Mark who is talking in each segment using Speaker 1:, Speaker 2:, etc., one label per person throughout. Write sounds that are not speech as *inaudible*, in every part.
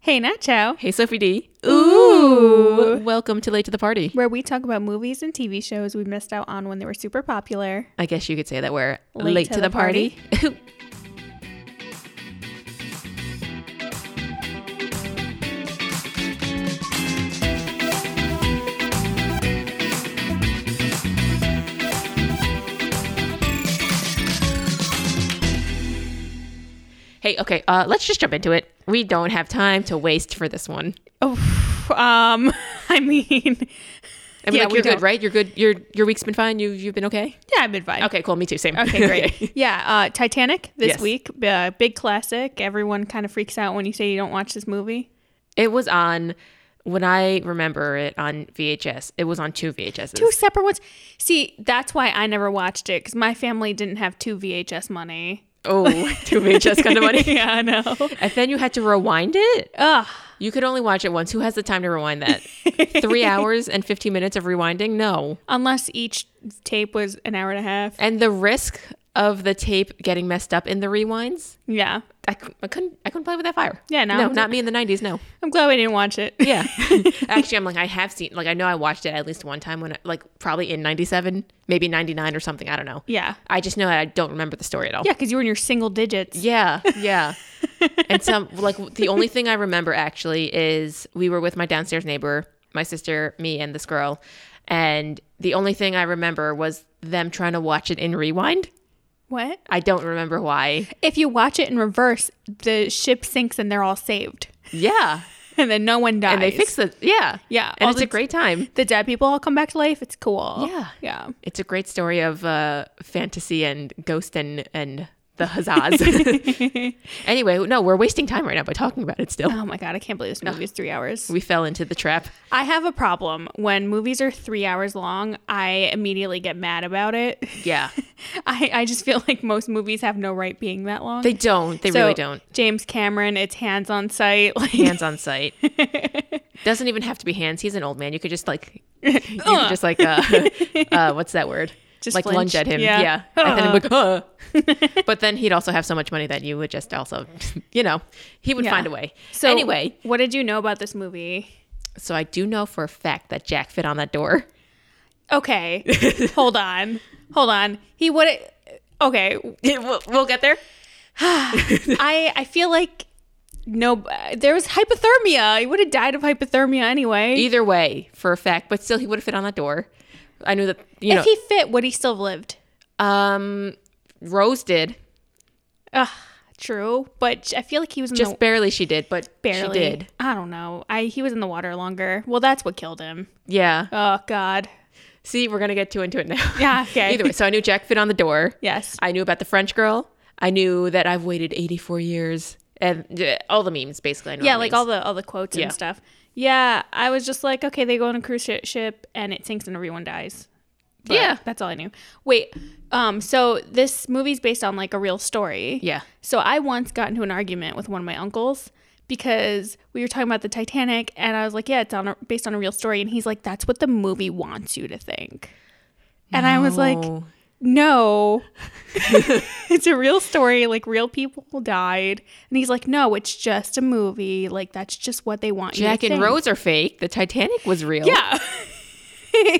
Speaker 1: Hey Nacho,
Speaker 2: Hey, Sophie D.
Speaker 1: Ooh.
Speaker 2: Welcome to Late to the Party.
Speaker 1: where we talk about movies and TV shows we missed out on when they were super popular.
Speaker 2: I guess you could say that we're late, to, the, party. *laughs* hey, okay, uh, let's just jump into it. We don't have time to waste for this one.
Speaker 1: Oh, um, *laughs* I mean,
Speaker 2: I mean,
Speaker 1: Yeah,
Speaker 2: like,
Speaker 1: we
Speaker 2: you're
Speaker 1: don't.
Speaker 2: good, right? You're good. Your your week's been fine. You you've been okay.
Speaker 1: yeah, I've been fine.
Speaker 2: Okay, cool. Me too.
Speaker 1: *laughs*
Speaker 2: Same. *laughs*
Speaker 1: Okay, great. yeah, uh, Titanic this
Speaker 2: Yes.
Speaker 1: week, uh, big classic. Everyone kind of freaks out when you say you don't watch this movie.
Speaker 2: It was on when I remember it on VHS. It was on two VHSs.
Speaker 1: Two separate ones. See, that's why I never watched it because my family didn't have two VHS money.
Speaker 2: Oh,
Speaker 1: *laughs*
Speaker 2: two VHS kind of money.
Speaker 1: yeah, I
Speaker 2: *laughs*
Speaker 1: know.
Speaker 2: And then you had to rewind it.
Speaker 1: Ugh.
Speaker 2: You could only watch it once. Who has the time to
Speaker 1: *laughs*
Speaker 2: rewind that? Three hours and 15 minutes of rewinding? No.
Speaker 1: Unless each tape was an hour and a half.
Speaker 2: And the risk of the tape getting messed up in the rewinds?
Speaker 1: Yeah.
Speaker 2: I, cou- I couldn't I couldn't play with that fire.
Speaker 1: Yeah, no.
Speaker 2: No, not me in the
Speaker 1: *laughs*
Speaker 2: 90s, no.
Speaker 1: I'm glad we didn't watch it.
Speaker 2: Yeah. *laughs* Actually, I'm like I have seen like I know I watched it at least one time when I- like probably in 97, maybe 99 or something, I don't know.
Speaker 1: Yeah.
Speaker 2: I just know that I don't remember the story at all.
Speaker 1: Yeah, because you were in your single digits.
Speaker 2: Yeah, yeah. *laughs* and some like the only thing I remember actually is we were with my downstairs neighbor, my sister, me, and this girl, and the only thing I remember was them trying to watch it in rewind.
Speaker 1: What?
Speaker 2: I don't remember why.
Speaker 1: If you watch it in reverse, the ship sinks and they're all saved. *laughs*
Speaker 2: Yeah,
Speaker 1: And then no one dies.
Speaker 2: and they fixed it. Yeah,
Speaker 1: Yeah,
Speaker 2: and
Speaker 1: all
Speaker 2: it's
Speaker 1: the-
Speaker 2: a great time.
Speaker 1: the dead people all come back to life. It's cool.
Speaker 2: Yeah.
Speaker 1: Yeah.
Speaker 2: It's a great story of uh, fantasy and ghost and and the *laughs* huzzas. anyway, no, we're wasting time right now by talking about it. *laughs* Still,
Speaker 1: Oh my God, I can't believe this movie is three hours.
Speaker 2: we fell into the trap.
Speaker 1: I have a problem. When movies are three hours long, I immediately get mad about it.
Speaker 2: Yeah,
Speaker 1: *laughs* I, I just feel like most movies have no right being that long.
Speaker 2: they don't. They
Speaker 1: So,
Speaker 2: really
Speaker 1: *laughs*
Speaker 2: don't.
Speaker 1: James Cameron, it's hands on *laughs* sight. Like,
Speaker 2: hands on sight.
Speaker 1: *laughs*
Speaker 2: Doesn't even have to be hands. He's an old man. You could just like, you could just like, uh,
Speaker 1: *laughs*
Speaker 2: uh, what's that word?
Speaker 1: Just
Speaker 2: like
Speaker 1: flinch.
Speaker 2: lunge at him.
Speaker 1: Yeah.
Speaker 2: Yeah. And then he'd be like,
Speaker 1: *laughs*
Speaker 2: "Huh." but then he'd also have so much money that you would just also, *laughs* you know, he would
Speaker 1: Yeah.
Speaker 2: find a way.
Speaker 1: so,
Speaker 2: So anyway,
Speaker 1: what did you know about this movie?
Speaker 2: so I do know for a fact that Jack fit on that door. *laughs*
Speaker 1: Okay. Hold on. Hold on. He would Okay.
Speaker 2: we'll, we'll get there.
Speaker 1: I I feel like no there was hypothermia. He would have died of hypothermia anyway.
Speaker 2: Either way, for a fact, but still he would have fit on that door. I knew that, you know,
Speaker 1: if he fit, would he still have lived?
Speaker 2: um, Rose did.
Speaker 1: Ugh, true. But I feel like he was in
Speaker 2: Just
Speaker 1: the
Speaker 2: barely she did, but
Speaker 1: barely.
Speaker 2: she did.
Speaker 1: I don't know. I he was in the water longer. Well, that's what killed him.
Speaker 2: Yeah.
Speaker 1: Oh God.
Speaker 2: See, we're gonna get too into it now.
Speaker 1: *laughs*
Speaker 2: *laughs*
Speaker 1: Yeah, okay.
Speaker 2: Either way, so I knew Jack fit on the door.
Speaker 1: Yes.
Speaker 2: I knew about the French girl. I knew that I've waited 84 years and uh, all the memes basically. I know
Speaker 1: Yeah, like
Speaker 2: memes.
Speaker 1: all the all the quotes
Speaker 2: Yeah.
Speaker 1: and stuff. Yeah, I was just like, okay, they go on a cruise shi- ship and it sinks and everyone dies. But
Speaker 2: Yeah.
Speaker 1: that's all I knew. Wait, um, so this movie's based on like a real story.
Speaker 2: Yeah.
Speaker 1: So I once got into an argument with one of my uncles because we were talking about the Titanic and I was like, yeah, it's on a, based on a real story, and he's like, that's what the movie wants you to think. And I was like,
Speaker 2: Oh.
Speaker 1: no *laughs* it's a real story like real people died and he's like no it's just a movie like that's just what they want you to
Speaker 2: Jack and
Speaker 1: think."
Speaker 2: Rose are fake. The Titanic was real.
Speaker 1: yeah *laughs*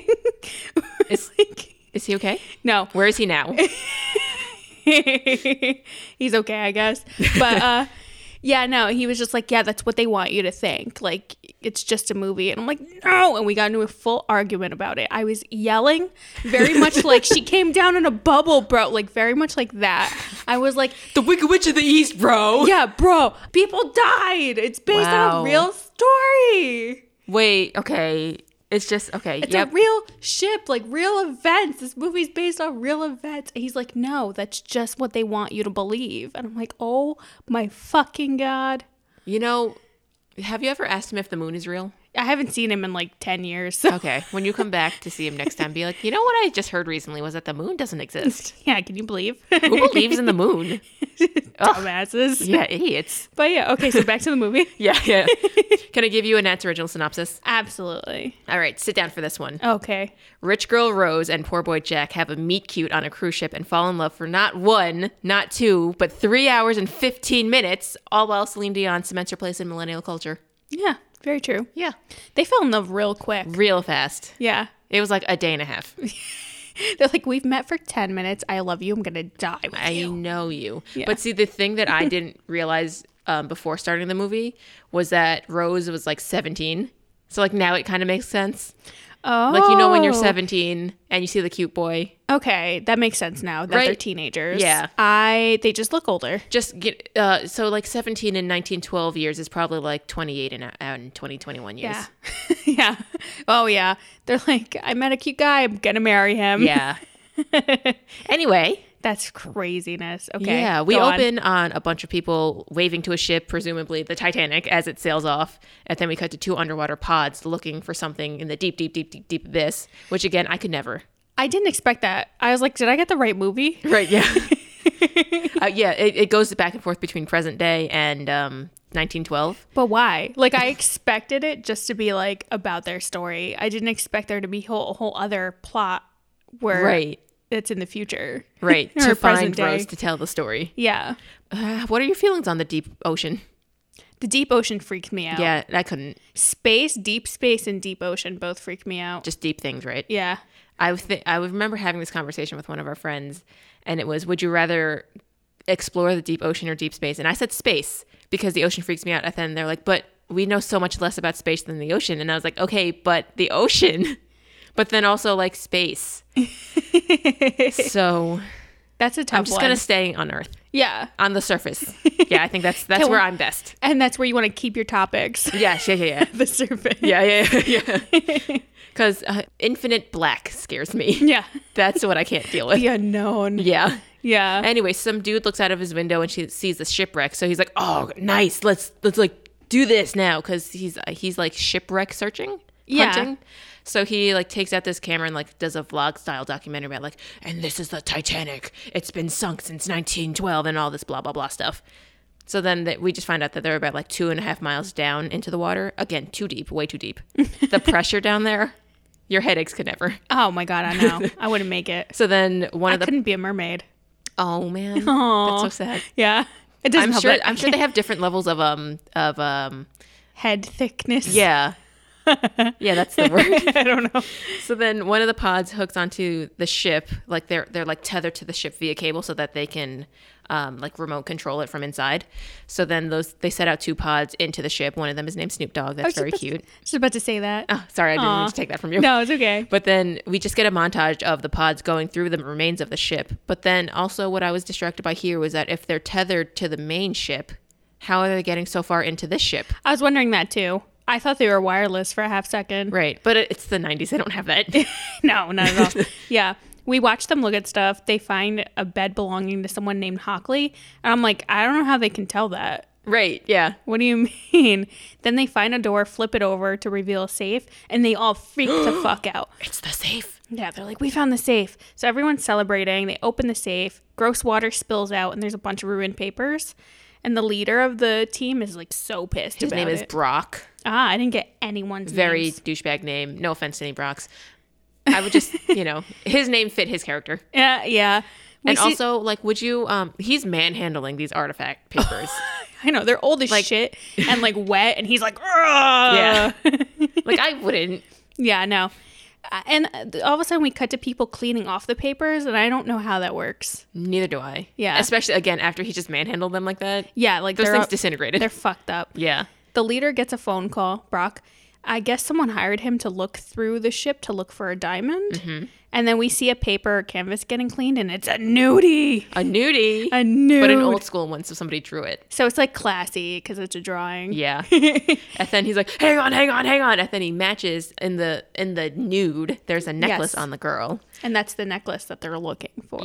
Speaker 2: Is,
Speaker 1: Like,
Speaker 2: is he okay?
Speaker 1: no *laughs*
Speaker 2: Where is he now?
Speaker 1: he's okay i guess but uh *laughs* yeah no he was just like yeah that's what they want you to think like it's just a movie and i'm like no and we got into a full argument about it i was yelling very much like
Speaker 2: *laughs*
Speaker 1: she came down in a bubble bro like very much like that i was like
Speaker 2: the Wicked Witch of the East, bro.
Speaker 1: *laughs* Yeah, bro. People died. It's based on
Speaker 2: Wow.
Speaker 1: a real story.
Speaker 2: Wait. Okay. It's just okay.
Speaker 1: It's
Speaker 2: yep.
Speaker 1: a real ship, like real events. This movie's based on real events. And he's like, no, that's just what they want you to believe. And I'm like, oh my fucking God.
Speaker 2: you know, have you ever asked him if the moon is real?
Speaker 1: I I haven't seen him in like 10 years. So,
Speaker 2: Okay. When you come back to see him next time, be like, you know what I just heard recently was that the moon doesn't
Speaker 1: *laughs*
Speaker 2: exist.
Speaker 1: yeah, can you believe? *laughs*
Speaker 2: Who believes in the moon?
Speaker 1: Dumbasses.
Speaker 2: *laughs* Yeah, idiots.
Speaker 1: But yeah, okay, so back to the movie.
Speaker 2: *laughs* Yeah, yeah. Can I give you Annette's original synopsis?
Speaker 1: Absolutely.
Speaker 2: All right, sit down for this one.
Speaker 1: Okay.
Speaker 2: Rich girl Rose and poor boy Jack have a meet cute on a cruise ship and fall in love for not one, not two, but three hours and 15 minutes, all while Celine Dion cements her place in millennial culture.
Speaker 1: Yeah, very true.
Speaker 2: Yeah.
Speaker 1: They fell in love real quick.
Speaker 2: Real fast.
Speaker 1: Yeah. *laughs*
Speaker 2: It was like a day and a *laughs* half.
Speaker 1: They're like, we've met for 10 minutes. I love you. I'm going to die with
Speaker 2: I
Speaker 1: you.
Speaker 2: know you. But see, the thing that I didn't realize um, before starting the movie was that Rose was like 17. So, like, now it kind of makes sense.
Speaker 1: Oh.
Speaker 2: Like, you know, when you're 17 and you see the cute boy,
Speaker 1: Okay, that makes sense now that they're
Speaker 2: Right?
Speaker 1: teenagers.
Speaker 2: Yeah.
Speaker 1: I, they just look older.
Speaker 2: just get uh so like 17 and 19 12 years is probably like 28 and, and 20 21 years
Speaker 1: Yeah. *laughs* yeah. Oh, yeah. They're like, I met a cute guy. I'm going to marry him.
Speaker 2: yeah anyway
Speaker 1: *laughs* That's craziness. Okay.
Speaker 2: yeah we
Speaker 1: go on.
Speaker 2: open on. a bunch of people waving to a ship presumably the titanic as it sails off and then we cut to two underwater pods looking for something in the deep deep deep deep deep abyss which again i could never
Speaker 1: I didn't expect that. I was like, did I get the right movie?
Speaker 2: right yeah *laughs* uh, yeah it, it goes back and forth between present day and um 1912
Speaker 1: But why? Like,
Speaker 2: *laughs*
Speaker 1: I expected it just to be like about their story. I didn't expect there to be whole, a whole other plot where
Speaker 2: Right.
Speaker 1: it's in the future.
Speaker 2: right
Speaker 1: *laughs* Or
Speaker 2: to
Speaker 1: present
Speaker 2: find
Speaker 1: day.
Speaker 2: rose to tell the story
Speaker 1: Yeah.
Speaker 2: uh, what are your feelings on the deep ocean
Speaker 1: The deep ocean freaked me out.
Speaker 2: Yeah, I couldn't.
Speaker 1: Space, deep space, and deep ocean both freaked me out.
Speaker 2: Just deep things, right?
Speaker 1: Yeah.
Speaker 2: I th- I would remember having this conversation with one of our friends, and it was, would you rather explore the deep ocean or deep space? And I said space because the ocean freaks me out. And then they're like, but we know so much less about space than the ocean. And I was like, okay, but the ocean, *laughs* but then also like space. so
Speaker 1: That's a tough
Speaker 2: I'm just
Speaker 1: one.
Speaker 2: gonna stay on Earth,
Speaker 1: yeah.
Speaker 2: on the surface. Yeah, I think that's that's
Speaker 1: Can
Speaker 2: where
Speaker 1: we-
Speaker 2: I'm best.
Speaker 1: And that's where you want to keep your topics. *laughs*
Speaker 2: Yes, yeah, yeah, yeah.
Speaker 1: the surface.
Speaker 2: Yeah, yeah, yeah. *laughs* Because uh, infinite black scares me.
Speaker 1: Yeah.
Speaker 2: That's what I can't deal with.
Speaker 1: The unknown.
Speaker 2: *laughs* Yeah.
Speaker 1: Yeah.
Speaker 2: Anyway, some dude looks out of his window and she sees the shipwreck. So he's like, "Oh, nice. Let's let's like do this now cuz he's uh, he's like shipwreck searching,
Speaker 1: Yeah.
Speaker 2: hunting. So he like takes out this camera and like does a vlog style documentary about like, "And this is the Titanic. It's been sunk since 1912 and all this blah blah blah stuff." So then that we just find out that they're about like two and a half miles down into the water. Again, too deep, way too deep.
Speaker 1: *laughs*
Speaker 2: the pressure down there, your headaches could never.
Speaker 1: oh my God, I
Speaker 2: *laughs*
Speaker 1: know. I wouldn't make it.
Speaker 2: So then one
Speaker 1: I
Speaker 2: of the
Speaker 1: couldn't be a mermaid.
Speaker 2: Oh man, *laughs* that's so sad.
Speaker 1: Yeah. It doesn't
Speaker 2: I'm
Speaker 1: help
Speaker 2: sure.
Speaker 1: that
Speaker 2: I'm sure they have different levels of um of um
Speaker 1: *laughs* head thickness.
Speaker 2: *laughs* yeah, yeah. That's the
Speaker 1: *laughs*
Speaker 2: word.
Speaker 1: I don't know.
Speaker 2: so then one of the pods hooks onto the ship, like they're they're like tethered to the ship via cable, so that they can um like remote control it from inside. So then those they set out two pods into the ship. One of them is named Snoop Dogg. Oh, That's very
Speaker 1: just about-
Speaker 2: cute.
Speaker 1: *laughs* Just about to say that.
Speaker 2: Oh, sorry, I didn't mean
Speaker 1: Aw.
Speaker 2: to take that from
Speaker 1: *laughs*
Speaker 2: you.
Speaker 1: no, it's okay.
Speaker 2: But then we just get a montage of the pods going through the remains of the ship. But then also, what I was distracted by here was that if they're tethered to the main ship, how are they getting so far into this ship?
Speaker 1: I was wondering that too. I thought they were wireless for a half second.
Speaker 2: Right. But it- it's the 90s. They don't have that.
Speaker 1: *laughs* No, not at
Speaker 2: *laughs*
Speaker 1: all. yeah. We watch them look at stuff. They find a bed belonging to someone named Hockley. And I'm like, I don't know how they can tell that.
Speaker 2: right. Yeah.
Speaker 1: What do you *laughs* mean? Then they find a door, flip it over to reveal a safe, and they all freak
Speaker 2: *gasps*
Speaker 1: the fuck out.
Speaker 2: It's the safe.
Speaker 1: Yeah, they're like, we found the safe. So everyone's celebrating. They open the safe. Gross water spills out, and there's a bunch of ruined papers. And the leader of the team is like so pissed.
Speaker 2: His name
Speaker 1: is
Speaker 2: is Brock.
Speaker 1: ah, I didn't get anyone's
Speaker 2: Very
Speaker 1: names.
Speaker 2: douchebag name. No offense to any Brocks. I would
Speaker 1: *laughs*
Speaker 2: just, you know, his name fit his character.
Speaker 1: Yeah, yeah. We
Speaker 2: and
Speaker 1: see-
Speaker 2: also, like, would you, um, he's manhandling these
Speaker 1: *laughs*
Speaker 2: artifact papers.
Speaker 1: I know they're old as
Speaker 2: *laughs*
Speaker 1: shit and like wet, and he's like, yeah,
Speaker 2: like, I wouldn't.
Speaker 1: *laughs* yeah, no. Uh, And uh, all of a sudden, we cut to people cleaning off the papers, and I don't know how that works.
Speaker 2: Neither do I.
Speaker 1: Yeah.
Speaker 2: Especially again after he just manhandled them like that.
Speaker 1: Yeah, like
Speaker 2: Those
Speaker 1: they're
Speaker 2: things
Speaker 1: all-
Speaker 2: disintegrated.
Speaker 1: they're fucked up.
Speaker 2: yeah.
Speaker 1: The leader gets a phone call, Brock. I guess someone hired him to look through the ship to look for a diamond.
Speaker 2: Mm-hmm.
Speaker 1: And then we see a paper or canvas getting cleaned, and it's a nudie.
Speaker 2: A nudie.
Speaker 1: A nude.
Speaker 2: But an old school one, so somebody drew it.
Speaker 1: so it's like classy because it's a drawing.
Speaker 2: Yeah.
Speaker 1: *laughs*
Speaker 2: and then he's like, hang on, hang on, hang on. And then he matches in the in the nude. There's a necklace
Speaker 1: Yes.
Speaker 2: on the girl.
Speaker 1: And that's the necklace that they're looking for.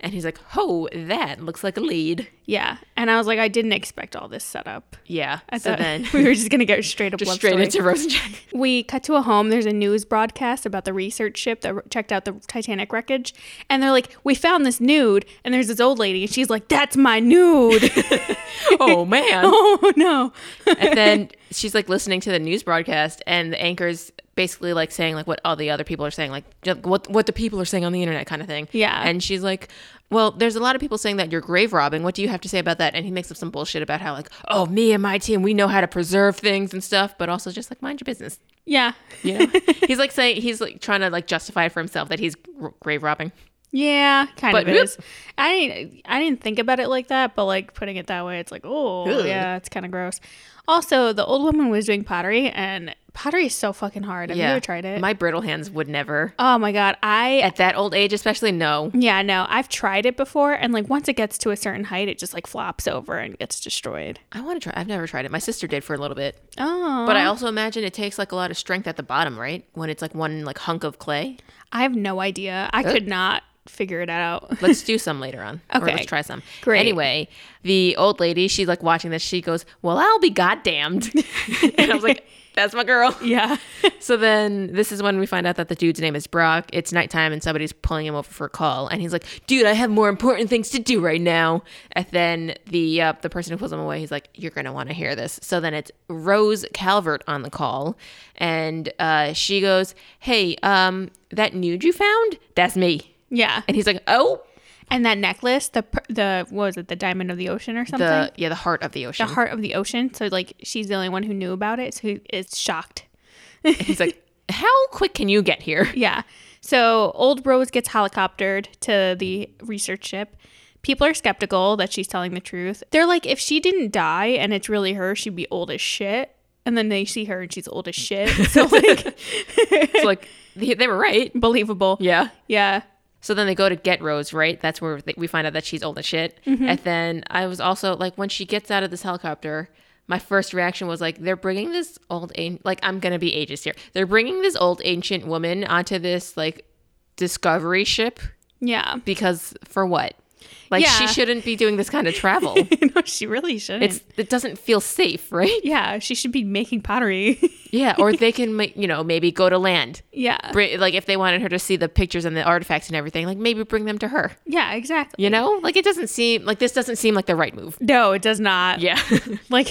Speaker 2: And he's like, "Oh, that looks like a lead."
Speaker 1: Yeah. And I was like, I didn't expect all this setup.
Speaker 2: Yeah.
Speaker 1: I
Speaker 2: so
Speaker 1: thought
Speaker 2: then
Speaker 1: *laughs* we were just gonna go straight up
Speaker 2: just
Speaker 1: love
Speaker 2: straight
Speaker 1: story.
Speaker 2: into Rosenjack.
Speaker 1: we cut to a home. There's a news broadcast about the research ship that r- checked out the Titanic wreckage, and they're like, "We found this nude," and there's this old lady, and she's like, "That's my nude."
Speaker 2: *laughs*
Speaker 1: *laughs*
Speaker 2: oh man.
Speaker 1: oh no!
Speaker 2: and then she's like listening to the news broadcast and the anchors basically like saying like what all the other people are saying like ju- what what the people are saying on the internet kind of thing
Speaker 1: Yeah.
Speaker 2: and she's like well there's a lot of people saying that you're grave robbing what do you have to say about that and he makes up some bullshit about how like oh me and my team we know how to preserve things and stuff but also just like mind your business
Speaker 1: yeah, *laughs*
Speaker 2: you know he's like saying he's like trying to like justify it for himself that he's gr- grave robbing
Speaker 1: yeah, kind
Speaker 2: But
Speaker 1: of
Speaker 2: whoop.
Speaker 1: is. I didn't, I didn't think about it like that, but like putting it that way, it's like, oh
Speaker 2: Ugh.
Speaker 1: yeah, it's kind of gross. Also, the old woman was doing pottery, and pottery is so fucking hard. Have you ever tried it?
Speaker 2: my brittle hands would never
Speaker 1: oh my god, I
Speaker 2: at that old age especially no
Speaker 1: Yeah, no, I've tried it before, and like once it gets to a certain height, it just like flops over and gets destroyed.
Speaker 2: i want to try i've never tried it my sister did for a little bit
Speaker 1: Oh,
Speaker 2: But I also imagine it takes like a lot of strength at the bottom, right? When it's like one like hunk of clay.
Speaker 1: I have no idea.
Speaker 2: Uh.
Speaker 1: I could not figure it out. *laughs*
Speaker 2: Let's do some later on. Or
Speaker 1: Okay.
Speaker 2: let's try some.
Speaker 1: Great.
Speaker 2: Anyway, the old lady, she's like watching this. She goes, "Well, I'll be goddamned," *laughs* and I was like, "That's my girl."
Speaker 1: yeah, *laughs*
Speaker 2: So then this is when we find out that the dude's name is Brock. It's nighttime and somebody's pulling him over for a call, and he's like, "Dude, I have more important things to do right now." And then the uh, the person who pulls him away, he's like, "You're gonna want to hear this." So then it's Rose Calvert on the call, and uh, she goes, "Hey, um, that nude you found, that's me."
Speaker 1: yeah.
Speaker 2: And he's like, "Oh,
Speaker 1: And that necklace, the per- the what was it, the diamond of the ocean or something?
Speaker 2: the yeah, the heart of
Speaker 1: *laughs*
Speaker 2: the ocean."
Speaker 1: The heart of the ocean. So like she's the only one who knew about it. So he is shocked.
Speaker 2: And he's like, "How quick can you get here?"
Speaker 1: Yeah. So old Rose gets helicoptered to the research ship. People are skeptical that she's telling the truth. They're like, if she didn't die and it's really her, she'd be old as shit. And then they see her and she's old as
Speaker 2: *laughs*
Speaker 1: shit. So like, *laughs*
Speaker 2: It's like they, they were right.
Speaker 1: believable.
Speaker 2: Yeah.
Speaker 1: Yeah.
Speaker 2: So then they go to get Rose, right? That's where th- we find out that she's old as shit. And then I was also like, when she gets out of this helicopter, my first reaction was like, they're bringing this old, an- like, I'm going to be ageist here. They're bringing this old ancient woman onto this, like, discovery ship
Speaker 1: Yeah. *laughs*
Speaker 2: because for what? Like,
Speaker 1: Yeah.
Speaker 2: she shouldn't be doing this kind of *laughs* travel.
Speaker 1: no, she really shouldn't.
Speaker 2: it's, it doesn't feel safe, right?
Speaker 1: yeah, she should be making pottery.
Speaker 2: *laughs*
Speaker 1: *laughs*
Speaker 2: Yeah. Or they can, ma- you know, maybe go to land.
Speaker 1: yeah.
Speaker 2: Bri- Like, if they wanted her to see the pictures and the artifacts and everything, like, maybe bring them to her.
Speaker 1: Yeah, exactly.
Speaker 2: You know, like it doesn't seem like this doesn't seem like the right move.
Speaker 1: No, it does not. *laughs*
Speaker 2: Yeah.
Speaker 1: Like,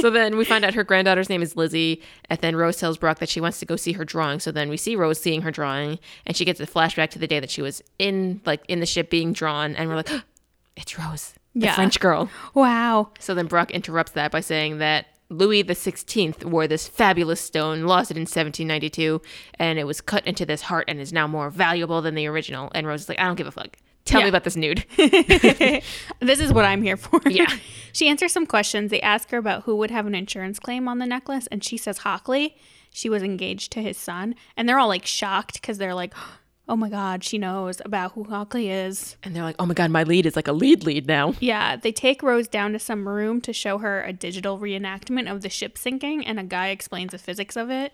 Speaker 2: so then we find out her granddaughter's name is Lizzie, and then Rose tells Brock that she wants to go see her drawing. So then we see Rose seeing her drawing, and she gets a flashback to the day that she was in, like, in the ship being drawn, and we're like, *gasps* it's Rose, the
Speaker 1: Yeah.
Speaker 2: French girl.
Speaker 1: wow. *laughs*
Speaker 2: So then Brock interrupts that by saying that Louis the Sixteenth wore this fabulous stone, lost it in 1792, and it was cut into this heart and is now more valuable than the original. And Rose is like, I don't give a fuck. Tell
Speaker 1: Yeah.
Speaker 2: me about this nude.
Speaker 1: This is what I'm here for.
Speaker 2: Yeah.
Speaker 1: *laughs* she answers some questions. They ask her about who would have an insurance claim on the necklace, and she says Hockley. She was engaged to his son, and they're all like shocked because they're like, *gasps* "Oh my God, she knows about who Hockley is."
Speaker 2: And they're like, oh my God, my lead is like a lead lead now.
Speaker 1: Yeah, they take Rose down to some room to show her a digital reenactment of the ship sinking, and a guy explains the physics of it.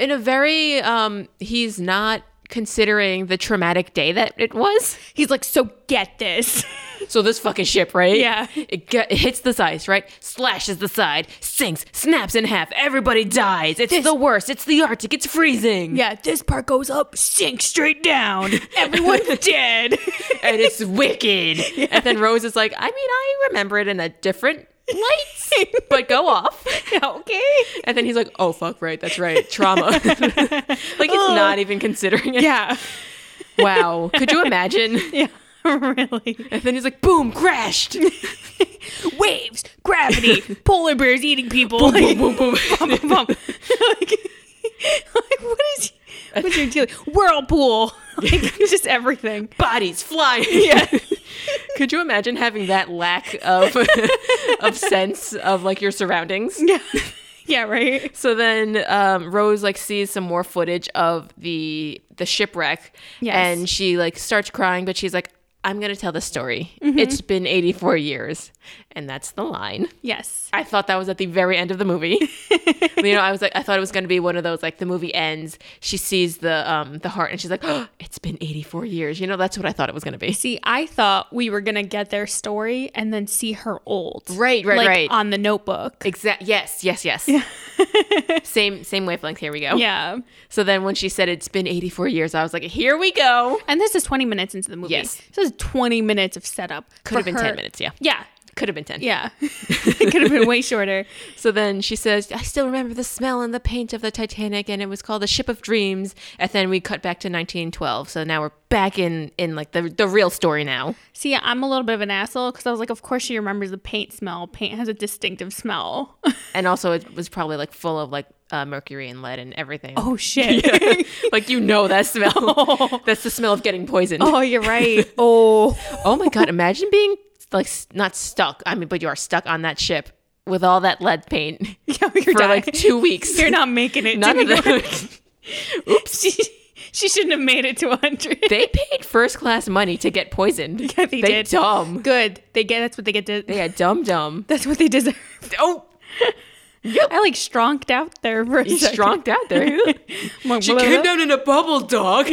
Speaker 2: In a very, um, he's not considering the traumatic day that it was.
Speaker 1: He's like, "So get this." *laughs*
Speaker 2: So this fucking ship, right?
Speaker 1: Yeah.
Speaker 2: It, ge- it hits this ice, right? Slashes the side, sinks, snaps in half. Everybody dies. It's the worst. It's the Arctic. It's freezing.
Speaker 1: yeah, this part goes up, sinks straight down.
Speaker 2: *laughs*
Speaker 1: Everyone's dead.
Speaker 2: *laughs* And it's *laughs* wicked. And then Rose is like, I mean, I remember it in a different light, but go *laughs* off.
Speaker 1: okay.
Speaker 2: And then he's like, oh, fuck, right. That's right. Trauma. *laughs* like, he's not even considering it.
Speaker 1: Yeah.
Speaker 2: Wow. Could you imagine?
Speaker 1: Yeah. Really.
Speaker 2: *laughs* And then he's like, boom, *laughs* crashed.
Speaker 1: waves, gravity, polar bears eating people. like,
Speaker 2: boom, boom, boom.
Speaker 1: *laughs* bum, bum. like, like, what is what's your deal? Whirlpool. *laughs* Like just everything.
Speaker 2: Bodies flying. *laughs*
Speaker 1: Yeah.
Speaker 2: Could you imagine having that lack of *laughs* of sense of like your surroundings? *laughs*
Speaker 1: Yeah. Yeah, right.
Speaker 2: So then um, Rose like sees some more footage of the the shipwreck,
Speaker 1: Yes.
Speaker 2: and she like starts crying, but she's like, I'm going to tell the story. It's been 84 years. And that's the line.
Speaker 1: Yes.
Speaker 2: I thought that was at the very end of the *laughs* movie. you know, I was like, I thought it was going to be one of those like the movie ends. She sees the um the heart and she's like, oh, it's been 84 years. You know, that's what I thought it was going to be.
Speaker 1: See, I thought we were gonna get their story and then see her old,
Speaker 2: Right, right,
Speaker 1: like,
Speaker 2: right.
Speaker 1: on the notebook.
Speaker 2: Exact. Yes, yes, yes. *laughs* same same wavelength. Here we go.
Speaker 1: Yeah,
Speaker 2: So then when she said it's been 84 years, I was like, here we go.
Speaker 1: and this is twenty minutes into the movie.
Speaker 2: Yes.
Speaker 1: this is twenty minutes of setup.
Speaker 2: Could have been 10 minutes. Yeah.
Speaker 1: Yeah,
Speaker 2: Could have been 10. *laughs*
Speaker 1: yeah, *laughs* it could have been way shorter.
Speaker 2: So then she says, I still remember the smell and the paint of the Titanic, and it was called the Ship of Dreams. And then we cut back to 1912. So now we're back in, in like the, the real story now.
Speaker 1: See, I'm a little bit of an asshole because I was like, of course she remembers the paint smell. Paint has a distinctive smell. *laughs*
Speaker 2: And also, it was probably like full of like uh, mercury and lead and everything. *laughs*
Speaker 1: oh shit.
Speaker 2: like, you know that smell. That's the smell of getting poisoned.
Speaker 1: oh, you're right. Oh,
Speaker 2: *laughs* Oh my God. Imagine being like s- not stuck. I mean, but you are stuck on that ship with all that lead paint
Speaker 1: *laughs* yeah, you're
Speaker 2: for like
Speaker 1: dying. *laughs*
Speaker 2: two weeks.
Speaker 1: You're not making it.
Speaker 2: *laughs* None
Speaker 1: to
Speaker 2: of
Speaker 1: New York.
Speaker 2: them.
Speaker 1: *laughs* She, she shouldn't have made it to 100.
Speaker 2: *laughs* They paid first class money to get poisoned.
Speaker 1: Yeah, they did. *laughs*
Speaker 2: dumb.
Speaker 1: Good. They get that's what they get to.
Speaker 2: They are
Speaker 1: *laughs*
Speaker 2: dumb dumb.
Speaker 1: That's what they deserve.
Speaker 2: Oh,
Speaker 1: I like stronked out there for a
Speaker 2: you
Speaker 1: second.
Speaker 2: stronked
Speaker 1: *laughs*
Speaker 2: out there.
Speaker 1: I'm like, uh,
Speaker 2: she
Speaker 1: "Blah,
Speaker 2: came
Speaker 1: blah,
Speaker 2: down in a bubble, dog.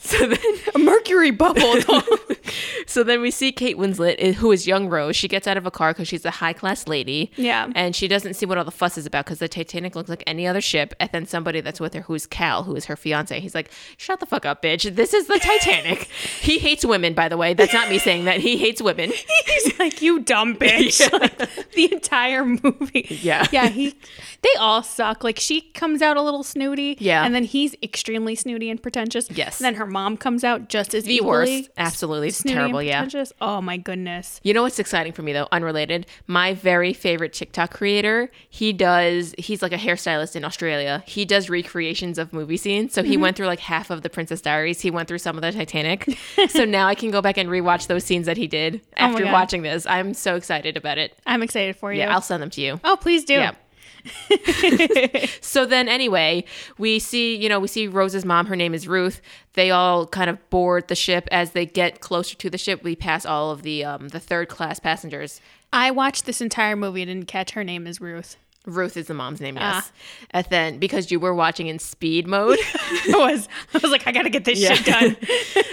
Speaker 2: so then,
Speaker 1: blah." a mercury bubble. *laughs*
Speaker 2: *laughs* so then we see Kate Winslet, i- who is young Rose. She gets out of a car because she's a high class lady.
Speaker 1: Yeah.
Speaker 2: and she doesn't see what all the fuss is about because the Titanic looks like any other ship. And then somebody that's with her, who's Cal, who is her fiance, he's like, "Shut the fuck up, bitch! This is the
Speaker 1: *laughs*
Speaker 2: Titanic." he hates women, by the way. That's not me saying that. He
Speaker 1: *laughs*
Speaker 2: hates women.
Speaker 1: He's like, you
Speaker 2: *laughs*
Speaker 1: dumb bitch. *laughs* Like, the entire movie.
Speaker 2: Yeah.
Speaker 1: Yeah. He. They all suck. Like she comes out a little snooty.
Speaker 2: Yeah.
Speaker 1: And then he's extremely snooty and pretentious.
Speaker 2: Yes.
Speaker 1: And then her mom comes out just as
Speaker 2: The
Speaker 1: equally
Speaker 2: worst. Absolutely, it's
Speaker 1: snooty and
Speaker 2: terrible. Yeah.
Speaker 1: pretentious. Oh my goodness.
Speaker 2: You know what's exciting for me though, unrelated. My very favorite TikTok creator, he does he's like a hairstylist in Australia. He does recreations of movie scenes. So he
Speaker 1: Mm-hmm.
Speaker 2: went through like half of the Princess Diaries. He went through some of the Titanic. *laughs* so now I can go back and rewatch those scenes that he did
Speaker 1: Oh my
Speaker 2: after
Speaker 1: God.
Speaker 2: watching this. I'm so excited about it.
Speaker 1: I'm excited for you.
Speaker 2: Yeah, I'll send them to you.
Speaker 1: oh, please do.
Speaker 2: Yeah. So then anyway, we see, you know, we see Rose's mom, her name is Ruth. They all kind of board the ship as they get closer to the ship. We pass all of the um the third class passengers.
Speaker 1: I watched this entire movie. I didn't catch her name is Ruth. *laughs*
Speaker 2: Ruth is the mom's name,
Speaker 1: Ah.
Speaker 2: yes. And then because you were watching in speed mode,
Speaker 1: I was. I was like, I gotta get this shit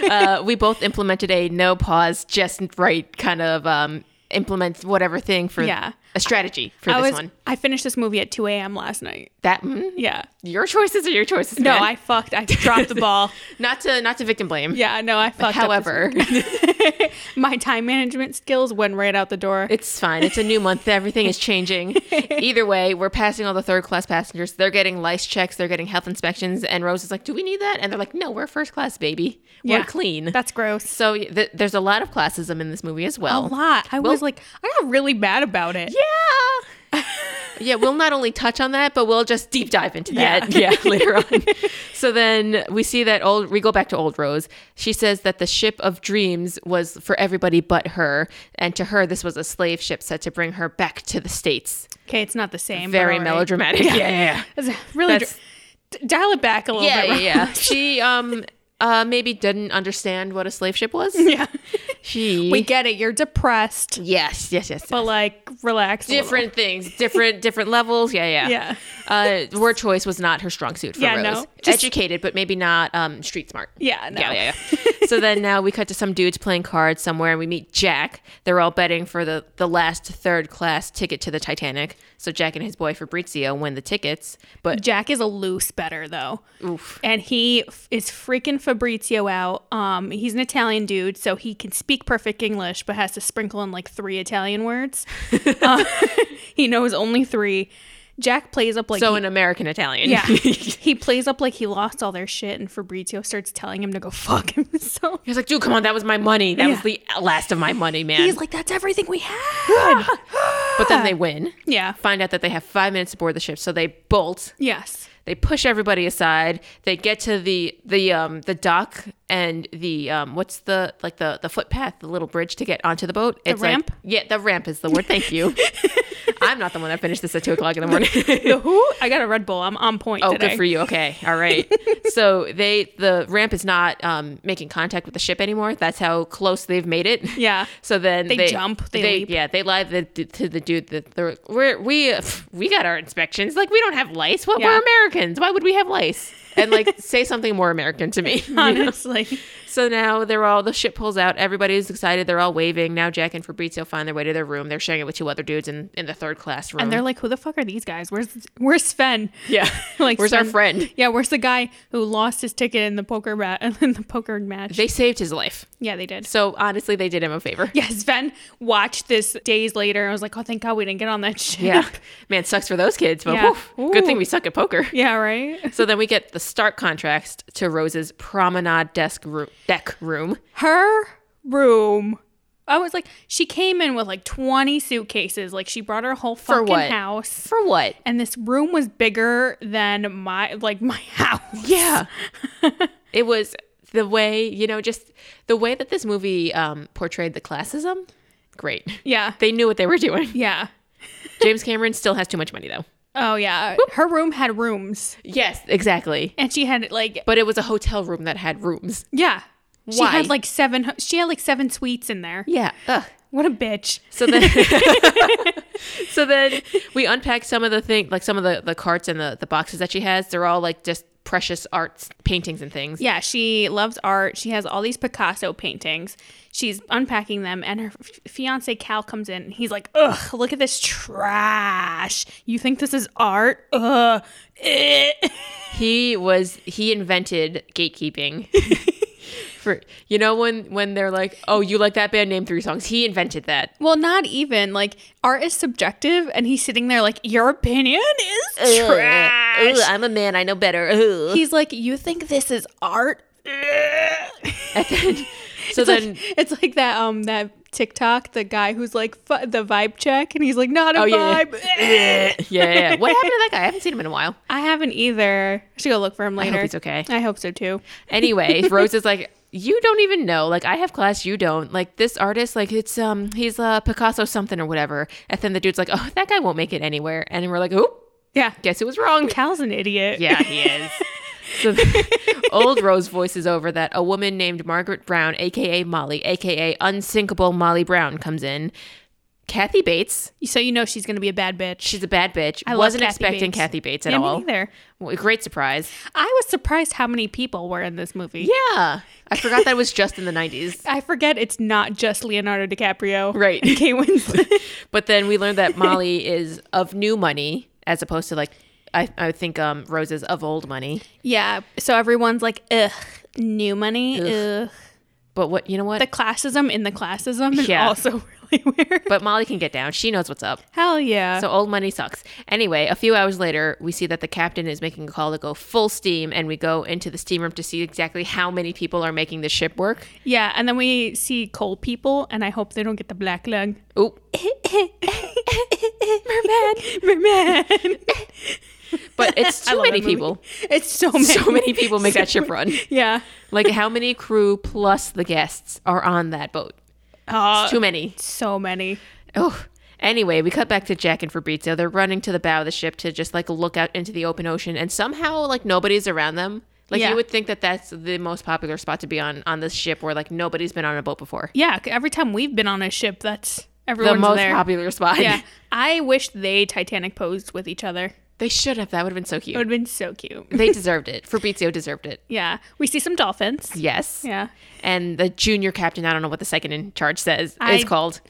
Speaker 2: *laughs*
Speaker 1: done. *laughs*
Speaker 2: uh, we both implemented a no pause, just right kind of um, implement whatever thing for
Speaker 1: Yeah.
Speaker 2: a strategy for
Speaker 1: I
Speaker 2: this
Speaker 1: was.
Speaker 2: one.
Speaker 1: I finished this movie at 2 a.m. last night.
Speaker 2: That mm,
Speaker 1: Yeah.
Speaker 2: your choices are your choices.
Speaker 1: No,
Speaker 2: man.
Speaker 1: I fucked. I dropped the
Speaker 2: *laughs*
Speaker 1: ball.
Speaker 2: not to not to victim blame.
Speaker 1: Yeah, no, I fucked. up
Speaker 2: However,
Speaker 1: this- my time management skills went right out the door.
Speaker 2: *laughs* it's fine. It's a new month. Everything
Speaker 1: *laughs*
Speaker 2: is changing. Either way, we're passing all the third class passengers. They're getting lice checks. They're getting health inspections. And Rose is like, "Do we need that?" And they're like, "No, we're first class, baby.
Speaker 1: Yeah.
Speaker 2: We're clean."
Speaker 1: That's gross.
Speaker 2: So th- there's a lot of classism in this movie as
Speaker 1: A
Speaker 2: well.
Speaker 1: lot. I was like, I got really mad about it.
Speaker 2: Yeah. *laughs* yeah, we'll not only touch on that, but we'll just deep dive into that yeah. *laughs* later on. So then we see that old we go back to old Rose. She says that the ship of dreams was for everybody but her, and to her this was a slave ship set to bring her back to the states.
Speaker 1: Okay, it's not the same. but
Speaker 2: Very
Speaker 1: all right.
Speaker 2: melodramatic. Yeah, yeah.
Speaker 1: It's Really,
Speaker 2: That's-
Speaker 1: dr- d- dial it back a little
Speaker 2: Yeah, yeah,
Speaker 1: bit. *laughs*
Speaker 2: yeah. She um uh maybe didn't understand what a slave ship *laughs* was.
Speaker 1: yeah.
Speaker 2: She
Speaker 1: we get it. You're depressed,
Speaker 2: Yes, yes, yes.
Speaker 1: but like, relax. a little.
Speaker 2: different things, different different levels. Yeah, yeah.
Speaker 1: Yeah.
Speaker 2: Uh, word choice was not her strong suit for
Speaker 1: Yeah,
Speaker 2: Rose.
Speaker 1: no. Just-
Speaker 2: Educated, but maybe not um, street smart.
Speaker 1: Yeah, no.
Speaker 2: Yeah, yeah,
Speaker 1: *laughs*
Speaker 2: yeah. so then now we cut to some dudes playing cards somewhere, and we meet Jack. They're all betting for the the last third class ticket to the Titanic. So Jack and his boy Fabrizio win the tickets, but
Speaker 1: Jack is a loose better though. And he f- is freaking Fabrizio out. Um, he's an Italian dude, so he can speak perfect English, but has to sprinkle in like three Italian
Speaker 2: *laughs*
Speaker 1: words. Uh, *laughs* he knows only three. Jack plays up like
Speaker 2: so
Speaker 1: he-
Speaker 2: an American Italian. *laughs*
Speaker 1: yeah,
Speaker 2: he
Speaker 1: he plays up like he lost all their shit, and Fabrizio starts telling him *laughs* to go fuck himself.
Speaker 2: was like, "Dude, come on, that was my money. That was
Speaker 1: Yeah.
Speaker 2: the last of my money, man."
Speaker 1: He's like, "That's everything we had."
Speaker 2: but then they win.
Speaker 1: *laughs* yeah.
Speaker 2: Find out that they have five minutes to board the ship, so they bolt.
Speaker 1: Yes.
Speaker 2: they push everybody aside they get to the the um the dock and the um what's the like the the footpath the little bridge to get onto the boat the
Speaker 1: ramp? *laughs*
Speaker 2: yeah the ramp is the word thank you I'm not the one that finished this at two o'clock in the morning.
Speaker 1: The who? I got a Red Bull. I'm on point
Speaker 2: *laughs* oh,
Speaker 1: today.
Speaker 2: good for you. Okay, all right. so they the ramp is not um, making contact with the ship anymore. That's how close they've made it. *laughs*
Speaker 1: Yeah.
Speaker 2: So then
Speaker 1: They jump, they leap.
Speaker 2: Yeah, they lie the, to the dude that they're we're, we we got our inspections. Like we don't have lice. What
Speaker 1: Yeah.
Speaker 2: we're Americans? Why would we have lice? And like
Speaker 1: *laughs*
Speaker 2: say something more American to me. you know?
Speaker 1: Honestly.
Speaker 2: So now they're all the ship pulls out. Everybody's excited. They're all waving. Now Jack and Fabrizio find their way to their room. They're sharing it with two other dudes in, in the third class room.
Speaker 1: And they're like, who the fuck are these guys? Where's where's Sven?
Speaker 2: yeah,
Speaker 1: *laughs* Like
Speaker 2: where's our
Speaker 1: Sven-
Speaker 2: friend?
Speaker 1: Yeah, where's the guy who lost his ticket in the poker mat *laughs* in the poker match?
Speaker 2: They saved his life.
Speaker 1: yeah, they did.
Speaker 2: So honestly, they did him a favor.
Speaker 1: Yeah, Sven watched this days later and was like, Oh thank God we didn't get on that *laughs* ship.
Speaker 2: Yeah. man, sucks for those kids. But
Speaker 1: Yeah.
Speaker 2: whew, good
Speaker 1: Ooh.
Speaker 2: thing we suck at poker.
Speaker 1: Yeah, right?
Speaker 2: So then we get the stark contrast to Rose's promenade desk room, deck room.
Speaker 1: Her room. I was like, she came in with like 20 suitcases. Like, she brought her whole fucking
Speaker 2: what?
Speaker 1: house.
Speaker 2: For what?
Speaker 1: And this room was bigger than my, like, my *laughs* house.
Speaker 2: *laughs* Yeah. it was the way, you know, just the way that this movie um, portrayed the classism. Great.
Speaker 1: Yeah.
Speaker 2: They knew what they were doing.
Speaker 1: Yeah.
Speaker 2: *laughs* James Cameron still has too much money, though.
Speaker 1: Oh, yeah. Her room had rooms.
Speaker 2: Yes, exactly.
Speaker 1: And she had, like,
Speaker 2: But it was a hotel room that had rooms.
Speaker 1: yeah. She
Speaker 2: Why?
Speaker 1: had like seven. She had like seven suites in there.
Speaker 2: Yeah. Ugh.
Speaker 1: What a bitch!
Speaker 2: So then, *laughs* so then we unpack some of the thing, like some of the, the carts and the, the boxes that she has. They're all like just precious arts, paintings and things.
Speaker 1: Yeah, she loves art. She has all these Picasso paintings. She's unpacking them, and her f- fiance Cal comes in. And he's like, "Ugh, look at this trash! You think this is art? Ugh." Eh."
Speaker 2: He was he invented *laughs* gatekeeping. For you know when when they're like, oh, you like that band? Name three songs. He invented that.
Speaker 1: Well, not even like art is subjective, and he's sitting there like, "Your opinion is trash."
Speaker 2: I'm a man. I know better. Ugh.
Speaker 1: He's like, "You think this is art?" Eh."
Speaker 2: so
Speaker 1: It's
Speaker 2: *laughs* then,
Speaker 1: like, it's like that um that TikTok, the guy who's like fi- the vibe check, and he's like, "Not a
Speaker 2: Oh, yeah,
Speaker 1: vibe." Eh.
Speaker 2: yeah, yeah, yeah. What happened to that guy? I haven't seen him in a while.
Speaker 1: I haven't either. I should go look for him later.
Speaker 2: he's okay.
Speaker 1: I hope so too.
Speaker 2: Anyway, Rose is like, you don't even know. Like, I have class, you don't. Like, this artist, like, it's, um, he's uh, Picasso something or whatever. And then the dude's like, oh, that guy won't make it anywhere. And we're like, oop,
Speaker 1: Yeah,
Speaker 2: guess who was wrong?
Speaker 1: Cal's an idiot.
Speaker 2: Yeah, he is. *laughs* so the- old Rose voices over that a woman named Margaret Brown, aka Molly, aka unsinkable Molly Brown, comes in. Kathy Bates,
Speaker 1: *laughs* So you know she's gonna be a bad bitch.
Speaker 2: she's a bad bitch.
Speaker 1: love
Speaker 2: wasn't
Speaker 1: Kathy
Speaker 2: expecting
Speaker 1: Bates.
Speaker 2: Kathy Bates at
Speaker 1: yeah,
Speaker 2: all.
Speaker 1: me neither.
Speaker 2: Well, Great surprise.
Speaker 1: I was surprised how many people were in this movie.
Speaker 2: Yeah, I forgot that was just in the nineties.
Speaker 1: I forget it's not just Leonardo DiCaprio,
Speaker 2: *laughs* Right.
Speaker 1: And *laughs* Kate Winslet.
Speaker 2: *laughs* But then we learned that Molly is of new money as opposed to like I, I think um Rose is of old money.
Speaker 1: yeah. So everyone's like, "Ugh, new money." Ugh.
Speaker 2: But what you know what?
Speaker 1: The classism in the classism is
Speaker 2: Yeah.
Speaker 1: also *laughs* really weird.
Speaker 2: but Molly can get down. She knows what's up.
Speaker 1: Hell yeah.
Speaker 2: So old money sucks. Anyway, a few hours later, we see that the captain is making a call to go full steam, and we go into the steam room to see exactly how many people are making the ship work.
Speaker 1: yeah, and then we see cold people, and I hope they don't get the black lung. *laughs*
Speaker 2: Oop.
Speaker 1: Merman, merman.
Speaker 2: But it's
Speaker 1: *laughs* I
Speaker 2: too
Speaker 1: love that
Speaker 2: many
Speaker 1: movie.
Speaker 2: people.
Speaker 1: It's so many. *laughs*
Speaker 2: So many people make that ship run.
Speaker 1: Yeah.
Speaker 2: Like how many crew plus the guests are on that boat?
Speaker 1: Uh,
Speaker 2: Too many.
Speaker 1: so many.
Speaker 2: Oh. Anyway, we cut back to Jack and Fabrizio. They're running to the bow of the ship to just like look out into the open ocean, and somehow like nobody's around them. Like
Speaker 1: Yeah.
Speaker 2: you would think that that's the most popular spot to be on on this ship, where like nobody's been on a boat before.
Speaker 1: Yeah. c- Every time we've been on a ship, that's everyone's
Speaker 2: the most
Speaker 1: there.
Speaker 2: popular spot.
Speaker 1: yeah. I wish they Titanic posed with each other. It
Speaker 2: *laughs* they should have. That would have been so
Speaker 1: would
Speaker 2: cute.
Speaker 1: have been so cute.
Speaker 2: they deserved it. Fabrizio deserved it.
Speaker 1: Yeah. We see some dolphins.
Speaker 2: Yes.
Speaker 1: Yeah.
Speaker 2: And the junior captain, I don't know what the second in charge says.
Speaker 1: I-
Speaker 2: is called.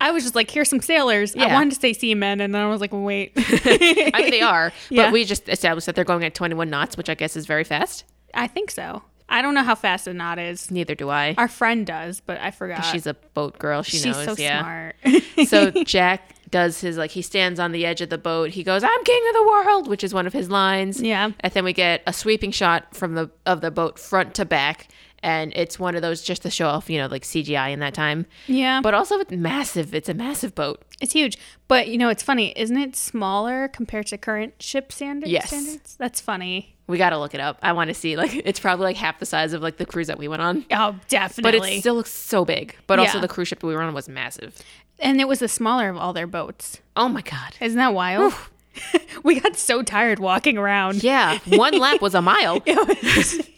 Speaker 1: I was just like, here's some sailors. I
Speaker 2: Yeah.
Speaker 1: wanted to say seamen, and then I was like, wait.
Speaker 2: *laughs* I mean, they are,
Speaker 1: *laughs* Yeah.
Speaker 2: but we just established that they're going at 21 knots, which I guess is very fast.
Speaker 1: I think so. I don't know how fast a knot is.
Speaker 2: Neither do I.
Speaker 1: Our friend does, but I forgot.
Speaker 2: She's a boat girl. She
Speaker 1: She's
Speaker 2: knows.
Speaker 1: so
Speaker 2: yeah.
Speaker 1: smart. *laughs*
Speaker 2: so Jack does his like he stands on the edge of the boat. He goes, "I'm king of the world," which is one of his lines.
Speaker 1: Yeah.
Speaker 2: And then we get a sweeping shot from the of the boat front to back, and it's one of those just to show off, you know, like CGI in that time.
Speaker 1: Yeah.
Speaker 2: But also it's massive. It's a massive boat.
Speaker 1: It's huge. But you know, it's funny, isn't it smaller compared to current ship standard-
Speaker 2: Yes.
Speaker 1: standards? That's funny.
Speaker 2: We got to look it up. I want to see like *laughs* it's probably like half the size of like the cruise that we went on.
Speaker 1: Oh,
Speaker 2: But
Speaker 1: definitely.
Speaker 2: it still looks so big. But also
Speaker 1: Yeah.
Speaker 2: the cruise ship we were on was massive.
Speaker 1: and it was the smaller of all their boats.
Speaker 2: Oh my god.
Speaker 1: Isn't that wild? *laughs* we got so tired walking around.
Speaker 2: Yeah, one lap was a mile.
Speaker 1: *laughs*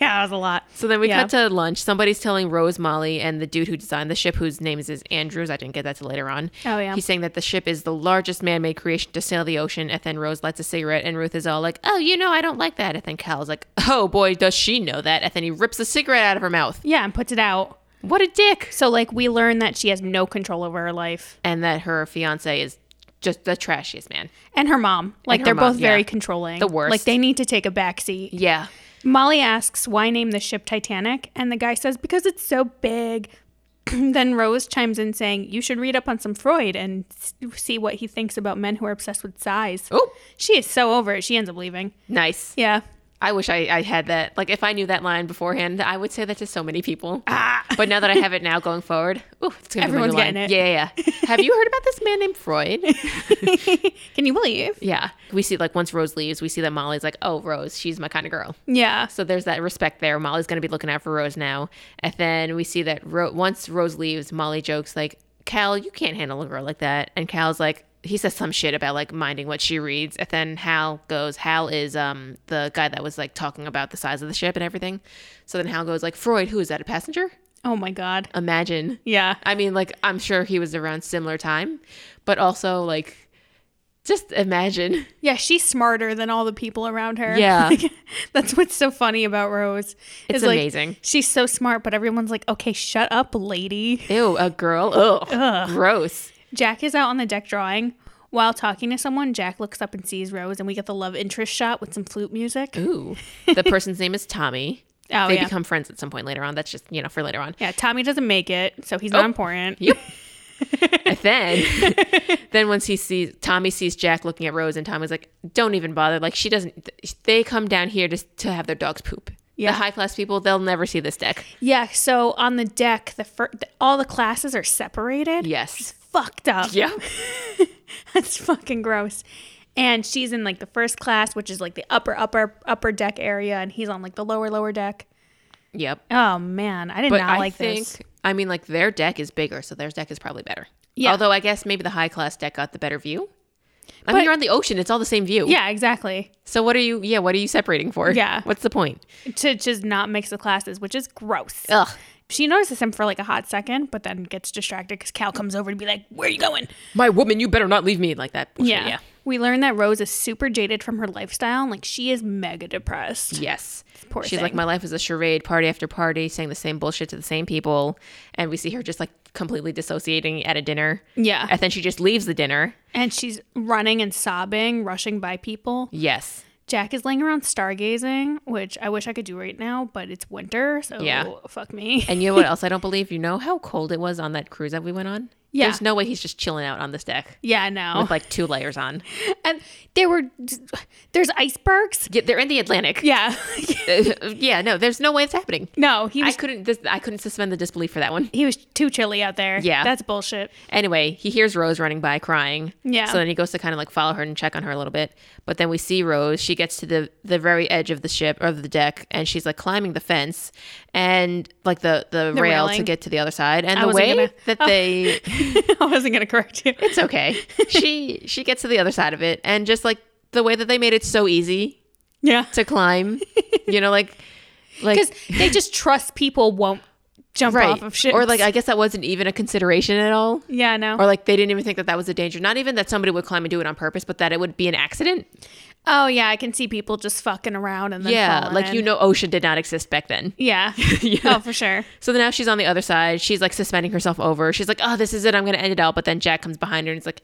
Speaker 1: Yeah, it was a lot.
Speaker 2: So then we
Speaker 1: Yeah.
Speaker 2: cut to lunch. Somebody's telling Rose Molly and the dude who designed the ship, whose name is, is Andrews. I didn't get that till later on.
Speaker 1: Oh, yeah.
Speaker 2: He's saying that the ship is the largest man made creation to sail the ocean. And then Rose lights a cigarette, and Ruth is all like, Oh, you know, I don't like that. And then Cal's like, Oh boy, does she know that. And then he rips the cigarette out of her mouth.
Speaker 1: Yeah, and puts it out.
Speaker 2: What a dick.
Speaker 1: So like we learn that she has no control over her life.
Speaker 2: And that her fiance is just the trashiest man.
Speaker 1: And her mom. Like
Speaker 2: her
Speaker 1: they're
Speaker 2: mom,
Speaker 1: both very
Speaker 2: yeah.
Speaker 1: controlling.
Speaker 2: The worst.
Speaker 1: Like they need to take a backseat.
Speaker 2: Yeah.
Speaker 1: Molly asks why name the ship Titanic, and the guy says because it's so big. *clears throat* then Rose chimes in saying you should read up on some Freud and s- see what he thinks about men who are obsessed with size.
Speaker 2: Oh,
Speaker 1: She is so over it. She ends up leaving.
Speaker 2: nice.
Speaker 1: Yeah. *laughs*
Speaker 2: I wish I, I had that. Like, if I knew that line beforehand, I would say that to so many people. But now that I have it now going forward, ooh, it's gonna
Speaker 1: Ah. Everyone's
Speaker 2: be my new
Speaker 1: getting it.
Speaker 2: line. Yeah, yeah,
Speaker 1: *laughs*
Speaker 2: yeah. have you heard about this man named Freud?
Speaker 1: Can you believe?
Speaker 2: yeah, we see like once Rose leaves, we see that Molly's like, oh, Rose, she's my kind of girl.
Speaker 1: Yeah.
Speaker 2: So there's that respect there. Molly's gonna be looking out for Rose now, and then we see that Ro- once Rose leaves, Molly jokes like, Cal, you can't handle a girl like that, and Cal's like. He says some shit about like minding what she reads, and then Hal goes. Hal is um the guy that was like talking about the size of the ship and everything. So then Hal goes like, Freud, who is that? A passenger?
Speaker 1: Oh my God.
Speaker 2: Imagine
Speaker 1: Yeah.
Speaker 2: I mean, like, I'm sure he was around similar time, but also, like, just imagine.
Speaker 1: Yeah, she's smarter than all the people around her. *laughs*
Speaker 2: Yeah.
Speaker 1: Like, that's what's so funny about Rose.
Speaker 2: It's
Speaker 1: is, like,
Speaker 2: amazing.
Speaker 1: She's so smart, but everyone's like, okay, shut up, lady.
Speaker 2: Ew, a girl. Ugh, gross.
Speaker 1: Jack is out on the deck drawing. While talking to someone, Jack looks up and sees Rose, and we get the love interest shot with some flute music.
Speaker 2: Ooh. The person's name is Tommy.
Speaker 1: Oh,
Speaker 2: they
Speaker 1: yeah.
Speaker 2: become friends at some point later on. That's just, you know, for later on.
Speaker 1: yeah, Tommy doesn't make it, so he's
Speaker 2: Oh.
Speaker 1: not important.
Speaker 2: Yep. and *laughs* then, then once he sees Tommy sees Jack looking at Rose, and Tommy's like, "Don't even bother. Like she doesn't. They come down here to to have their dogs poop.
Speaker 1: Yeah.
Speaker 2: The high class people, they'll never see this deck.
Speaker 1: Yeah, so on the deck, the, fir- the all the classes are separated.
Speaker 2: *laughs* Yes.
Speaker 1: Fucked up. *laughs*
Speaker 2: Yeah.
Speaker 1: That's fucking gross. And she's in like the first class, which is like the upper, upper, upper deck area, and he's on like the lower, lower deck.
Speaker 2: Yep.
Speaker 1: Oh man, I did not like this.
Speaker 2: I mean, like their deck is bigger, so their deck is probably better.
Speaker 1: Yeah.
Speaker 2: Although I guess maybe the high class deck got the better view. I
Speaker 1: But-
Speaker 2: mean, you're on the ocean; it's all the same view.
Speaker 1: Yeah, exactly.
Speaker 2: So what are you? Yeah. What are you separating for?
Speaker 1: Yeah.
Speaker 2: What's the point?
Speaker 1: To just not mix the classes, which is gross.
Speaker 2: Ugh.
Speaker 1: She notices him for like a hot second, but then gets distracted because Cal comes over to be like, "Where are you going?"
Speaker 2: My woman, you better not leave me like that. Bullshit,
Speaker 1: Yeah. We learn that Rose is super jaded from her lifestyle. and, Like she is mega depressed.
Speaker 2: Yes.
Speaker 1: Poor
Speaker 2: She's
Speaker 1: thing.
Speaker 2: like, my life is a charade, party after party, saying the same bullshit to the same people, and we see her just like completely dissociating at a dinner.
Speaker 1: Yeah.
Speaker 2: And then she just leaves the dinner.
Speaker 1: And she's running and sobbing, rushing by people.
Speaker 2: Yes.
Speaker 1: Jack is laying around stargazing, which I wish I could do right now, but it's winter, so
Speaker 2: Yeah.
Speaker 1: fuck me.
Speaker 2: And you know what else I don't believe? You know how cold it was on that cruise that we went on?
Speaker 1: Yeah.
Speaker 2: There's no way he's just chilling out on this deck.
Speaker 1: *laughs* yeah, no.
Speaker 2: *laughs* with like two layers on.
Speaker 1: And there were there's icebergs.
Speaker 2: Yeah, they're in
Speaker 1: *laughs*
Speaker 2: the Atlantic. *laughs*
Speaker 1: Yeah.
Speaker 2: yeah, no, there's no way it's happening.
Speaker 1: no, he
Speaker 2: I
Speaker 1: was
Speaker 2: couldn't. This, I couldn't suspend the disbelief for that one.
Speaker 1: he was too chilly out there.
Speaker 2: Yeah.
Speaker 1: That's bullshit. *laughs*
Speaker 2: Anyway, he hears Rose running by crying.
Speaker 1: Yeah.
Speaker 2: So then he goes to kind of like follow her and check on her a little bit. But then we see Rose. She gets to the the very edge of the ship or the deck, and she's like climbing the fence and like the the, rail to
Speaker 1: railing.
Speaker 2: get to the other side. And
Speaker 1: I
Speaker 2: the
Speaker 1: wasn't
Speaker 2: way
Speaker 1: gonna-
Speaker 2: that
Speaker 1: Oh.
Speaker 2: they
Speaker 1: *laughs* I wasn't gonna correct you.
Speaker 2: it's okay. she she gets to the other side of it, and just like the way that they made it so easy
Speaker 1: Yeah.
Speaker 2: to climb, you
Speaker 1: *laughs*
Speaker 2: know, like like
Speaker 1: Because *laughs* they just trust people won't jump off of shit.
Speaker 2: Or like I guess that wasn't even a consideration at all.
Speaker 1: *laughs* Yeah, no.
Speaker 2: Or like they didn't even think that that was a danger. Not even that somebody would climb and do it on purpose, but that it would be an accident.
Speaker 1: oh yeah, I can see people just fucking around and then
Speaker 2: yeah,
Speaker 1: falling
Speaker 2: like you
Speaker 1: in.
Speaker 2: know, ocean did not exist back then.
Speaker 1: *laughs*
Speaker 2: *laughs*
Speaker 1: Yeah. Oh, for sure.
Speaker 2: So then now she's on the other side. She's like suspending herself over. She's like, "Oh, this is it. I'm gonna end it all." But then Jack comes behind her and he's like,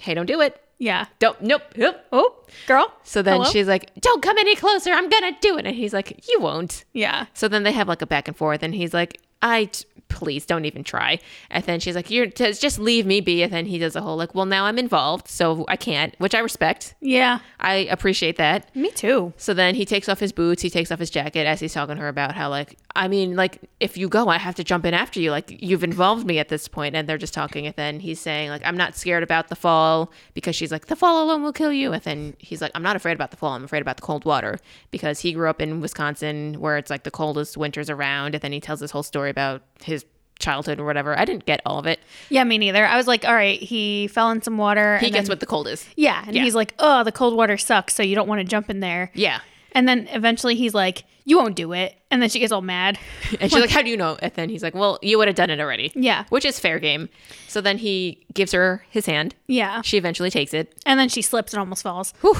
Speaker 2: "Hey, don't do it.
Speaker 1: Yeah.
Speaker 2: Don't. Nope. Nope."
Speaker 1: Oh, girl.
Speaker 2: So then
Speaker 1: Hello?
Speaker 2: she's like, "Don't come any closer. I'm gonna do it." And he's like, "You won't."
Speaker 1: Yeah.
Speaker 2: So then they have like a back and forth, and he's like, I t- please don't even try. And then she's like, you're t- just leave me be. And then he does a whole like, well, now I'm involved, so I can't, which I respect.
Speaker 1: Yeah.
Speaker 2: I appreciate that.
Speaker 1: Me too.
Speaker 2: So then he takes off his boots, he takes off his jacket as he's talking to her about how like I mean like if you go I have to jump in after you like you've involved me at this point and they're just talking and then he's saying like I'm not scared about the fall because she's like the fall alone will kill you and then he's like I'm not afraid about the fall I'm afraid about the cold water because he grew up in Wisconsin where it's like the coldest winters around and then he tells this whole story about his childhood or whatever I didn't get all of it
Speaker 1: Yeah, me neither. I was like, all right, he fell in some water.
Speaker 2: he
Speaker 1: and
Speaker 2: gets
Speaker 1: then-
Speaker 2: what the cold is
Speaker 1: Yeah, and
Speaker 2: Yeah.
Speaker 1: he's like, oh, the cold water sucks, so you don't want to jump in there.
Speaker 2: yeah
Speaker 1: And then eventually he's like, you won't do it. And then she gets all
Speaker 2: *laughs*
Speaker 1: mad.
Speaker 2: And she's like, How do you know? And then he's like, Well, you would have done it already.
Speaker 1: Yeah.
Speaker 2: Which is fair game. So then he gives her his hand.
Speaker 1: Yeah.
Speaker 2: She eventually takes it.
Speaker 1: And then she slips and almost falls.
Speaker 2: Whew.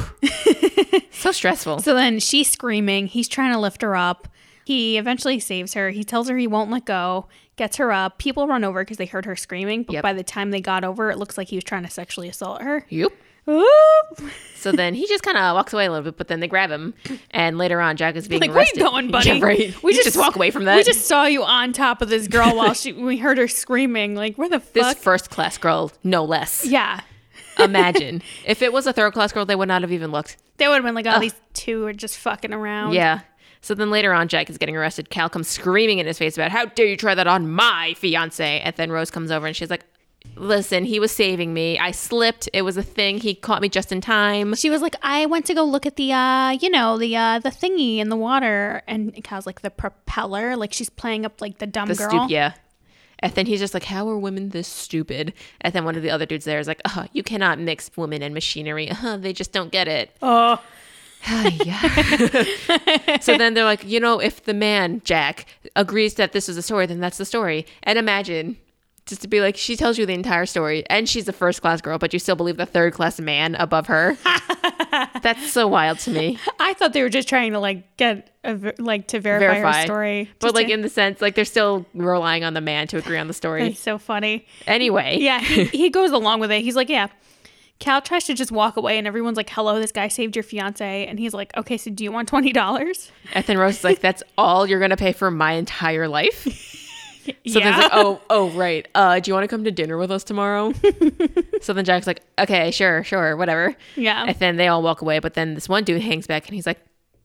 Speaker 2: so stressful.
Speaker 1: So then she's screaming. He's trying to lift her up. He eventually saves her. He tells her he won't let go, gets her up. People run over because they heard her screaming. But
Speaker 2: Yep.
Speaker 1: by the time they got over, it looks like he was trying to sexually assault her.
Speaker 2: Yep.
Speaker 1: Ooh.
Speaker 2: So then he just kind of walks away a little bit, but then they grab him. And later on, Jack is being
Speaker 1: Like, where you
Speaker 2: arrested.
Speaker 1: going, buddy?
Speaker 2: *laughs* Yeah, right. We just, walk away from that.
Speaker 1: We just saw you on top of this girl while she we heard her screaming. Like, where the
Speaker 2: this
Speaker 1: fuck?
Speaker 2: first class girl, no less.
Speaker 1: yeah. *laughs*
Speaker 2: Imagine. if it was a third class girl, they would not have even looked.
Speaker 1: They would have been like, oh, these two are just fucking around.
Speaker 2: Yeah. So then later on, Jack is getting arrested. Cal comes screaming in his face about, How dare you try that on my fiance? And then Rose comes over and she's like, Listen, he was saving me. I slipped. It was a thing. He caught me just in time.
Speaker 1: She was like, I went to go look at the, uh, you know, the uh, the thingy in the water, and Cal's like the propeller, like she's playing up like the dumb
Speaker 2: The
Speaker 1: girl.
Speaker 2: stupid, yeah. And then he's just like, How are women this stupid? And then one of the other dudes there is like, Oh, you cannot mix women and machinery. Uh, they just don't get it.
Speaker 1: Oh,
Speaker 2: Yeah. so then they're like, You know, if the man, Jack, agrees that this is a story, then that's the story. And imagine just to be like, She tells you the entire story and she's a first class girl, but you still believe the third class man
Speaker 1: *laughs*
Speaker 2: above her. that's so wild to me.
Speaker 1: *laughs* I thought they were just trying to like get a, ver- like to verify,
Speaker 2: Verify.
Speaker 1: her story,
Speaker 2: But
Speaker 1: Just
Speaker 2: like
Speaker 1: to-
Speaker 2: in the sense, like they're still relying on the man to agree on the story.
Speaker 1: it's so funny.
Speaker 2: Anyway.
Speaker 1: Yeah,
Speaker 2: *laughs*
Speaker 1: he, he goes along with it. He's like, yeah. Cal tries to just walk away, and everyone's like, "Hello, this guy saved your fiance," and he's like, "Okay, so do you want twenty dollars?"
Speaker 2: And then Rose is like, "That's all you're gonna pay for my entire life." So then
Speaker 1: yeah.
Speaker 2: it's like, "Oh, oh, right. Uh, do you want to come to dinner with
Speaker 1: *laughs*
Speaker 2: us tomorrow?" so then Jack's like, "Okay, sure, sure, whatever."
Speaker 1: Yeah.
Speaker 2: And then they all walk away, but then this one dude hangs back and he's like,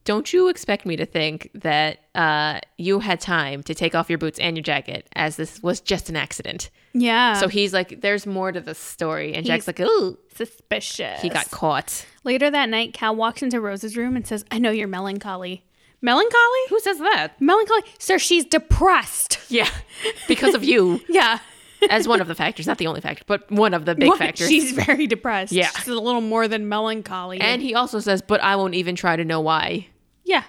Speaker 2: "Don't you expect me to think that uh, you had time to take off your boots and your jacket, as this was just an accident?"
Speaker 1: yeah.
Speaker 2: So he's like, "There's more to the story," and Jack's like, "Ooh,
Speaker 1: suspicious.
Speaker 2: he got caught."
Speaker 1: Later that night, Cal walks into Rose's room and says, "I know you're melancholy." Melancholy?
Speaker 2: Who says that?
Speaker 1: Melancholy, sir. She's depressed.
Speaker 2: Yeah, *laughs* because of you.
Speaker 1: Yeah,
Speaker 2: as one of the factors, not the only factor, but one of the big factors.
Speaker 1: She's very depressed.
Speaker 2: Yeah.
Speaker 1: she's a little more than melancholy.
Speaker 2: and he also says, "But I won't even try to know why."
Speaker 1: yeah,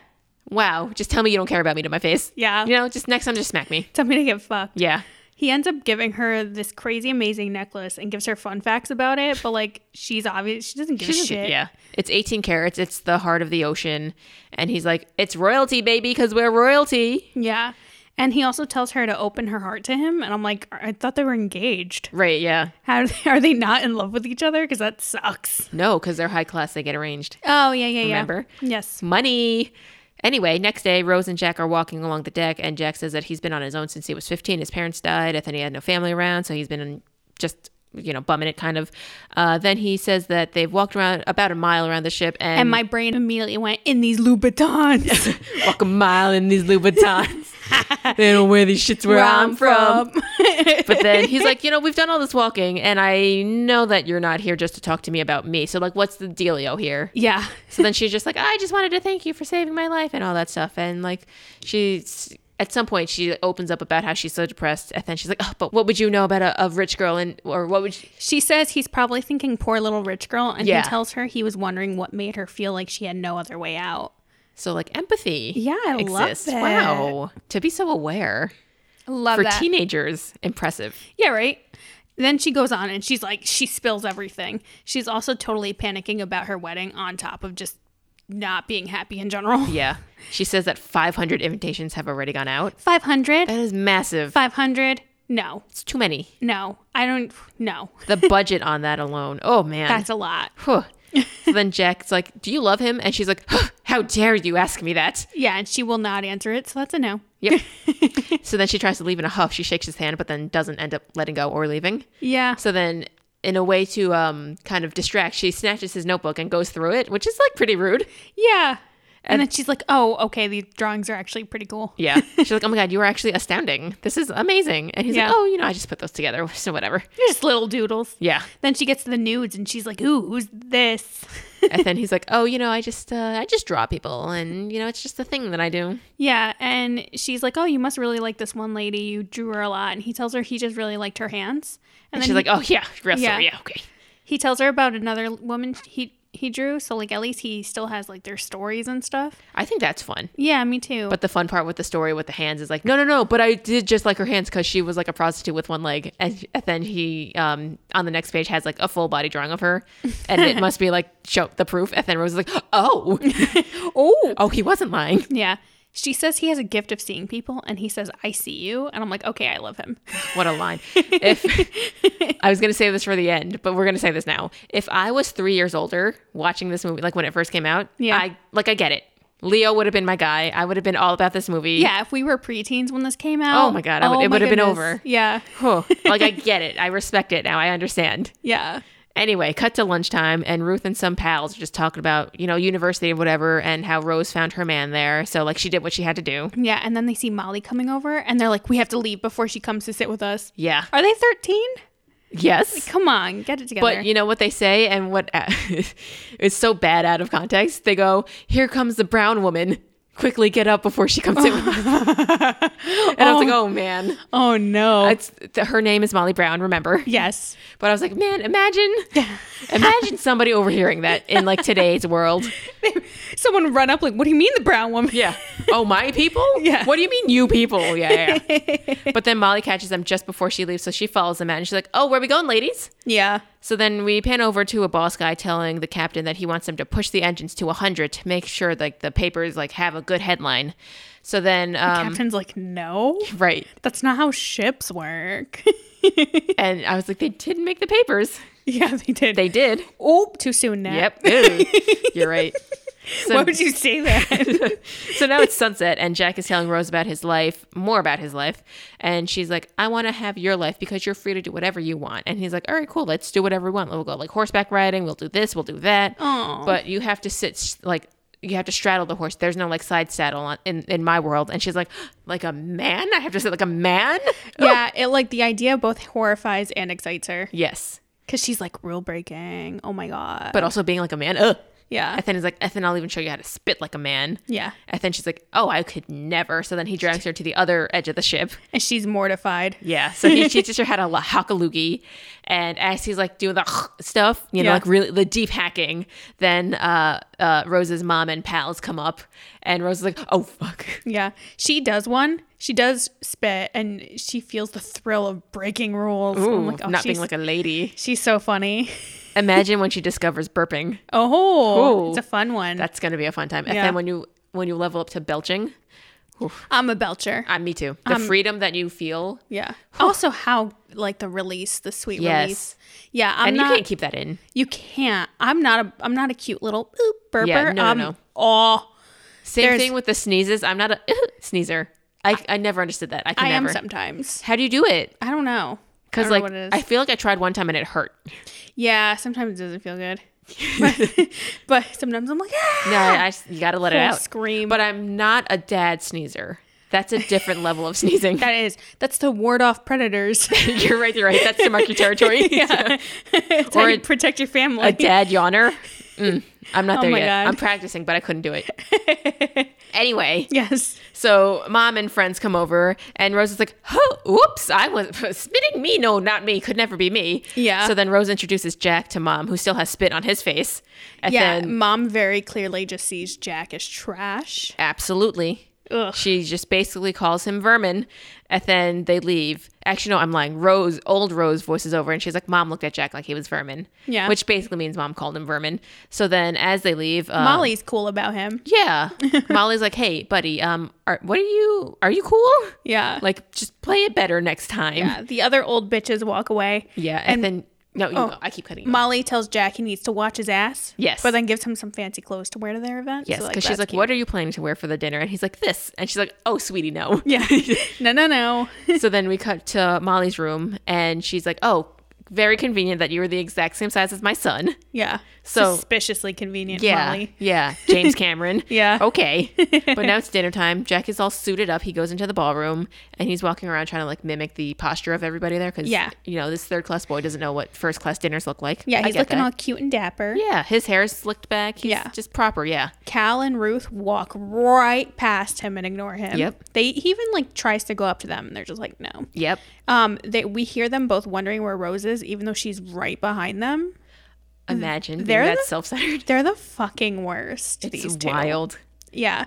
Speaker 2: Wow, just tell me you don't care about me to my face.
Speaker 1: Yeah.
Speaker 2: you know, just next time, just smack me.
Speaker 1: tell me to get fucked.
Speaker 2: Yeah,
Speaker 1: He ends up giving her this crazy, amazing necklace and gives her fun facts about it. But like, she's obvious. She doesn't give a shit.
Speaker 2: Yeah, it's 18 carats. It's the heart of the ocean, and he's like, "It's royalty, baby, because we're royalty."
Speaker 1: Yeah. And he also tells her to open her heart to him. And I'm like, I thought they were engaged.
Speaker 2: Right? Yeah.
Speaker 1: How *laughs* are they not in love with each other? Because that sucks.
Speaker 2: No, because they're high class. They get arranged.
Speaker 1: Oh yeah, yeah, yeah.
Speaker 2: Remember?
Speaker 1: Yes.
Speaker 2: money. Anyway, next day, Rose and Jack are walking along the deck, and Jack says that he's been on his own since he was 15. His parents died, and then he had no family around, so he's been just, you know, bumming it kind of. Uh, then he says that they've walked around about a mile around the ship, and,
Speaker 1: And my brain immediately went in these
Speaker 2: *laughs*
Speaker 1: Louboutins.
Speaker 2: walk a mile in these *laughs* Louboutins. they don't wear these shits where, I'm from. But then he's like, you know, we've done all this walking, and I know that you're not here just to talk to me about me. So, like, what's the dealio here?
Speaker 1: *laughs* yeah.
Speaker 2: So then she's just like, I just wanted to thank you for saving my life and all that stuff. And like, she's at some point she opens up about how she's so depressed, and then she's like, oh, but what would you know about a, a rich girl and or what would you,
Speaker 1: She says he's probably thinking poor little rich girl, and
Speaker 2: Yeah.
Speaker 1: he tells her he was wondering what made her feel like she had no other way out.
Speaker 2: so like empathy?
Speaker 1: Yeah, I love that.
Speaker 2: Wow, to be so aware
Speaker 1: Love
Speaker 2: for teenagers, impressive.
Speaker 1: yeah, right. Then she goes on and she's like, she spills everything. She's also totally panicking about her wedding, on top of just not being happy in general. *laughs*
Speaker 2: Yeah, she says that 500 invitations have already gone out.
Speaker 1: 500?
Speaker 2: That is massive.
Speaker 1: 500? No,
Speaker 2: It's too many.
Speaker 1: no. I don't, no.
Speaker 2: The budget on that alone. Oh man,
Speaker 1: That's a lot.
Speaker 2: Whew. so then Jack's like, Do you love him? And she's like, How dare you ask
Speaker 1: *laughs*
Speaker 2: me that?
Speaker 1: Yeah, and she will not answer it, so that's a no.
Speaker 2: Yep. so then she tries to leave in a huff. She shakes his hand, but then doesn't end up letting go or leaving.
Speaker 1: Yeah.
Speaker 2: So then, in a way to um, kind of distract, she snatches his notebook and goes through it, which is like pretty rude.
Speaker 1: Yeah. And, then she's like, "Oh, okay, these drawings are actually pretty cool."
Speaker 2: Yeah. *laughs* She's like, oh my God, you are actually astounding. This is amazing. And he's
Speaker 1: Yeah.
Speaker 2: like, oh, you know, I just put those together. *laughs* So whatever.
Speaker 1: They're just little doodles.
Speaker 2: Yeah.
Speaker 1: Then she gets to the nudes and she's like, "Ooh, who's this?" *laughs*
Speaker 2: and then he's like, oh, you know, I just, uh, I just draw people. And, you know, it's just a thing that I do.
Speaker 1: yeah, and she's like, "Oh, you must really like this one lady. You drew her a lot." And he tells her he just really liked her hands.
Speaker 2: And,
Speaker 1: then
Speaker 2: she's
Speaker 1: he-
Speaker 2: like, oh, yeah, real
Speaker 1: Yeah.
Speaker 2: story. Yeah. Okay.
Speaker 1: he tells her about another woman he he drew so like at least he still has like their stories and stuff
Speaker 2: I think that's fun.
Speaker 1: yeah me too
Speaker 2: But the fun part with the story with the hands is like, no, no, no. But I did just like her hands because she was like a prostitute with one leg. And, and then he, um, on the next page has like a full body drawing of her, and it must be like show the proof. And then Rose is like, *laughs* oh,
Speaker 1: oh
Speaker 2: oh, he wasn't lying.
Speaker 1: yeah she says he has a gift of seeing people and he says i see you and i'm like okay i love
Speaker 2: *laughs*
Speaker 1: him
Speaker 2: *laughs* What a line. If I was going to say this for the end, but we're going to say this now. If I was 3 years older watching this movie like when it first came out,
Speaker 1: Yeah.
Speaker 2: I like I get it. Leo would have been my guy. I would have been all about this movie.
Speaker 1: yeah if we were preteens when this came out
Speaker 2: Oh my God, I would- it
Speaker 1: my
Speaker 2: would have been
Speaker 1: goodness.
Speaker 2: over.
Speaker 1: yeah
Speaker 2: *laughs* Huh. like I get it. I respect it now. I understand.
Speaker 1: yeah
Speaker 2: Anyway, cut to lunchtime and Ruth and some pals are just talking about, you know, university or whatever and how Rose found her man there. So like she did what she had to do.
Speaker 1: yeah and then they see molly coming over and they're like we have to leave before she comes to sit with us
Speaker 2: Yeah.
Speaker 1: are they 13
Speaker 2: Yes.
Speaker 1: come on get it together
Speaker 2: But you know what they say and what *laughs* it's so bad out of context. They go, "Here comes the brown woman. Quickly get up before she comes in." with us." and I was like, "Oh man,
Speaker 1: oh no
Speaker 2: it's th- her name is Molly Brown, remember?"
Speaker 1: yes
Speaker 2: But I was like, "Man, imagine imagine somebody overhearing that in like today's world."
Speaker 1: someone run up like what do you mean the brown woman
Speaker 2: Yeah. Oh, my people?
Speaker 1: Yeah.
Speaker 2: What do you mean you people? Yeah, yeah.
Speaker 1: *laughs*
Speaker 2: yeah. but then Molly catches them just before she leaves, so she follows them out and she's like, "Oh, where are we going, ladies?"
Speaker 1: *laughs* yeah
Speaker 2: So then we pan over to a boss guy telling the captain that he wants them to push the engines to 100 to make sure like the papers like have a good headline. So then um
Speaker 1: captain's like no *laughs*
Speaker 2: right.
Speaker 1: That's not how ships work. *laughs*
Speaker 2: And I was like they didn't make the papers.
Speaker 1: yeah, they did. *laughs*
Speaker 2: They did.
Speaker 1: oh, too soon now.
Speaker 2: Yep. Ew.
Speaker 1: *laughs*
Speaker 2: You're right. So,
Speaker 1: Why would you say
Speaker 2: *laughs*
Speaker 1: that? *laughs*
Speaker 2: so now it's sunset and Jack is telling Rose about his life, more about his life, and she's like, "I want to have your life because you're free to do whatever you want." And he's like, "All right, cool. Let's do whatever we want. We'll go like horseback riding, we'll do this, we'll do that."
Speaker 1: Aw.
Speaker 2: but you have to sit s- like you have to straddle the horse. There's no like side saddle on, in in my world. And she's like, like a man. I have to sit like a man.
Speaker 1: yeah, it like the idea both horrifies and excites her
Speaker 2: Yes,
Speaker 1: because she's like rule breaking. Oh my god.
Speaker 2: but also being like a man. Ugh.
Speaker 1: yeah,
Speaker 2: Ethan is like, Ethan, I'll even show you how to spit like a man.
Speaker 1: yeah,
Speaker 2: And then she's like, oh, I could never. So then he drags her to the other edge of the ship.
Speaker 1: and she's mortified.
Speaker 2: Yeah. So he teaches her how to lo- hack a loogie. And as he's like doing the *laughs* stuff, you know,
Speaker 1: Yeah.
Speaker 2: like really the deep hacking, then uh, uh, Rose's mom and pals come up. And Rose is like, oh, fuck. *laughs*
Speaker 1: Yeah, she does one. She does spit, and she feels the thrill of breaking rules. I'm like, oh,
Speaker 2: not
Speaker 1: she's,
Speaker 2: being like a lady.
Speaker 1: she's so funny. *laughs*
Speaker 2: Imagine when she discovers burping.
Speaker 1: Oh,
Speaker 2: Ooh.
Speaker 1: it's a fun one.
Speaker 2: That's gonna be a fun time. And
Speaker 1: Yeah.
Speaker 2: then when you when you level up to belching,
Speaker 1: I'm a belcher.
Speaker 2: uh, me too.
Speaker 1: Um,
Speaker 2: The freedom that you feel,
Speaker 1: yeah. Also, how like the release, the sweet
Speaker 2: Yes.
Speaker 1: release. Yeah, I'm
Speaker 2: and
Speaker 1: not.
Speaker 2: you can't keep that in.
Speaker 1: You can't. I'm not a. I'm not a cute little boop burper.
Speaker 2: Yeah, no, no,
Speaker 1: I'm
Speaker 2: no.
Speaker 1: all-
Speaker 2: Same
Speaker 1: There's-
Speaker 2: thing with the sneezes. I'm not a *laughs* sneezer. I, I never understood that. I can
Speaker 1: I
Speaker 2: never.
Speaker 1: am sometimes.
Speaker 2: How do you do it?
Speaker 1: I don't know. I
Speaker 2: Because
Speaker 1: don't
Speaker 2: like
Speaker 1: know what it is.
Speaker 2: I feel like I tried one time and it hurt.
Speaker 1: yeah, sometimes it doesn't feel
Speaker 2: *laughs*
Speaker 1: good. But, *laughs* but sometimes I'm like, ah!
Speaker 2: No, I, I
Speaker 1: *laughs*
Speaker 2: just- you got to let it
Speaker 1: Full
Speaker 2: out.
Speaker 1: scream.
Speaker 2: But I'm not a dad sneezer. That's a different level of
Speaker 1: *laughs*
Speaker 2: sneezing. *laughs*
Speaker 1: that is that's to ward off predators.
Speaker 2: you're right. You're right. That's to mark
Speaker 1: *laughs*
Speaker 2: your territory. *laughs*
Speaker 1: It's how
Speaker 2: Or
Speaker 1: you
Speaker 2: a-
Speaker 1: protect your family.
Speaker 2: a dad yawner. Mm, I'm not
Speaker 1: Oh
Speaker 2: there
Speaker 1: my
Speaker 2: yet.
Speaker 1: God.
Speaker 2: I'm practicing, but I couldn't do it.
Speaker 1: *laughs*
Speaker 2: anyway,
Speaker 1: *laughs* yes.
Speaker 2: so mom and friends come over, and Rose is like, oh, "Whoops, I was *laughs* spitting me. No, not me. Could never be me."
Speaker 1: Yeah.
Speaker 2: So then Rose introduces Jack to mom, who still has spit on his face. And
Speaker 1: Yeah.
Speaker 2: then-
Speaker 1: Mom very clearly just sees Jack as trash.
Speaker 2: absolutely.
Speaker 1: Ugh.
Speaker 2: She just basically calls him vermin, and then they leave. Actually, no, I'm lying. Rose, old Rose, voices over, and she's like, "Mom looked at Jack like he was vermin."
Speaker 1: Yeah.
Speaker 2: Which basically means mom called him vermin. So then, as they leave, um,
Speaker 1: Molly's cool about him. *laughs*
Speaker 2: Yeah. Molly's like, "Hey, buddy, um are what are you are you cool?
Speaker 1: Yeah.
Speaker 2: Like just play it better next time."
Speaker 1: yeah. The other old bitches walk away.
Speaker 2: *laughs* Yeah, and, then No, you
Speaker 1: Oh.
Speaker 2: go. I keep cutting you. off.
Speaker 1: Molly tells Jack he needs to watch his ass.
Speaker 2: Yes.
Speaker 1: But then gives him some fancy clothes to wear to their event.
Speaker 2: Yes,
Speaker 1: So,
Speaker 2: because she's
Speaker 1: that's
Speaker 2: like,
Speaker 1: cute.
Speaker 2: "What are you planning to wear for the dinner?" And he's like, "This," and she's like, "Oh, sweetie, no."
Speaker 1: Yeah.
Speaker 2: *laughs*
Speaker 1: no, no, no.
Speaker 2: so then we cut to Molly's room, and she's like, "Oh, very convenient that you were the exact same size as my son."
Speaker 1: Yeah.
Speaker 2: So-
Speaker 1: Suspiciously convenient,
Speaker 2: Yeah,
Speaker 1: Molly.
Speaker 2: yeah, *laughs* James Cameron.
Speaker 1: *laughs* Yeah.
Speaker 2: okay. But now it's dinner time. Jack is all suited up. He goes into the ballroom and he's walking around trying to like mimic the posture of everybody there because
Speaker 1: Yeah.
Speaker 2: you know this third class boy doesn't know what first class dinners look like.
Speaker 1: Yeah,
Speaker 2: I
Speaker 1: he's
Speaker 2: get
Speaker 1: looking
Speaker 2: that.
Speaker 1: all cute and dapper.
Speaker 2: Yeah, his hair is slicked back. He's
Speaker 1: Yeah.
Speaker 2: just proper. Yeah,
Speaker 1: Cal and Ruth walk right past him and ignore him.
Speaker 2: Yep.
Speaker 1: They he even like tries to go up to them and they're just like, no.
Speaker 2: yep.
Speaker 1: Um, they we hear them both wondering where Rose is, even though she's right behind them.
Speaker 2: Imagine being
Speaker 1: they're
Speaker 2: that
Speaker 1: the- *laughs*
Speaker 2: self-centered.
Speaker 1: They're the fucking worst. these
Speaker 2: It's
Speaker 1: two.
Speaker 2: wild.
Speaker 1: Yeah.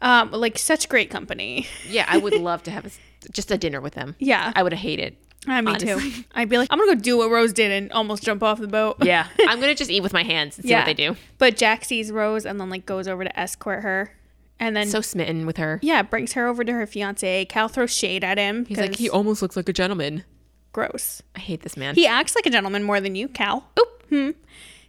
Speaker 1: Um, like such great company. *laughs*
Speaker 2: Yeah, I would love to have a s just a dinner with them.
Speaker 1: Yeah.
Speaker 2: I would hate it.
Speaker 1: I me too.
Speaker 2: honestly.
Speaker 1: *laughs* I'd be like, I'm gonna go do what Rose did and almost jump off the boat.
Speaker 2: Yeah, *laughs* I'm gonna just eat with my hands and see what they do.
Speaker 1: But Jack sees Rose and then like goes over to escort her, and then
Speaker 2: So smitten with her.
Speaker 1: yeah, brings her over to her fiance. Cal throws shade at him.
Speaker 2: He's like,
Speaker 1: 'cause-
Speaker 2: he almost looks like a gentleman.
Speaker 1: gross.
Speaker 2: I hate this man.
Speaker 1: He acts like a gentleman more than you, Cal.
Speaker 2: Oop.
Speaker 1: Hmm.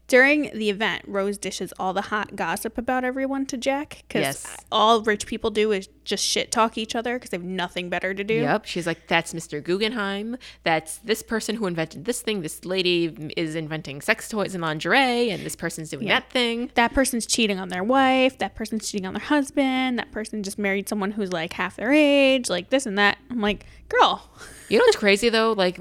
Speaker 1: During the event, Rose dishes all the hot gossip about everyone to Jack because
Speaker 2: Yes.
Speaker 1: all rich people do is just shit talk each other because they have nothing better to do.
Speaker 2: Yep. She's like, that's Mr. Guggenheim. That's this person who invented this thing. This lady is inventing sex toys and lingerie, and this person's doing that thing.
Speaker 1: That person's cheating on their wife. That person's cheating on their husband. That person just married someone who's like half their age, like this and that. I'm like, girl.
Speaker 2: You know what's crazy though? Like,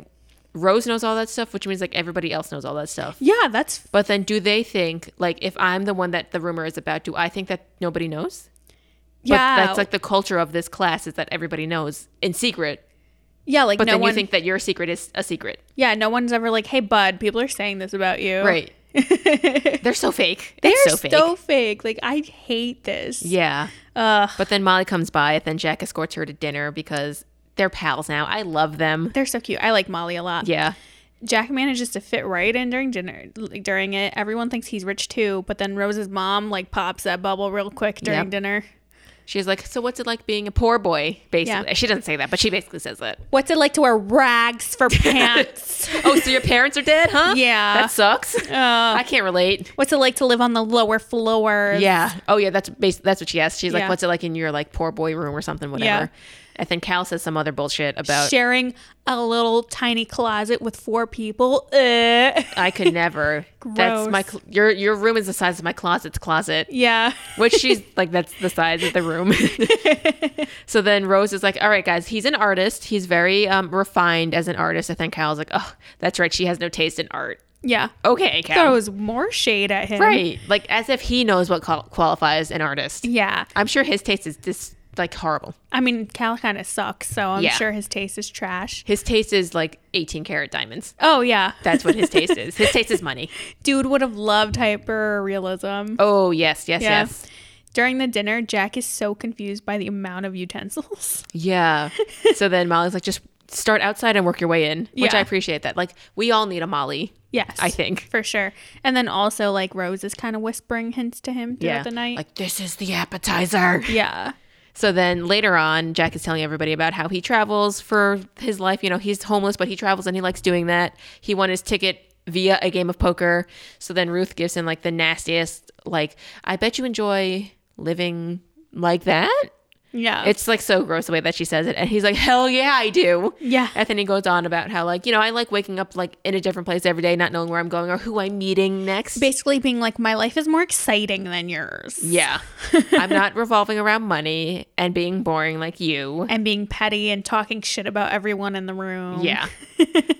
Speaker 2: Rose knows all that stuff, which means like everybody else knows all that stuff.
Speaker 1: Yeah, that's
Speaker 2: But then, do they think like if I'm the one that the rumor is about, do I think that nobody knows?
Speaker 1: yeah.
Speaker 2: But that's like the culture of this class is that everybody knows in secret.
Speaker 1: yeah, like
Speaker 2: But
Speaker 1: no
Speaker 2: then
Speaker 1: one.
Speaker 2: you think that your secret is a secret.
Speaker 1: yeah, no one's ever like, hey, bud, people are saying this about you. *laughs*
Speaker 2: They're so fake.
Speaker 1: Oh. They're
Speaker 2: That's
Speaker 1: so fake. Like I hate this.
Speaker 2: yeah.
Speaker 1: Ugh.
Speaker 2: But then Molly comes by, and then Jack escorts her to dinner because they're pals now. I love them.
Speaker 1: They're so cute. I like Molly a lot.
Speaker 2: Yeah.
Speaker 1: Jack manages to fit right in during dinner. Like, during it, everyone thinks he's rich too, but then Rose's mom like pops that bubble real quick during
Speaker 2: Yep.
Speaker 1: dinner.
Speaker 2: She's like, so what's it like being a poor boy? Basically,
Speaker 1: Yeah.
Speaker 2: she doesn't say that, but she basically says that.
Speaker 1: What's it like to wear rags *laughs* for pants?
Speaker 2: Oh, so your parents are dead, huh?
Speaker 1: *laughs* Yeah.
Speaker 2: that sucks.
Speaker 1: Uh,
Speaker 2: I can't relate.
Speaker 1: what's it like to live on the lower floors?
Speaker 2: Yeah. Oh, yeah. That's bas- that's what she asked. She's
Speaker 1: Yeah.
Speaker 2: like, what's it like in your like poor boy room or something, whatever. And then Cal says some other bullshit about
Speaker 1: Sharing a little tiny closet with four people. Uh.
Speaker 2: I
Speaker 1: *laughs*
Speaker 2: could never. That's my
Speaker 1: Gross.
Speaker 2: cl- your your room is the size of my closet's closet.
Speaker 1: *laughs* Yeah.
Speaker 2: Which she's like, that's the size of the
Speaker 1: *laughs*
Speaker 2: room. so then Rose is like, all right, guys, he's an artist. He's very um, refined as an artist. I think Cal's like, oh, that's right. She has no taste in art.
Speaker 1: Yeah.
Speaker 2: Okay, Cal.
Speaker 1: Throws more shade at him.
Speaker 2: right. Like, as if he knows what qual- qualifies an artist.
Speaker 1: Yeah.
Speaker 2: I'm sure his taste is just like horrible.
Speaker 1: I mean, Cal kind of sucks, so I'm
Speaker 2: Yeah.
Speaker 1: sure his taste is trash.
Speaker 2: His taste is like 18 karat diamonds.
Speaker 1: Oh, yeah.
Speaker 2: That's
Speaker 1: *laughs*
Speaker 2: what his taste is. His taste is money.
Speaker 1: Dude would have loved hyper realism.
Speaker 2: Oh, yes, yes,
Speaker 1: Yeah.
Speaker 2: yes.
Speaker 1: During the dinner, Jack is so confused by the amount of utensils. *laughs*
Speaker 2: Yeah. so then Molly's like, just start outside and work your way in, which
Speaker 1: Yeah.
Speaker 2: I appreciate that. Like, we all need a Molly,
Speaker 1: Yes.
Speaker 2: I think.
Speaker 1: For sure. And then also, like, Rose is kind of whispering hints to him throughout the night.
Speaker 2: Like, this is the appetizer.
Speaker 1: yeah.
Speaker 2: So then later on, Jack is telling everybody about how he travels for his life. You know, he's homeless, but he travels and he likes doing that. He won his ticket via a game of poker. So then Ruth gives him like the nastiest, like, I bet you enjoy living like that.
Speaker 1: Yeah.
Speaker 2: It's like so gross the way that she says it. And he's like, hell yeah, I do.
Speaker 1: Yeah.
Speaker 2: And then he goes on about how, like, you know, I like waking up like in a different place every day, not knowing where I'm going or who I'm meeting next.
Speaker 1: basically being like, my life is more exciting than yours. *laughs*
Speaker 2: Yeah. I'm not revolving around money and being boring like you.
Speaker 1: And being petty and talking shit about everyone in the room. *laughs*
Speaker 2: Yeah.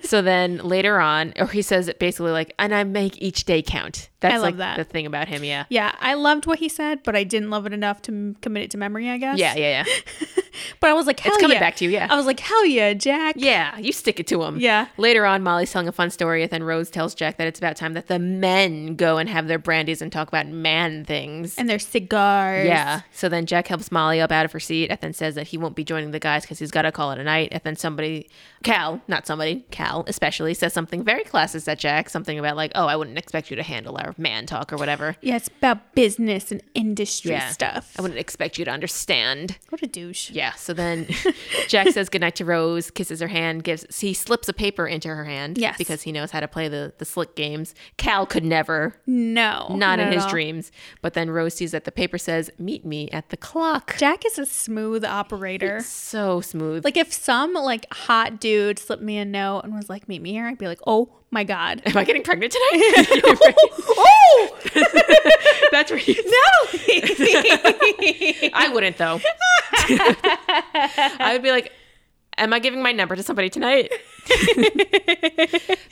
Speaker 2: so then later on, or he says it basically like, and I make each day count. That's
Speaker 1: I love
Speaker 2: like
Speaker 1: that.
Speaker 2: the thing about him. Yeah.
Speaker 1: Yeah, I loved what he said, but I didn't love it enough to m- commit it to memory, I guess.
Speaker 2: Yeah.
Speaker 1: *laughs*
Speaker 2: Yeah. Yeah.
Speaker 1: But I was like, hell
Speaker 2: coming
Speaker 1: yeah.
Speaker 2: back to you, yeah.
Speaker 1: I was like, hell yeah, Jack.
Speaker 2: Yeah. You stick it to him.
Speaker 1: Yeah.
Speaker 2: Later on, Molly's telling a fun story, and then Rose tells Jack that it's about time that the men go and have their brandies and talk about man things.
Speaker 1: And their cigars.
Speaker 2: Yeah. So then Jack helps Molly up out of her seat and then says that he won't be joining the guys because he's got to call it a night. And then somebody, Cal, not somebody, Cal especially, says something very classist at Jack, something about like, oh, I wouldn't expect you to handle our man talk or whatever.
Speaker 1: Yeah, it's about business and industry
Speaker 2: *laughs* Yeah.
Speaker 1: stuff.
Speaker 2: I wouldn't expect you to understand.
Speaker 1: What a douche.
Speaker 2: yeah. So *laughs* then Jack says goodnight to Rose, kisses her hand, gives he slips a paper into her hand.
Speaker 1: Yes.
Speaker 2: Because he knows how to play the, the slick games. Cal could never,
Speaker 1: No,
Speaker 2: not in
Speaker 1: at
Speaker 2: his
Speaker 1: all.
Speaker 2: dreams. But then Rose sees that the paper says, Meet me at the clock.
Speaker 1: Jack is a smooth operator.
Speaker 2: So smooth.
Speaker 1: Like if some like hot dude slipped me a note and was like, "Meet me here," I'd be like, "Oh my
Speaker 2: *laughs*
Speaker 1: god." *laughs*
Speaker 2: Am I getting pregnant tonight?
Speaker 1: oh
Speaker 2: *laughs* That's where you
Speaker 1: no!
Speaker 2: I wouldn't *laughs* though. I would be like, "Am I giving my number to somebody *laughs* tonight?"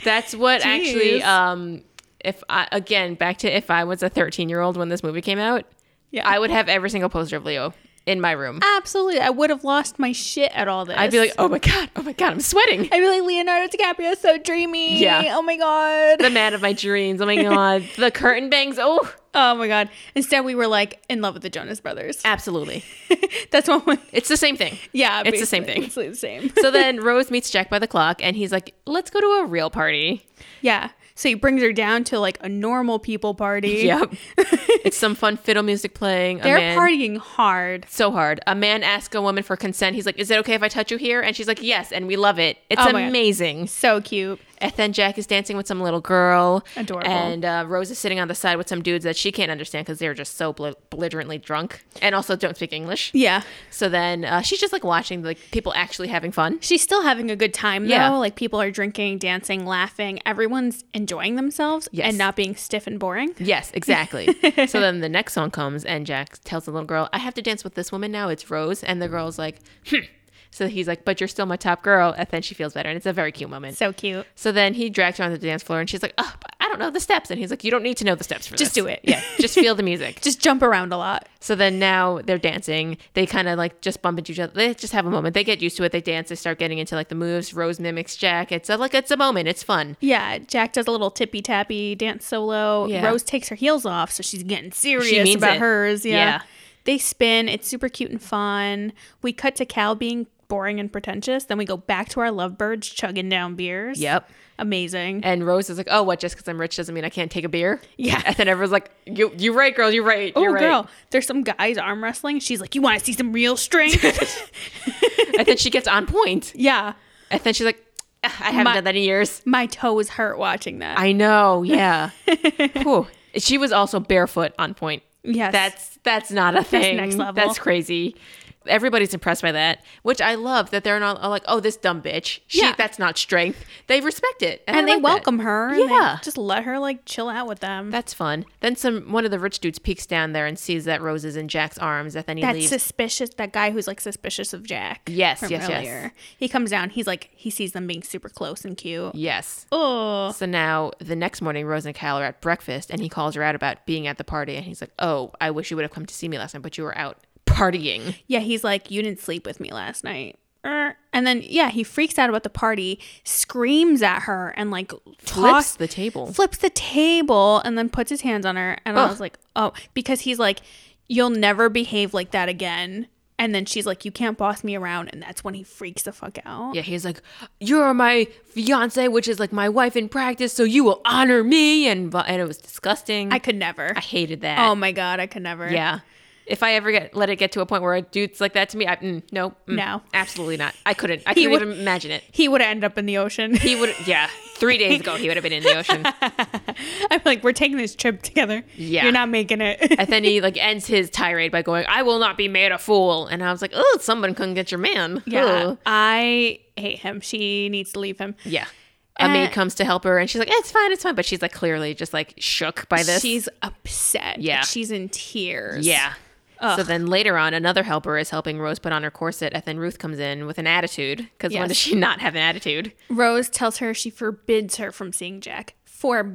Speaker 2: That's what actually.
Speaker 1: Jeez.
Speaker 2: Um, if I again back to if I was a thirteen-year-old when this movie came out,
Speaker 1: yeah,
Speaker 2: *laughs* I would have every single poster of Leo in my room.
Speaker 1: absolutely. I would have lost my shit at all this.
Speaker 2: I'd be like, "Oh my god! Oh my god! I'm sweating." *laughs*
Speaker 1: I'd be like, Leonardo DiCaprio, is so dreamy.
Speaker 2: Yeah.
Speaker 1: Oh my god.
Speaker 2: The man of my dreams. Oh my god! The curtain bangs. Oh,
Speaker 1: *laughs* Oh my god. Instead, we were like in love with the Jonas Brothers.
Speaker 2: absolutely.
Speaker 1: *laughs* That's one. Way.
Speaker 2: It's the same thing.
Speaker 1: Yeah,
Speaker 2: It's the same thing.
Speaker 1: It's the same. *laughs*
Speaker 2: So then Rose meets Jack by the clock, and he's like, "Let's go to a real party."
Speaker 1: yeah. So he brings her down to like a normal people party.
Speaker 2: Yep. *laughs* it's some fun fiddle music playing.
Speaker 1: They're
Speaker 2: a man,
Speaker 1: partying hard.
Speaker 2: so hard. A man asks a woman for consent. He's like, "Is it okay if I touch you here?" And she's like, "Yes," and we love it. It's
Speaker 1: Oh my God.
Speaker 2: amazing.
Speaker 1: So cute.
Speaker 2: And then Jack is dancing with some little girl,
Speaker 1: Adorable.
Speaker 2: And uh, Rose is sitting on the side with some dudes that she can't understand because they're just so bl- belligerently drunk and also don't speak English.
Speaker 1: Yeah.
Speaker 2: So then uh, she's just like watching like people actually having fun.
Speaker 1: She's still having a good time though.
Speaker 2: Yeah.
Speaker 1: Like people are drinking, dancing, laughing. Everyone's enjoying themselves
Speaker 2: Yes.
Speaker 1: and not being stiff and boring.
Speaker 2: Yes, exactly. so then the next song comes, and Jack tells the little girl, I have to dance with this woman now. It's Rose. And the girl's like, hmm. So he's like, but you're still my top girl. And then she feels better. And it's a very cute moment.
Speaker 1: So cute.
Speaker 2: So then he drags her on the dance floor, and she's like, oh, but I don't know the steps. And he's like, you don't need to know the steps for
Speaker 1: Just
Speaker 2: this."
Speaker 1: do it.
Speaker 2: Yeah, *laughs* just feel
Speaker 1: *laughs*
Speaker 2: the music.
Speaker 1: Just jump around a lot.
Speaker 2: so then now they're dancing. They kind of like just bump into each other. They just have a moment. They get used to it. They dance. They start getting into like the moves. Rose mimics Jack. It's a, like, it's a moment. It's fun.
Speaker 1: Yeah, Jack does a little tippy tappy dance solo.
Speaker 2: Yeah.
Speaker 1: Rose takes her heels off, so she's getting serious
Speaker 2: means
Speaker 1: about
Speaker 2: it.
Speaker 1: hers. Yeah.
Speaker 2: Yeah.
Speaker 1: They spin. It's super cute and fun. We cut to Cal being boring and pretentious. Then we go back to our lovebirds chugging down beers.
Speaker 2: Yep.
Speaker 1: Amazing.
Speaker 2: And Rose is like, oh, what? Just because I'm rich doesn't mean I can't take a beer?
Speaker 1: Yeah.
Speaker 2: And then everyone's like, you, you right, girl. You're right.
Speaker 1: Oh,
Speaker 2: You're right.
Speaker 1: girl, there's some guys arm wrestling. She's like, You want to see some real *laughs* strength?
Speaker 2: And then she gets on point.
Speaker 1: yeah.
Speaker 2: And then she's like, "Ah, I haven't
Speaker 1: My-
Speaker 2: done that in years.
Speaker 1: My toes hurt watching that.
Speaker 2: I know.
Speaker 1: *laughs*
Speaker 2: Yeah. Whew. She was also barefoot on point.
Speaker 1: yes.
Speaker 2: That's that's not a thing.
Speaker 1: next level.
Speaker 2: That's crazy. Everybody's impressed by that, which I love that they're not like, oh, this dumb bitch. She,
Speaker 1: Yeah.
Speaker 2: That's not strength. They respect it. I
Speaker 1: and they
Speaker 2: like that.
Speaker 1: welcome her. And
Speaker 2: Yeah.
Speaker 1: They just let her like chill out with them.
Speaker 2: That's fun. Then some one of the rich dudes peeks down there and sees that Rose is in Jack's arms. And then he
Speaker 1: That
Speaker 2: leaves.
Speaker 1: suspicious, that guy who's like suspicious of Jack.
Speaker 2: Yes, yes, yes.
Speaker 1: He comes down. He's like, he sees them being super close and cute.
Speaker 2: yes.
Speaker 1: Oh,
Speaker 2: So now the next morning, Rose and Kyle are at breakfast, and he calls her out about being at the party. And he's like, "Oh, I wish you would have come to see me last night, but you were out partying."
Speaker 1: yeah. He's like, you didn't sleep with me last night. Er. And then, yeah, he freaks out about the party, screams at her, and like
Speaker 2: Flips
Speaker 1: toss,
Speaker 2: the table.
Speaker 1: flips the table, and then puts his hands on her. And I
Speaker 2: Ugh.
Speaker 1: was like, oh, because he's like, you'll never behave like that again. And then she's like, you can't boss me around. And that's when he freaks the fuck out.
Speaker 2: Yeah, he's like, "You're my fiance, which is like my wife in practice, so you will honor me." And bu- and it was disgusting.
Speaker 1: I
Speaker 2: I,
Speaker 1: could never.
Speaker 2: hated that.
Speaker 1: oh my God, I could never.
Speaker 2: yeah. If I ever get let it get to a point where a dude's like that to me, I mm, no, mm,
Speaker 1: No.
Speaker 2: absolutely not. I couldn't. I couldn't
Speaker 1: would-
Speaker 2: even imagine it.
Speaker 1: He would end up in the ocean.
Speaker 2: He would, yeah. Three days ago, he would have been in the ocean.
Speaker 1: *laughs* I'm like, we're taking this trip together.
Speaker 2: Yeah.
Speaker 1: You're not making it.
Speaker 2: And then he like ends his tirade by going, "I will not be made a fool." And I was like, "Oh, someone couldn't get your man."
Speaker 1: *laughs* yeah.
Speaker 2: Ugh.
Speaker 1: I hate him. She needs to leave him.
Speaker 2: yeah. A
Speaker 1: Uh,
Speaker 2: maid comes to help her, and she's like, "Eh, "It's fine, it's fine," but she's like clearly just like shook by this.
Speaker 1: She's upset.
Speaker 2: Yeah.
Speaker 1: She's in tears.
Speaker 2: yeah. So then later on, another helper is helping Rose put on her corset, and then Ruth comes in with an attitude because when
Speaker 1: Yes.
Speaker 2: does she not have an attitude?
Speaker 1: Rose tells her she forbids her from seeing Jack.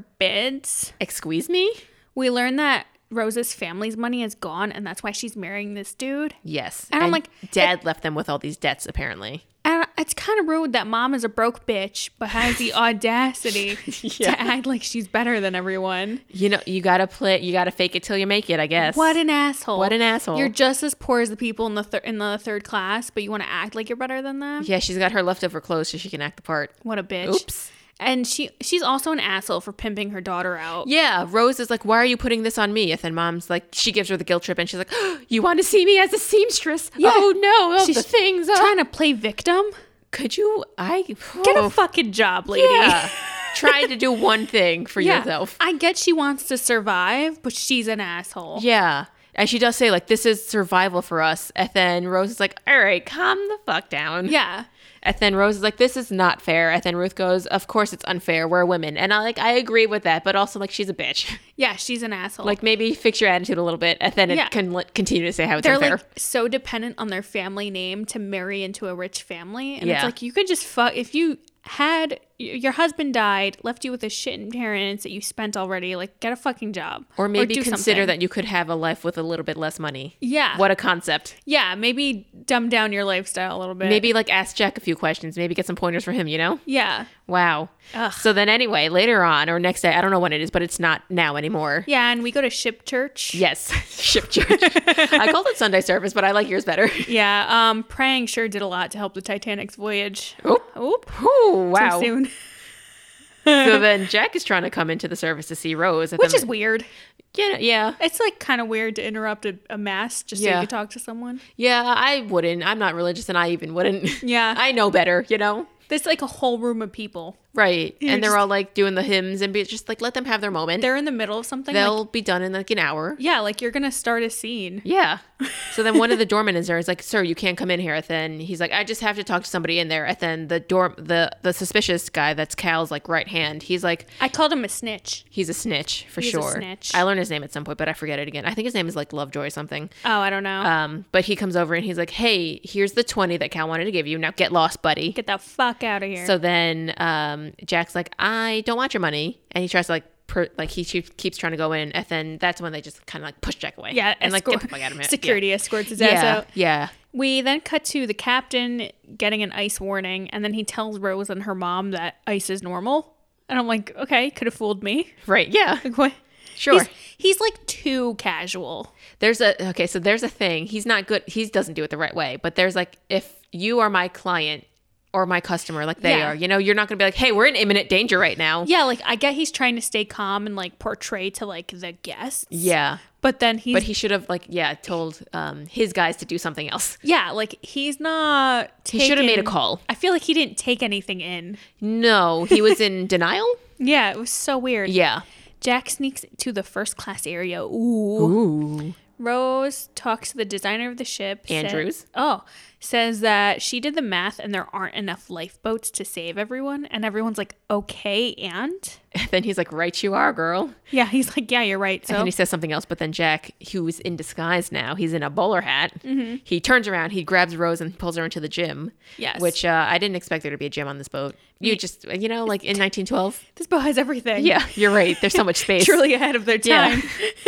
Speaker 1: Forbids?
Speaker 2: Excuse me.
Speaker 1: We learn that Rose's family's money is gone and that's why she's marrying this dude.
Speaker 2: Yes,
Speaker 1: And I'm like,
Speaker 2: Dad left them with all these debts apparently.
Speaker 1: And it's kind of rude that mom is a broke bitch but has
Speaker 2: *laughs*
Speaker 1: the audacity to act like she's better than everyone.
Speaker 2: You know, you gotta play, you gotta fake it till you make it. I guess.
Speaker 1: What an asshole.
Speaker 2: What an asshole.
Speaker 1: You're just as poor as the people in the thir- in the third class, but you want to act like you're better than them?
Speaker 2: yeah, she's got her leftover clothes so she can act the part.
Speaker 1: What a bitch.
Speaker 2: Oops.
Speaker 1: And she she's also an asshole for pimping her daughter out.
Speaker 2: Yeah, Rose is like, "Why are you putting this on me?" And then Mom's like, she gives her the guilt trip, and she's like, *gasps* oh, "You want to see me as a seamstress?
Speaker 1: Yeah.
Speaker 2: Oh no, oh,
Speaker 1: She's
Speaker 2: the things. Oh.
Speaker 1: Trying to play victim?
Speaker 2: Could you? I
Speaker 1: uh, Get
Speaker 2: oh,
Speaker 1: a fucking job, lady. *laughs*
Speaker 2: yeah. Trying to do one thing for
Speaker 1: Yeah.
Speaker 2: yourself.
Speaker 1: I get she wants to survive, but she's an asshole.
Speaker 2: Yeah. And she does say, like, this is survival for us. And then Rose is like, all right, calm the fuck down.
Speaker 1: Yeah.
Speaker 2: And then Rose is like, this is not fair. And then Ruth goes, of course it's unfair. We're women. And I like, I agree with that, but also, like, she's a bitch. *laughs*
Speaker 1: Yeah, she's an asshole.
Speaker 2: Like, maybe fix your attitude a little bit. And then
Speaker 1: Yeah.
Speaker 2: it can li- continue to say how it's
Speaker 1: they're
Speaker 2: unfair.
Speaker 1: like so dependent on their family name to marry into a rich family and it's
Speaker 2: Yeah.
Speaker 1: like you could just fuck if you had y- your husband died left you with a shit in parents that you spent already like get a fucking job
Speaker 2: or maybe
Speaker 1: do
Speaker 2: consider
Speaker 1: something.
Speaker 2: that you could have a life with a little bit less money.
Speaker 1: yeah
Speaker 2: What a concept.
Speaker 1: yeah maybe dumb down your lifestyle a little bit
Speaker 2: Maybe, like, ask Jack a few questions. Maybe get some pointers from him, you know?
Speaker 1: yeah
Speaker 2: Wow.
Speaker 1: Ugh.
Speaker 2: So then, anyway, later on or next day, I don't know when it is, but it's not now anymore.
Speaker 1: yeah and we go to ship church
Speaker 2: Yes, *laughs* ship church. I called it Sunday service, but I like yours better. *laughs*
Speaker 1: yeah um praying sure did a lot to help the titanic's voyage
Speaker 2: Oh,
Speaker 1: oop
Speaker 2: oh wow.
Speaker 1: too soon
Speaker 2: So then Jack is trying to come into the service to see Rose. and
Speaker 1: which *laughs*
Speaker 2: then-
Speaker 1: is weird
Speaker 2: yeah, yeah,
Speaker 1: it's like kind of weird to interrupt a, a mass just so
Speaker 2: Yeah.
Speaker 1: you could talk to someone
Speaker 2: yeah. I wouldn't. I'm not religious, and I even wouldn't. *laughs*
Speaker 1: Yeah.
Speaker 2: I know better, you know.
Speaker 1: There's like a whole room of people.
Speaker 2: Right,
Speaker 1: You're
Speaker 2: and they're
Speaker 1: just-
Speaker 2: all like doing the hymns and be just like let them have their moment.
Speaker 1: They're in the middle of something.
Speaker 2: They'll
Speaker 1: like,
Speaker 2: be done in like an hour.
Speaker 1: yeah, like you're gonna start a scene.
Speaker 2: Yeah. So then one of the doormen is there. He's like, "Sir, you can't come in here." And then he's like, "I just have to talk to somebody in there." And then the dorm, the the suspicious guy that's Cal's like right hand. He's like,
Speaker 1: I called him a snitch.
Speaker 2: He's a snitch for
Speaker 1: He's a
Speaker 2: sure.
Speaker 1: snitch.
Speaker 2: I learned his name at some point, but I forget it again. I think his name is like Lovejoy or something.
Speaker 1: Oh, I don't know.
Speaker 2: Um, but he comes over and he's like, "Hey, here's the twenty that Cal wanted to give you. Now get lost, buddy."
Speaker 1: Get the fuck out of here.
Speaker 2: so then um, Jack's like, "I don't want your money," and he tries to like, per- like he keep- keeps trying to go in, and then that's when they just kind of like push Jack away.
Speaker 1: yeah,
Speaker 2: and like
Speaker 1: escort-
Speaker 2: get the fuck
Speaker 1: *laughs*
Speaker 2: out of here.
Speaker 1: Security escorts his
Speaker 2: Yeah.
Speaker 1: ass
Speaker 2: Yeah.
Speaker 1: out.
Speaker 2: yeah.
Speaker 1: We then cut to the captain getting an ice warning, and then he tells Rose and her mom that ice is normal. And I'm like, okay, could have fooled me.
Speaker 2: Right. Yeah.
Speaker 1: Like what?
Speaker 2: Sure.
Speaker 1: He's, he's like too casual.
Speaker 2: There's a okay, so there's a thing. He's not good. He doesn't do it the right way. But there's like if you are my client or my customer, like they
Speaker 1: Yeah.
Speaker 2: are, you know, you're not gonna be like, hey, we're in imminent danger right now.
Speaker 1: Yeah, like I get he's trying to stay calm and like portray to like the guests.
Speaker 2: Yeah.
Speaker 1: But then he's
Speaker 2: But he should have like yeah told um, his guys to do something else.
Speaker 1: Yeah, like he's not. Taking,
Speaker 2: He should have made a call.
Speaker 1: I feel like he didn't take anything in.
Speaker 2: No, he was in *laughs* denial.
Speaker 1: Yeah, it was so weird.
Speaker 2: Yeah.
Speaker 1: Jack sneaks to the first class area. Ooh.
Speaker 2: Ooh.
Speaker 1: Rose talks to the designer of the ship. sa-
Speaker 2: Andrews.
Speaker 1: oh, says that she did the math and there aren't enough lifeboats to save everyone. And everyone's like, okay, and?
Speaker 2: *laughs* then he's like, right, you are, girl.
Speaker 1: Yeah, he's like, yeah, you're right.
Speaker 2: And
Speaker 1: So
Speaker 2: he says something else, but then Jack, who's in disguise now, he's in a bowler hat.
Speaker 1: Mm-hmm.
Speaker 2: He turns around, he grabs Rose and pulls her into the gym.
Speaker 1: Yes.
Speaker 2: Which uh, I didn't expect there to be a gym on this boat. You just, you know, like in 1912.
Speaker 1: this boat has everything.
Speaker 2: Yeah, you're right. There's so much
Speaker 1: *laughs*
Speaker 2: space.
Speaker 1: Truly ahead of their
Speaker 2: Yeah.
Speaker 1: time.
Speaker 2: *laughs*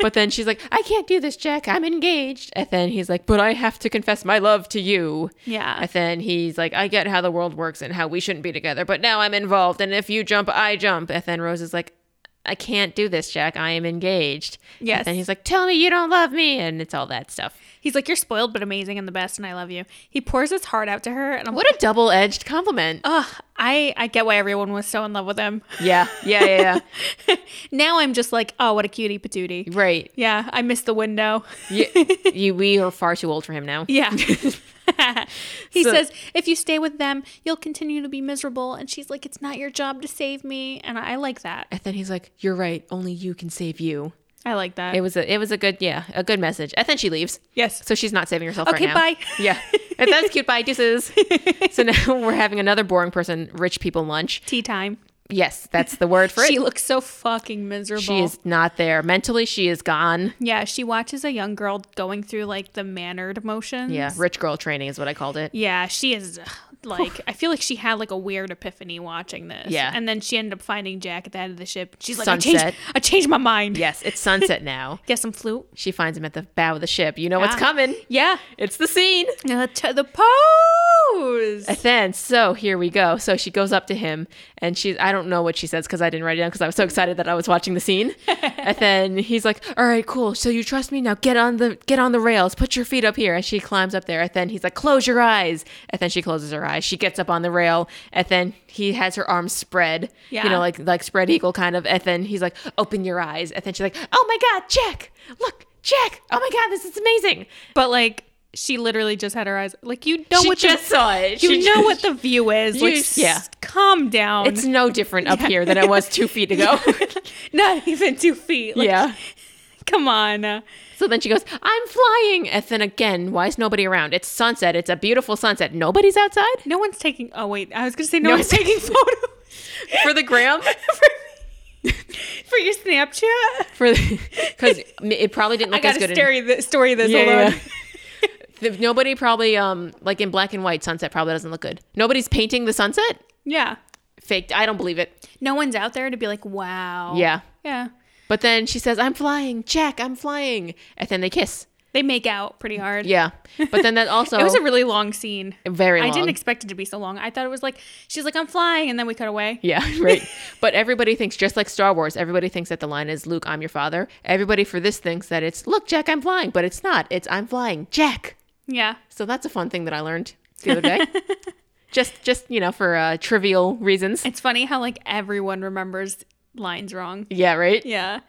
Speaker 2: But then she's like, I can't do this, Jack. I'm engaged. And then he's like, But I have to confess my love to you.
Speaker 1: Yeah.
Speaker 2: And then he's like, I get how the world works and how we shouldn't be together, but now I'm involved. And if you jump, I jump. And then Rose is like, I can't do this, Jack. I am engaged.
Speaker 1: Yes.
Speaker 2: And then he's like, Tell me you don't love me. And it's all that stuff.
Speaker 1: He's like, you're spoiled but amazing and the best, and I love you. He pours his heart out to her, and I'm
Speaker 2: What a double edged compliment.
Speaker 1: Ugh, I I get why everyone was so in love with him.
Speaker 2: Yeah. Yeah. Yeah. yeah.
Speaker 1: now I'm just like, oh, what a cutie patootie.
Speaker 2: *laughs* right.
Speaker 1: Yeah, I missed the window. *laughs*
Speaker 2: You, you, we are far too old for him now.
Speaker 1: Yeah. *laughs* he
Speaker 2: So-
Speaker 1: says, if you stay with them, you'll continue to be miserable. And she's like, it's not your job to save me. And I like that.
Speaker 2: And then he's like, You're right. Only you can save you.
Speaker 1: I like that.
Speaker 2: It was a it was a good yeah a good message. And then she leaves,
Speaker 1: yes. *laughs*
Speaker 2: so she's not saving herself.
Speaker 1: Okay,
Speaker 2: right now.
Speaker 1: bye.
Speaker 2: Yeah, and that's cute. Bye, deuces. so now *laughs* we're having another boring person, rich people lunch.
Speaker 1: Tea time.
Speaker 2: Yes, that's the word for
Speaker 1: She
Speaker 2: it.
Speaker 1: looks so fucking miserable.
Speaker 2: She is not there mentally. She is gone.
Speaker 1: Yeah, she watches a young girl going through like the mannered motions.
Speaker 2: Yeah, rich girl training is what I called it.
Speaker 1: Yeah, she is ugh,
Speaker 2: *laughs*
Speaker 1: like I feel like she had like a weird epiphany watching this.
Speaker 2: Yeah.
Speaker 1: and then she ended up finding Jack at the head of the ship. She's like, I
Speaker 2: Sunset.
Speaker 1: changed, I changed my mind.
Speaker 2: Yes, it's sunset now.
Speaker 1: get some flute.
Speaker 2: She finds him at the bow of the ship. You know what's
Speaker 1: Ah.
Speaker 2: coming.
Speaker 1: Yeah,
Speaker 2: It's the scene.
Speaker 1: uh, to the pole.
Speaker 2: *laughs*
Speaker 1: knows?
Speaker 2: And then, so here we go. So she goes up to him, and she—I don't know what she says because I didn't write it down because I was so excited that I was watching
Speaker 1: *laughs*
Speaker 2: the scene. and then he's like, "All right, cool. So you trust me now? Get on the get on the rails. Put your feet up here." And she climbs up there. And then he's like, "Close your eyes." And then she closes her eyes. She gets up on the rail. And then he has her arms spread, you
Speaker 1: Yeah.
Speaker 2: know, like like spread eagle kind of. And then he's like, "Open your eyes." And then she's like, "Oh my God, Jack! Look, Jack! Oh my God, this is amazing."
Speaker 1: But like, she literally just had her eyes. Like you know
Speaker 2: she
Speaker 1: what
Speaker 2: just
Speaker 1: the,
Speaker 2: saw it.
Speaker 1: you
Speaker 2: She
Speaker 1: know
Speaker 2: just-
Speaker 1: what the view is.
Speaker 2: You-
Speaker 1: like, s-
Speaker 2: yeah.
Speaker 1: calm down. *laughs*
Speaker 2: It's no different up here than it was two feet ago.
Speaker 1: not even two feet. Like,
Speaker 2: *laughs* yeah.
Speaker 1: come on. Uh,
Speaker 2: So then she goes, I'm flying. And then again, why is nobody around? It's sunset. It's a beautiful sunset. Nobody's outside
Speaker 1: No one's taking. Oh wait, I was gonna say no,
Speaker 2: No
Speaker 1: one's
Speaker 2: one's- *laughs*
Speaker 1: taking photos
Speaker 2: for
Speaker 1: *laughs*
Speaker 2: the gram.
Speaker 1: for, for your Snapchat.
Speaker 2: For *laughs* because it probably didn't
Speaker 1: I
Speaker 2: look
Speaker 1: got
Speaker 2: as
Speaker 1: to
Speaker 2: good. in-
Speaker 1: story this story this
Speaker 2: Yeah,
Speaker 1: alone.
Speaker 2: yeah. the- nobody probably um like in black and white sunset probably doesn't look good. Nobody's painting the sunset.
Speaker 1: *laughs* yeah,
Speaker 2: Faked. I don't believe it.
Speaker 1: no one's out there to be like, wow.
Speaker 2: Yeah.
Speaker 1: yeah.
Speaker 2: But then she says, "I'm flying, Jack. I'm flying." And then they kiss.
Speaker 1: They make out pretty hard.
Speaker 2: Yeah. But then that also
Speaker 1: *laughs* It was a really long scene.
Speaker 2: very long.
Speaker 1: I didn't expect it to be so long. I thought it was like she's like I'm flying, and then we cut away.
Speaker 2: *laughs* Yeah, right. but everybody thinks, just like Star Wars, everybody thinks that the line is, Luke, I'm your father. Everybody for this thinks that it's, look, Jack, I'm flying. But it's not. It's, I'm flying, Jack.
Speaker 1: Yeah,
Speaker 2: So that's a fun thing that I learned the other day. just, just you know, for uh, trivial reasons.
Speaker 1: it's funny how like everyone remembers lines wrong.
Speaker 2: Yeah, right?
Speaker 1: Yeah.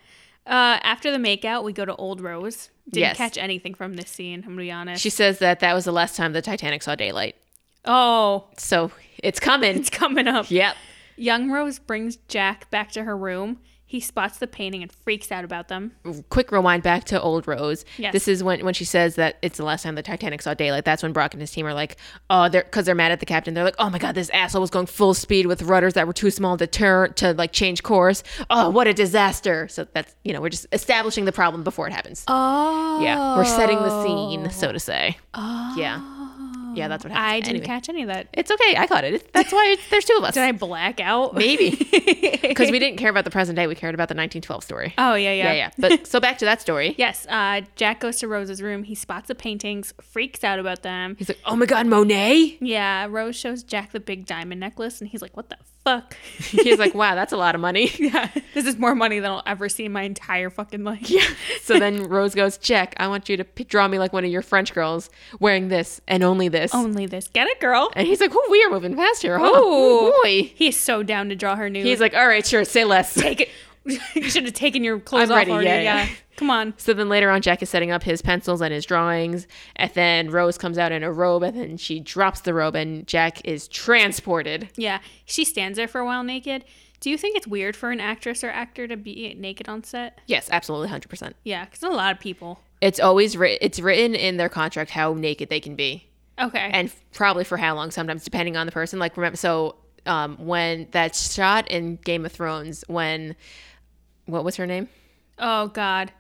Speaker 1: Uh, after the makeout, we go to Old Rose. Didn't
Speaker 2: Yes.
Speaker 1: catch anything from this scene. I'm gonna be honest.
Speaker 2: She says that that was the last time the Titanic saw daylight.
Speaker 1: oh,
Speaker 2: So it's coming.
Speaker 1: it's coming up.
Speaker 2: yep.
Speaker 1: Young Rose brings Jack back to her room. He spots the painting and freaks out about them.
Speaker 2: Quick rewind back to Old Rose.
Speaker 1: Yes.
Speaker 2: This is when, when she says that it's the last time the Titanic saw daylight. That's when Brock and his team are like, oh, they're because they're mad at the captain. They're like, oh my god, this asshole was going full speed with rudders that were too small to turn to like change course. Oh, what a disaster! So that's you know we're just establishing the problem before it happens.
Speaker 1: Oh.
Speaker 2: Yeah, we're setting the scene, so to say. Oh. Yeah, yeah, that's what happens.
Speaker 1: I didn't
Speaker 2: Anyway.
Speaker 1: catch any of that.
Speaker 2: It's okay. I caught it. It's, that's why it's, there's two of us.
Speaker 1: Did I black out?
Speaker 2: Maybe because we didn't care about the present day. We cared about the 1912 story.
Speaker 1: *laughs* Oh, yeah, yeah.
Speaker 2: yeah, yeah. But so back to
Speaker 1: *laughs*
Speaker 2: that story.
Speaker 1: Yes, uh, Jack goes to Rose's room. He spots the paintings, freaks out about them.
Speaker 2: He's like, oh my god, Monet.
Speaker 1: Yeah, Rose shows Jack the big diamond necklace, and he's like, what the
Speaker 2: *laughs*
Speaker 1: fuck?
Speaker 2: *laughs*
Speaker 1: *laughs*
Speaker 2: He's like, wow, that's a lot of *laughs* money.
Speaker 1: yeah, this is more money than I'll ever see in my entire fucking life. Yeah.
Speaker 2: So then Rose goes, Jack, I want you to p- draw me like one of your French girls wearing this and only
Speaker 1: *laughs*
Speaker 2: this.
Speaker 1: Only this. Get it, girl.
Speaker 2: And he's like, oh, we are moving fast here. Huh?
Speaker 1: Ooh.
Speaker 2: Oh, boy.
Speaker 1: He's so down to draw her nude.
Speaker 2: He's like, all right, sure, say *laughs* less.
Speaker 1: take it. *laughs* you should have taken your clothes
Speaker 2: I'm
Speaker 1: off
Speaker 2: ready,
Speaker 1: already.
Speaker 2: yeah,
Speaker 1: yeah.
Speaker 2: yeah.
Speaker 1: *laughs* Come on.
Speaker 2: So then later on, Jack is setting up his pencils and his drawings. And then Rose comes out in a robe and then she drops the robe and Jack is transported.
Speaker 1: Yeah. She stands there for a while naked. Do you think it's weird for an actress or actor to be naked on set?
Speaker 2: Yes, absolutely, 100%.
Speaker 1: Yeah, because a lot of people.
Speaker 2: It's always writ- it's written in their contract how naked they can be.
Speaker 1: Okay.
Speaker 2: and f- probably for how long sometimes depending on the person like remember so um when that shot in game of thrones when what was her name
Speaker 1: oh God.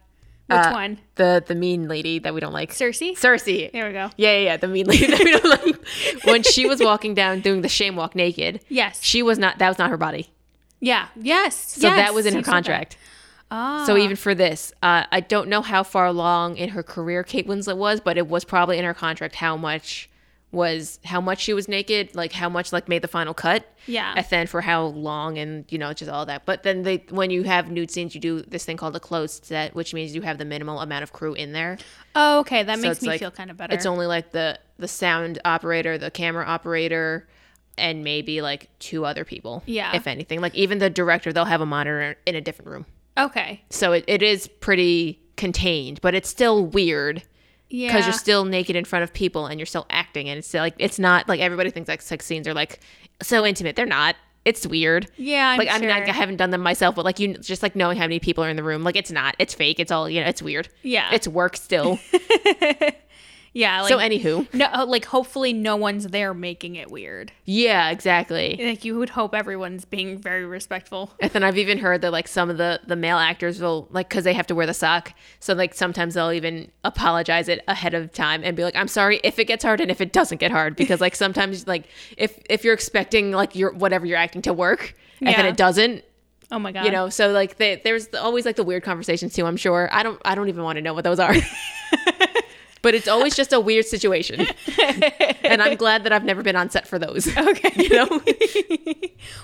Speaker 1: Which
Speaker 2: Uh,
Speaker 1: one?
Speaker 2: the the mean lady that we don't like
Speaker 1: Cersei.
Speaker 2: cersei yeah
Speaker 1: there we go.
Speaker 2: yeah yeah the mean lady that we don't like *laughs* when she was walking down doing the shame walk naked
Speaker 1: Yes.
Speaker 2: she was not that was not her body
Speaker 1: yeah. Yes.
Speaker 2: so that was in her contract
Speaker 1: Oh.
Speaker 2: so even for this uh, i don't know how far along in her career kate winslet was but it was probably in her contract how much was how much she was naked like how much like made the final cut
Speaker 1: Yeah.
Speaker 2: and then for how long and you know just all that but then they when you have nude scenes you do this thing called a closed set which means you have the minimal amount of crew in there
Speaker 1: oh, okay. That
Speaker 2: So
Speaker 1: makes
Speaker 2: it's
Speaker 1: me
Speaker 2: like-
Speaker 1: feel kind of better.
Speaker 2: it's only like the the sound operator the camera operator and maybe like two other people
Speaker 1: Yeah.
Speaker 2: if anything like even the director they'll have a monitor in a different room
Speaker 1: okay.
Speaker 2: so it, it is pretty contained but it's still weird
Speaker 1: Yeah.
Speaker 2: because you're still naked in front of people and you're still acting and it's still like it's not like everybody thinks like sex scenes are like so intimate they're not it's weird
Speaker 1: Yeah. I'm
Speaker 2: like I mean, I,
Speaker 1: sure.
Speaker 2: I haven't done them myself, but like you, just like knowing how many people are in the room, like it's not, it's fake, it's all you know, it's weird.
Speaker 1: Yeah.
Speaker 2: it's work
Speaker 1: *laughs*
Speaker 2: still.
Speaker 1: yeah. Like,
Speaker 2: so anywho,
Speaker 1: no, oh, like hopefully no one's there making it weird.
Speaker 2: yeah, exactly.
Speaker 1: Like you would hope everyone's being very respectful.
Speaker 2: And then I've even heard that like some of the the male actors will like because they have to wear the sock, so like sometimes they'll even apologize it ahead of time and be like, I'm sorry if it gets hard and if it doesn't get hard, because like sometimes like if if you're expecting like your whatever you're acting to work and then
Speaker 1: Yeah.
Speaker 2: it doesn't,
Speaker 1: Oh my God.
Speaker 2: you know, so
Speaker 1: *laughs*
Speaker 2: like they, there's always like the weird conversations too. I'm sure I don't I don't even want to know what those are. but it's always just a
Speaker 1: *laughs*
Speaker 2: weird situation. and I'm glad that I've never been on set for those.
Speaker 1: Okay.
Speaker 2: *laughs*
Speaker 1: *laughs*
Speaker 2: You know?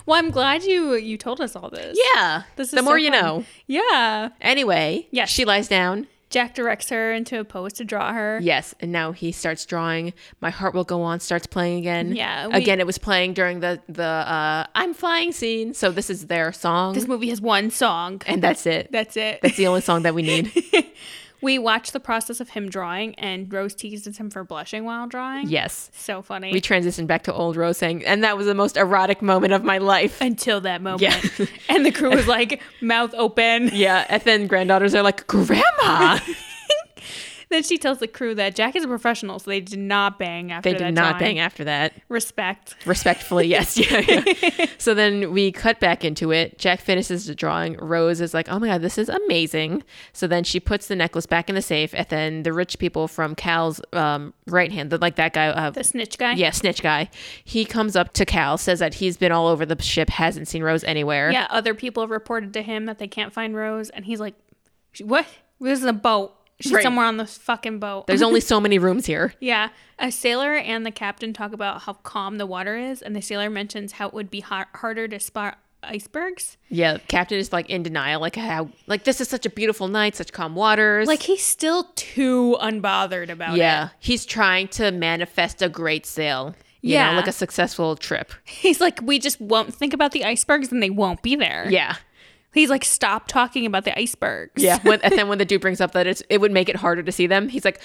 Speaker 1: well, I'm glad you you told us all this.
Speaker 2: Yeah.
Speaker 1: This is
Speaker 2: the more
Speaker 1: so
Speaker 2: you
Speaker 1: fun.
Speaker 2: know.
Speaker 1: Yeah.
Speaker 2: Anyway,
Speaker 1: Yes.
Speaker 2: she lies down.
Speaker 1: Jack directs her into a pose to draw her.
Speaker 2: Yes, and now he starts drawing. My heart will go on starts playing again.
Speaker 1: Yeah, we-
Speaker 2: again, it was playing during the the uh, I'm flying scene. So this is their song,
Speaker 1: This movie has one song.
Speaker 2: and
Speaker 1: *laughs*
Speaker 2: that's it.
Speaker 1: That's it.
Speaker 2: That's the only song that
Speaker 1: *laughs*
Speaker 2: we need.
Speaker 1: we watch the process of him drawing, and Rose teases him for blushing while drawing.
Speaker 2: yes,
Speaker 1: So funny.
Speaker 2: we transitioned back to old Rose saying, and that was the most erotic moment of my
Speaker 1: *laughs*
Speaker 2: life.
Speaker 1: Until that moment. *laughs*
Speaker 2: Yeah.
Speaker 1: and the crew was like, mouth open.
Speaker 2: yeah, and then granddaughters are like, Grandma.
Speaker 1: *laughs* Then she tells the crew that Jack is a professional, so they did not bang after
Speaker 2: they
Speaker 1: that.
Speaker 2: did not
Speaker 1: drawing.
Speaker 2: bang after that.
Speaker 1: Respect.
Speaker 2: respectfully yes *laughs* yeah, yeah. so then we cut back into it jack finishes the drawing rose is like oh my god this is amazing so then she puts the necklace back in the safe and then the rich people from cal's um, right hand the, like that guy uh,
Speaker 1: The snitch guy.
Speaker 2: yeah snitch guy he comes up to cal says that he's been all over the ship hasn't seen rose
Speaker 1: *laughs*
Speaker 2: anywhere
Speaker 1: Yeah. Other people have reported to him that they can't find Rose, and he's like, "She- "What? This is a boat. She's
Speaker 2: Right.
Speaker 1: somewhere on this fucking boat."
Speaker 2: there's only so many
Speaker 1: *laughs*
Speaker 2: rooms here
Speaker 1: Yeah, a sailor and the captain talk about how calm the water is, and the sailor mentions how it would be har- harder to spot icebergs.
Speaker 2: yeah captain is like in denial like how like this is such a beautiful night such calm waters
Speaker 1: Like he's still too unbothered about it.
Speaker 2: yeah he's trying to manifest a great sail you know,
Speaker 1: Yeah.
Speaker 2: like a successful trip
Speaker 1: He's like, we just won't think about the icebergs, and they won't be there.
Speaker 2: Yeah.
Speaker 1: He's like, stop talking about the icebergs.
Speaker 2: Yeah. When, and then when the dude brings up that it's, it would make it harder to see them, he's like,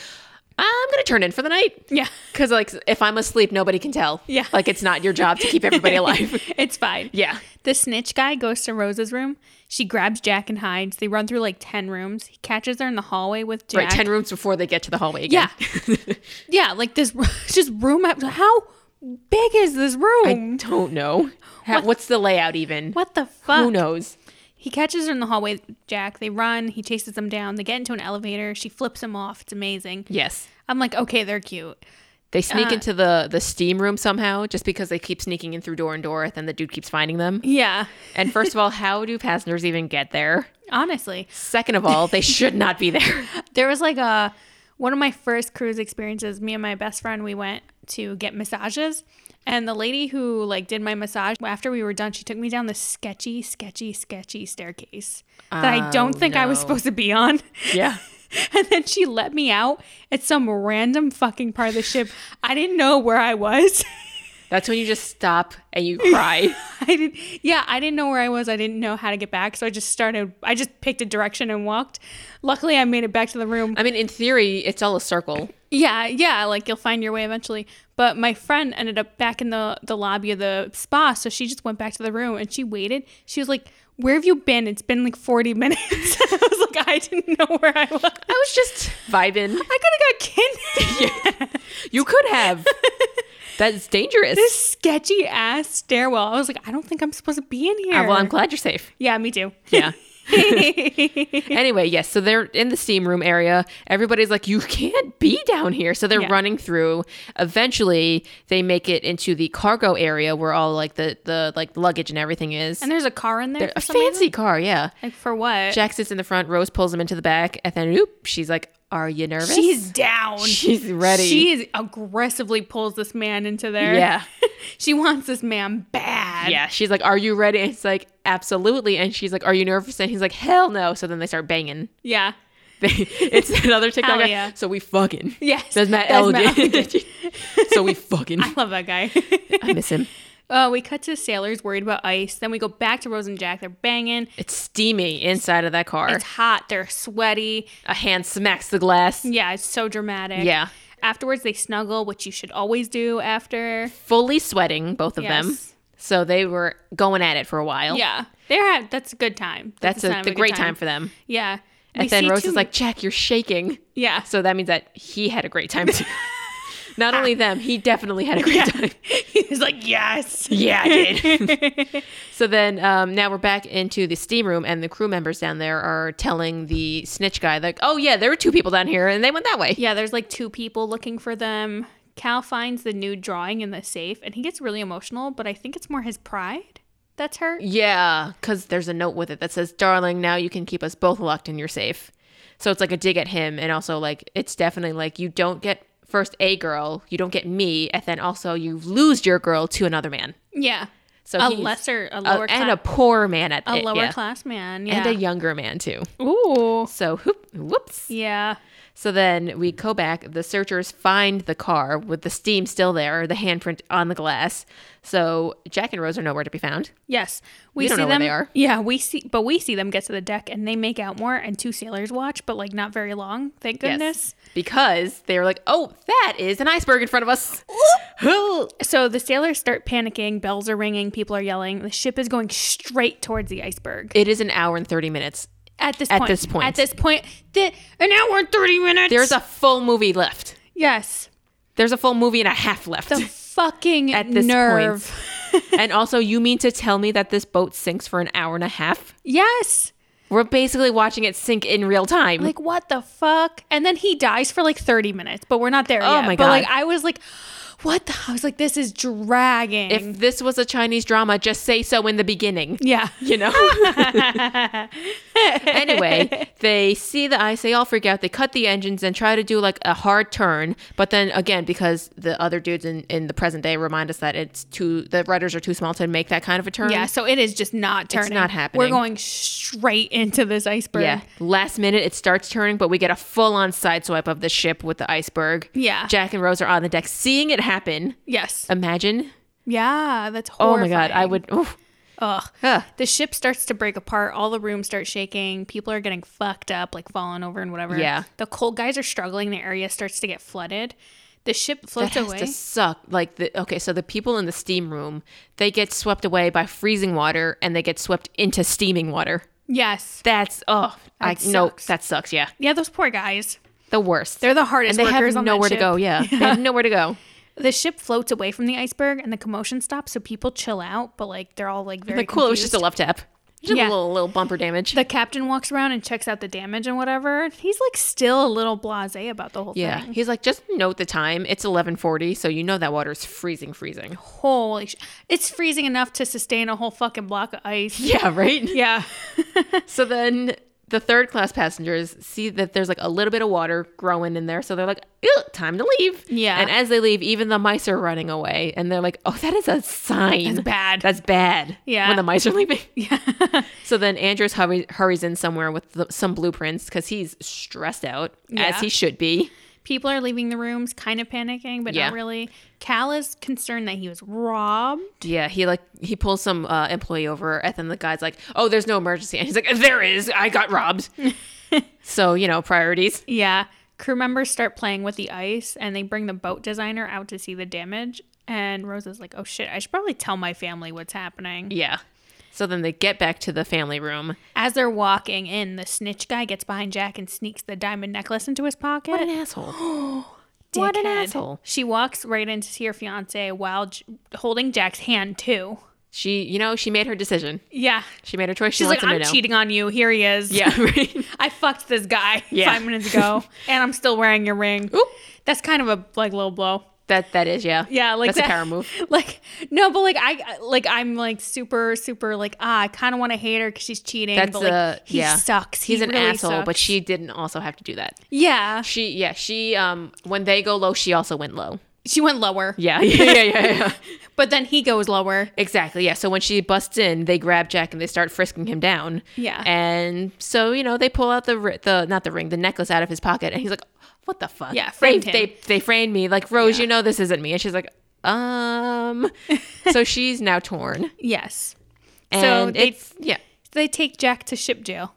Speaker 2: I'm going to turn in for the night.
Speaker 1: *laughs* yeah,
Speaker 2: Because, like, if I'm asleep, nobody can tell.
Speaker 1: Yeah.
Speaker 2: Like, it's not your job to keep *laughs* everybody alive.
Speaker 1: it's fine.
Speaker 2: yeah.
Speaker 1: The snitch guy goes to Rose's room. She grabs Jack and hides. They run through like 10 rooms. He catches her in the hallway with Jack.
Speaker 2: Right. 10 rooms before they get to the hallway again.
Speaker 1: Yeah. yeah, like this *laughs* just room after how big is this room?
Speaker 2: *laughs* Don't know. Ha- What's the layout even?
Speaker 1: what the
Speaker 2: Who
Speaker 1: fuck?
Speaker 2: knows?
Speaker 1: He catches her in the hallway, with Jack. They run, he chases them down. They get into an elevator. She flips him off. It's amazing.
Speaker 2: Yes. Uh.
Speaker 1: I'm like, "Okay, they're cute."
Speaker 2: They sneak into the, the steam room somehow just because they keep sneaking in through door and door, and then the dude keeps finding them.
Speaker 1: Yeah.
Speaker 2: And first of all, how do passengers even get there?
Speaker 1: Honestly,
Speaker 2: Second of all, they should not be there.
Speaker 1: there was like a one of my first cruise experiences me and my best friend we went to get massages and the lady who like did my massage after we were done she took me down this sketchy sketchy sketchy staircase that i don't
Speaker 2: Oh,
Speaker 1: think i was
Speaker 2: no.
Speaker 1: supposed to be on
Speaker 2: *laughs*
Speaker 1: *laughs*
Speaker 2: Yeah.
Speaker 1: and then she let me out at some random fucking part of the ship i didn't know where i was *laughs*
Speaker 2: That's when you just stop and *laughs* you cry.
Speaker 1: i didn't yeah i didn't know where i was i didn't know how to get back so i just started i just picked a direction and walked luckily i made it back to the room
Speaker 2: I mean, in theory, it's all a circle.
Speaker 1: Yeah, yeah, like you'll find your way eventually. But my friend ended up back in the the lobby of the spa, so she just went back to the room and she waited. She was like, "Where have you been? It's been like 40 *laughs* minutes." I was like, "I didn't know where I was.
Speaker 2: I was just vibing.
Speaker 1: I could have got *laughs* kidnapped."
Speaker 2: *laughs* You could have. That's dangerous.
Speaker 1: This sketchy ass stairwell. I was like, "I don't think I'm supposed to be in here."
Speaker 2: Ah, well, I'm glad you're safe.
Speaker 1: yeah, me too.
Speaker 2: *laughs* Yeah. anyway, yes. So they're in the steam room area. Everybody's like, you can't be down here. So they're
Speaker 1: Yeah.
Speaker 2: running through. Eventually, they make it into the cargo area where all like the the like luggage and everything
Speaker 1: *laughs*
Speaker 2: is.
Speaker 1: and there's a car in there.
Speaker 2: a
Speaker 1: for some reason.
Speaker 2: fancy car, yeah.
Speaker 1: Like for what?
Speaker 2: Jack sits in the front. Rose pulls him into the back, and then oop, she's like, "Are you nervous?"
Speaker 1: She's down.
Speaker 2: She's ready.
Speaker 1: She is aggressively pulls this man into there.
Speaker 2: Yeah.
Speaker 1: *laughs* she wants this man bad.
Speaker 2: Yeah, she's like, "Are you ready?" And it's like, "Absolutely." And she's like, "Are you nervous?" And he's like, "Hell no!" So then they start banging. *laughs*
Speaker 1: Yeah.
Speaker 2: it's another TikTok.
Speaker 1: Hell
Speaker 2: guy,
Speaker 1: yeah.
Speaker 2: So we fucking.
Speaker 1: Yes.
Speaker 2: That's Matt
Speaker 1: that's Matt
Speaker 2: Elgin. *laughs* so
Speaker 1: *laughs*
Speaker 2: we fucking.
Speaker 1: I love that guy.
Speaker 2: I miss him.
Speaker 1: uh, we cut to sailors worried about ice. Then we go back to Rose and Jack. They're banging.
Speaker 2: It's steamy inside of that car.
Speaker 1: It's hot. They're sweaty.
Speaker 2: A hand smacks the glass.
Speaker 1: Yeah, it's so dramatic.
Speaker 2: Yeah.
Speaker 1: Afterwards, they snuggle, which you should always do after.
Speaker 2: Fully sweating, both of them.
Speaker 1: Yes.
Speaker 2: So they were going at it for a while.
Speaker 1: Yeah, they're at, that's a good time.
Speaker 2: That's
Speaker 1: the
Speaker 2: a,
Speaker 1: sign of
Speaker 2: the
Speaker 1: good
Speaker 2: great time. for them.
Speaker 1: Yeah.
Speaker 2: And
Speaker 1: We
Speaker 2: then
Speaker 1: see
Speaker 2: Rose
Speaker 1: two-
Speaker 2: is like, Jack, you're shaking.
Speaker 1: *laughs* yeah.
Speaker 2: So that means that he had a great time too. Not only them, he definitely had a great time.
Speaker 1: *laughs* He's like, yes.
Speaker 2: Yeah, I did. *laughs* so then um, now we're back into the steam room, and the crew members down there are telling the snitch guy, like, oh, yeah, there were two people down here, and they went that way.
Speaker 1: Yeah, there's like two people looking for them. Cal finds the nude drawing in the safe, and he gets really emotional. But I think it's more his pride that's hurt.
Speaker 2: Yeah, because there's a note with it that says, darling, now you can keep us both locked and you're safe. So it's like a dig at him, and also like it's definitely like you don't get first a girl, you don't get me, and then also you lose your girl to another man.
Speaker 1: Yeah.
Speaker 2: So
Speaker 1: a
Speaker 2: he's-
Speaker 1: lesser, a
Speaker 2: a-
Speaker 1: lower,
Speaker 2: and a
Speaker 1: class,
Speaker 2: poor man at
Speaker 1: a,
Speaker 2: it,
Speaker 1: lower
Speaker 2: yeah.
Speaker 1: class man.
Speaker 2: and
Speaker 1: Yeah.
Speaker 2: a younger man too.
Speaker 1: Ooh.
Speaker 2: So whoop, whoops.
Speaker 1: Yeah.
Speaker 2: So then we go back. The searchers find the car with the steam still there, the handprint on the glass. So Jack and Rose are nowhere to be found.
Speaker 1: Yes. We,
Speaker 2: We don't
Speaker 1: see
Speaker 2: know where
Speaker 1: them.
Speaker 2: they are.
Speaker 1: Yeah, we see but we see them get to the deck and they make out more and two sailors watch, but like not very long, thank goodness.
Speaker 2: Yes, because they were like, "Oh, that is an iceberg in front of us." Ooh.
Speaker 1: So the sailors start panicking, bells are ringing, people are yelling. The ship is going straight towards the iceberg.
Speaker 2: It is an hour and thirty minutes.
Speaker 1: At this
Speaker 2: At
Speaker 1: point.
Speaker 2: this point.
Speaker 1: At this point. Th- an hour and 30 minutes.
Speaker 2: There's a full movie left.
Speaker 1: Yes.
Speaker 2: There's a full movie and a half left. *laughs*
Speaker 1: The fucking
Speaker 2: At this
Speaker 1: nerve. *laughs*
Speaker 2: and also, you mean to tell me that this boat sinks for an hour and a half?
Speaker 1: yes.
Speaker 2: We're basically watching it sink in real time.
Speaker 1: Like what the fuck? And then he dies for like 30 minutes, but we're not there
Speaker 2: Oh
Speaker 1: yet.
Speaker 2: my
Speaker 1: But like
Speaker 2: God.
Speaker 1: I was like what the I was like this is dragging.
Speaker 2: if this was a Chinese drama, just say so in the beginning. *laughs*
Speaker 1: yeah.
Speaker 2: you know? anyway, they see the ice, they all freak out, they cut the engines and try to do like a hard turn. But then again, because the other dudes in, in the present day remind us that it's too, the rudders are too small to make that kind of a turn.
Speaker 1: Yeah, so it is just not turning.
Speaker 2: not happening.
Speaker 1: We're going straight into this iceberg.
Speaker 2: Yeah. Last minute, it starts turning, but we get a full on sideswipe of the ship with the iceberg.
Speaker 1: Yeah.
Speaker 2: Jack and Rose are on the deck seeing it happen.
Speaker 1: Yes.
Speaker 2: Imagine.
Speaker 1: Yeah, that's
Speaker 2: Oh
Speaker 1: horrifying.
Speaker 2: my God. I would. oof.
Speaker 1: Ugh.
Speaker 2: Ah.
Speaker 1: The ship starts to break apart. All the rooms start shaking. People are getting fucked up, like falling over and whatever.
Speaker 2: Yeah.
Speaker 1: The cold guys are struggling. The area starts to get flooded. The ship
Speaker 2: That
Speaker 1: floats
Speaker 2: has
Speaker 1: away.
Speaker 2: to suck. Like the okay, so the people in the steam room they get swept away by freezing water, and they get swept into steaming water.
Speaker 1: yes.
Speaker 2: That's oh, I
Speaker 1: That
Speaker 2: no,
Speaker 1: sucks.
Speaker 2: that sucks. Yeah,
Speaker 1: Yeah, those poor guys.
Speaker 2: the worst.
Speaker 1: They're the hardest
Speaker 2: and they
Speaker 1: workers
Speaker 2: have
Speaker 1: on that
Speaker 2: nowhere to
Speaker 1: ship. *laughs*
Speaker 2: go. Yeah. they have nowhere to go.
Speaker 1: The ship floats away from the iceberg and the commotion stops, so people chill out, but like they're all like very
Speaker 2: Like cool, it was
Speaker 1: confused.
Speaker 2: just a love tap, just
Speaker 1: Yeah.
Speaker 2: a little little bumper damage.
Speaker 1: the captain walks around and checks out the damage and whatever. He's like still a little blasé about the whole
Speaker 2: yeah,
Speaker 1: thing.
Speaker 2: he's like, just note the time. It's eleven forty, so you know that water's freezing, freezing.
Speaker 1: Holy sh- It's freezing enough to sustain a whole fucking block of
Speaker 2: *laughs*
Speaker 1: ice.
Speaker 2: Yeah, right.
Speaker 1: Yeah.
Speaker 2: So then the third class passengers see that there's like a little bit of water growing in there. So they're like, "Ew, time to leave.
Speaker 1: Yeah.
Speaker 2: And as they leave, even the mice are running away. And they're like, oh, that is a sign.
Speaker 1: It's bad.
Speaker 2: That's bad.
Speaker 1: Yeah.
Speaker 2: When the mice are leaving.
Speaker 1: *laughs* yeah.
Speaker 2: *laughs* So then Andrews hurry, hurries in somewhere with the, some blueprints because he's stressed out, as
Speaker 1: Yeah.
Speaker 2: he should be.
Speaker 1: People are leaving the rooms, kind of panicking, but
Speaker 2: Yeah.
Speaker 1: not really. Cal is concerned that he was robbed.
Speaker 2: Yeah. He like, he pulls some uh, employee over. And then the guy's like, oh, there's no emergency. And he's like, there is. I
Speaker 1: *laughs*
Speaker 2: got robbed. so, you know, priorities.
Speaker 1: Yeah. Crew members start playing with the ice and they bring the boat designer out to see the damage. And Rose is like, oh shit, I should probably tell my family what's happening.
Speaker 2: Yeah. So then they get back to the family room.
Speaker 1: As they're walking in, the snitch guy gets behind Jack and sneaks the diamond necklace into his pocket.
Speaker 2: *gasps* What an asshole. what an
Speaker 1: Dickhead.
Speaker 2: asshole.
Speaker 1: She walks right in to see her fiance while j- holding Jack's hand too.
Speaker 2: She, you know, she made her decision.
Speaker 1: Yeah.
Speaker 2: She made her choice. She
Speaker 1: She's
Speaker 2: wants
Speaker 1: like,
Speaker 2: him
Speaker 1: I'm
Speaker 2: to know.
Speaker 1: cheating on you. Here he is. *laughs*
Speaker 2: Yeah, *laughs* right.
Speaker 1: I fucked this guy *laughs*
Speaker 2: Yeah.
Speaker 1: five minutes ago,
Speaker 2: *laughs*
Speaker 1: and I'm still wearing your ring.
Speaker 2: Oop.
Speaker 1: That's kind of a like low blow.
Speaker 2: That that is, yeah.
Speaker 1: Yeah, like *laughs*
Speaker 2: that's
Speaker 1: that,
Speaker 2: a power move.
Speaker 1: Like no, but like I like I'm like super super like ah I kind of want to hate her because she's cheating.
Speaker 2: That's
Speaker 1: but like
Speaker 2: uh,
Speaker 1: he
Speaker 2: yeah.
Speaker 1: sucks. He
Speaker 2: He's an
Speaker 1: really
Speaker 2: asshole, but
Speaker 1: sucks.
Speaker 2: she didn't also have to do that.
Speaker 1: yeah
Speaker 2: She, yeah, she. Um, when they go low, she also went low.
Speaker 1: she went lower.
Speaker 2: Yeah, *laughs* yeah, yeah, yeah. yeah.
Speaker 1: But then he goes lower.
Speaker 2: exactly. Yeah. So when she busts in, they grab Jack and they start frisking him down.
Speaker 1: Yeah.
Speaker 2: And so you know they pull out the ri- the not the ring the necklace out of his pocket and he's like, "What the fuck?"
Speaker 1: Yeah,
Speaker 2: They
Speaker 1: framed him.
Speaker 2: they, they framed me like Rose. You know this isn't me. And she's like,
Speaker 1: *laughs*
Speaker 2: um. so she's now torn.
Speaker 1: Yes. so
Speaker 2: And
Speaker 1: they
Speaker 2: it's yeah.
Speaker 1: they take Jack to ship jail.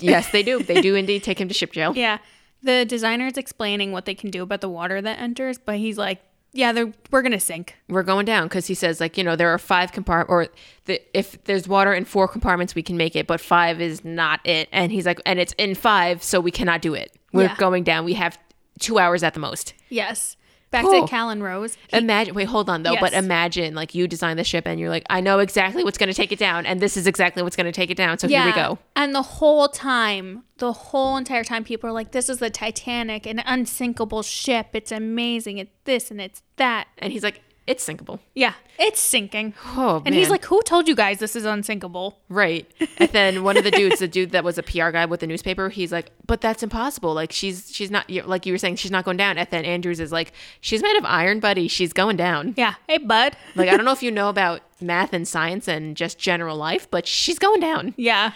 Speaker 2: Yes, they do. They do indeed take him to ship jail.
Speaker 1: Yeah. The designer's explaining what they can do about the water that enters, but he's like, yeah, they're, we're going to sink.
Speaker 2: We're going down because he says like you know there are five compartments or the, if there's water in four compartments we can make it, but five is not it. And he's like, and it's in five, so we cannot do it. We're
Speaker 1: Yeah.
Speaker 2: going down. We have two hours at the most.
Speaker 1: Yes. Back
Speaker 2: Cool.
Speaker 1: to Cal and Rose.
Speaker 2: Imagine. Wait, hold on though. But
Speaker 1: Yes.
Speaker 2: imagine like you design the ship and you're like, I know exactly what's going to take it down, and this is exactly what's going to take it down. So here we go.
Speaker 1: And the whole time, the whole entire time, people are like, this is the Titanic, an unsinkable ship. It's amazing. It's this and it's that.
Speaker 2: And he's like, It's sinkable.
Speaker 1: Yeah, it's *sighs* sinking.
Speaker 2: Oh,
Speaker 1: and he's
Speaker 2: man.
Speaker 1: like, "Who told you guys this is unsinkable?"
Speaker 2: Right. And then one of the dudes, the dude that was a PR guy with the newspaper, he's like, "But that's impossible. Like she's she's not you- like you were saying she's not going down." And then Andrews is like, "She's made of iron, buddy. She's going down."
Speaker 1: Yeah. Hey, bud.
Speaker 2: Like I don't know if you know about math and science and just general life, but she's going down.
Speaker 1: *sighs* Yeah.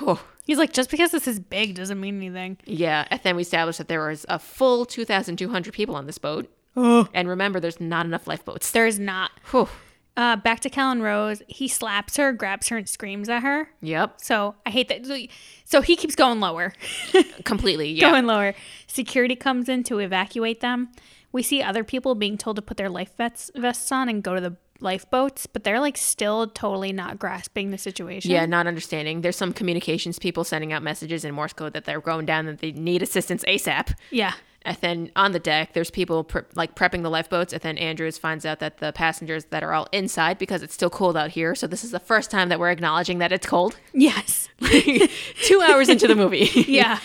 Speaker 2: Oh.
Speaker 1: He's like, just because this is big doesn't mean anything.
Speaker 2: Yeah. And then we established that there was a full 2,200 people on this boat. And remember, there's not enough lifeboats.
Speaker 1: There is not.
Speaker 2: Whew.
Speaker 1: *sighs* Uh, back to Callan Rose. He slaps her, grabs her, and screams at her.
Speaker 2: Yep.
Speaker 1: So I hate that. So he keeps going lower, *laughs*
Speaker 2: Completely. Yeah.
Speaker 1: going lower. Security comes in to evacuate them. We see other people being told to put their life vests, vests on and go to the lifeboats, but they're like still totally not grasping the situation.
Speaker 2: Yeah, not understanding. There's some communications people sending out messages in Morse code that they're going down that they need assistance ASAP.
Speaker 1: Yeah.
Speaker 2: And then on the deck, there's people pre- like prepping the lifeboats. And then Andrews finds out that the passengers that are all inside because it's still cold out here. So this is the first time that we're acknowledging that it's cold. *laughs*
Speaker 1: Yes. *laughs*
Speaker 2: Two hours into the movie. *laughs*
Speaker 1: Yeah.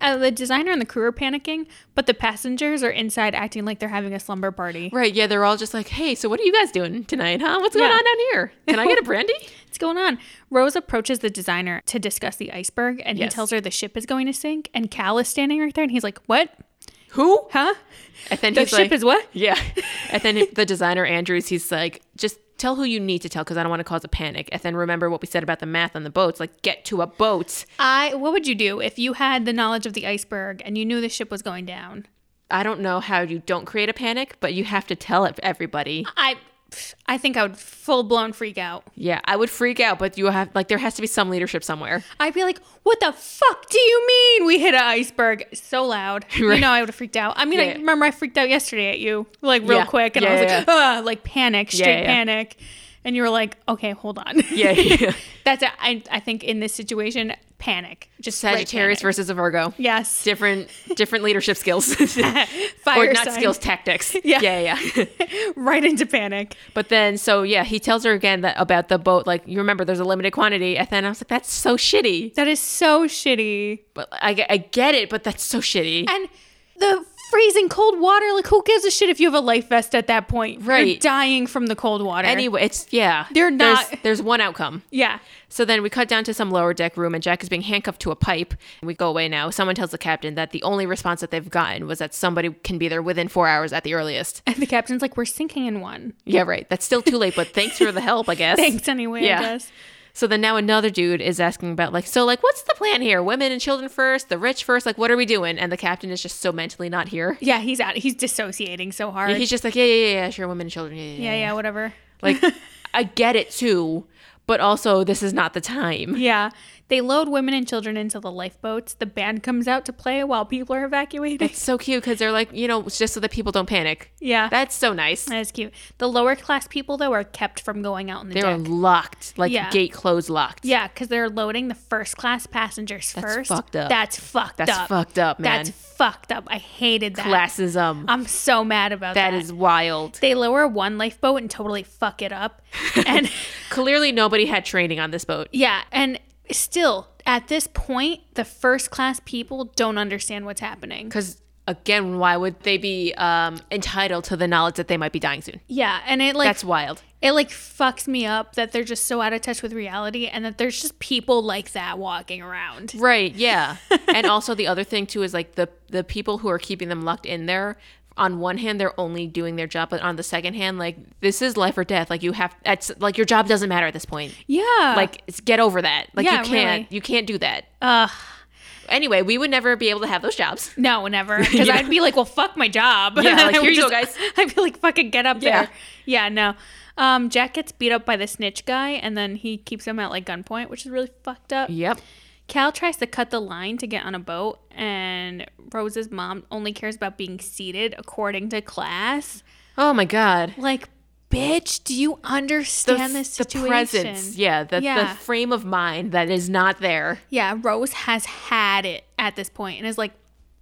Speaker 1: Uh, the designer and the crew are panicking, but the passengers are inside acting like they're having a slumber party.
Speaker 2: right. Yeah. They're all just like, hey, so what are you guys doing tonight, huh? What's going
Speaker 1: Yeah.
Speaker 2: on down here? Can I get a brandy?
Speaker 1: What's going on? Rose approaches the designer to discuss the iceberg, and
Speaker 2: Yes.
Speaker 1: he tells her the ship is going to sink. And Cal is standing right there, and he's like, "What?
Speaker 2: *laughs* Who?
Speaker 1: Huh?
Speaker 2: And then
Speaker 1: The
Speaker 2: he's
Speaker 1: ship
Speaker 2: like,
Speaker 1: is what?"
Speaker 2: *laughs* yeah. And then the designer, Andrews, he's like, just tell who you need to tell because I don't want to cause a panic. And then remember what we said about the math on the boats like, get to a boat.
Speaker 1: I. What would you do if you had the knowledge of the iceberg and you knew the ship was going down?
Speaker 2: I don't know how you don't create a panic, but you have to tell ev- everybody.
Speaker 1: I. I think I would full blown freak out.
Speaker 2: Yeah, I would freak out, but you have like there has to be some leadership somewhere.
Speaker 1: I'd be like, "What the fuck do you mean we hit an iceberg?" So
Speaker 2: *laughs*
Speaker 1: loud, you
Speaker 2: Right.
Speaker 1: know, I would have freaked out. I mean, I
Speaker 2: Yeah.
Speaker 1: remember I freaked out yesterday at you, like real
Speaker 2: Yeah.
Speaker 1: quick, and I
Speaker 2: Yeah,
Speaker 1: was
Speaker 2: yeah,
Speaker 1: like, "Ah," like panic, straight
Speaker 2: yeah.
Speaker 1: panic, and you were like, "Okay, hold on." *laughs*
Speaker 2: Yeah, yeah.
Speaker 1: That's it. I, I think in this situation, panic. Just straight
Speaker 2: Sagittarius
Speaker 1: panic.
Speaker 2: versus a Virgo.
Speaker 1: yes,
Speaker 2: Different different
Speaker 1: *laughs*
Speaker 2: leadership skills.
Speaker 1: fire
Speaker 2: or not
Speaker 1: sign.
Speaker 2: skills, tactics.
Speaker 1: Yeah.
Speaker 2: Yeah, yeah.
Speaker 1: *laughs*
Speaker 2: *laughs*
Speaker 1: right into panic.
Speaker 2: but then so yeah, he tells her again that about the boat like you remember there's a limited quantity and then I was like that's so shitty.
Speaker 1: That is so shitty.
Speaker 2: But I, ge- I get it, but that's so shitty.
Speaker 1: And the freezing cold water. Like, who gives a shit if you have a life vest at that point? You're
Speaker 2: Right.
Speaker 1: dying from the cold water.
Speaker 2: Anyway, it's yeah.
Speaker 1: They're
Speaker 2: There's-
Speaker 1: not-
Speaker 2: there's one outcome.
Speaker 1: yeah.
Speaker 2: So then we cut down to some lower deck room, and Jack is being handcuffed to a pipe. And we go away now. Someone tells the captain that the only response that they've gotten was that somebody can be there within four hours at the earliest.
Speaker 1: And the captain's like, we're sinking in
Speaker 2: *laughs*
Speaker 1: one.
Speaker 2: Yeah, right. That's still too late, but thanks for the
Speaker 1: *laughs*
Speaker 2: help, I guess.
Speaker 1: Thanks anyway,
Speaker 2: Yeah.
Speaker 1: I guess.
Speaker 2: So then now another dude is asking about like, so like, what's the plan here? Women and children first, the rich first. Like, what are we doing? And the captain is just so mentally not here.
Speaker 1: Yeah, he's out. He's dissociating so hard.
Speaker 2: And he's just like, yeah, yeah, yeah, yeah, sure, women and children. Yeah, yeah,
Speaker 1: yeah, yeah, whatever.
Speaker 2: Like,
Speaker 1: *laughs*
Speaker 2: I get it too, but also this is not the time.
Speaker 1: Yeah. They load women and children into the lifeboats. The band comes out to play while people are evacuating.
Speaker 2: It's so cute because they're like, you know, it's just so that people don't panic.
Speaker 1: *laughs* Yeah.
Speaker 2: That's so nice.
Speaker 1: That is cute. The lower class people though are kept from going out in the
Speaker 2: They were
Speaker 1: deck.
Speaker 2: locked, like
Speaker 1: Yeah.
Speaker 2: gate closed, locked.
Speaker 1: yeah, because they're loading the first class passengers first.
Speaker 2: fucked up.
Speaker 1: That's fucked
Speaker 2: that's
Speaker 1: up.
Speaker 2: fucked up, man.
Speaker 1: That's fucked up. I hated that.
Speaker 2: Classism.
Speaker 1: I'm so mad about that.
Speaker 2: that is wild.
Speaker 1: they lower one lifeboat and totally fuck it
Speaker 2: *laughs*
Speaker 1: up, and
Speaker 2: Clearly, nobody had training on this boat.
Speaker 1: yeah, and still at this point, the first class people don't understand what's happening.
Speaker 2: Because again, why would they be um, entitled to the knowledge that they might be dying soon?
Speaker 1: Yeah, and it like
Speaker 2: That's wild.
Speaker 1: it like fucks me up that they're just so out of touch with reality, and that there's just people like that walking around. *laughs*
Speaker 2: Right. Yeah. and also the other thing too is like the the people who are keeping them locked in there. On one hand, they're only doing their job, but on the second hand, like this is life or death. Like you have, that's like your job doesn't matter at this point.
Speaker 1: Yeah,
Speaker 2: Like it's, get over that. Like
Speaker 1: Yeah,
Speaker 2: you can't,
Speaker 1: really.
Speaker 2: you can't do that.
Speaker 1: Ugh.
Speaker 2: Anyway, we would never be able to have those jobs.
Speaker 1: No, *laughs* never. Because
Speaker 2: Yeah.
Speaker 1: I'd be like, well, fuck my job. *laughs*
Speaker 2: Yeah, like,
Speaker 1: I
Speaker 2: here
Speaker 1: would
Speaker 2: you go, guys.
Speaker 1: I'd be like, fucking get up
Speaker 2: Yeah.
Speaker 1: there. Yeah, no. Um, Jack gets beat up by the snitch guy, and then he keeps him at like gunpoint, which is really fucked up.
Speaker 2: Yep.
Speaker 1: Cal tries to cut the line to get on a boat, and Rose's mom only cares about being seated according to class.
Speaker 2: Oh my god.
Speaker 1: Like, bitch, do you understand this situation?
Speaker 2: Yeah, the,
Speaker 1: Yeah.
Speaker 2: the frame of mind that is not there.
Speaker 1: Yeah, Rose has had it at this point and is like,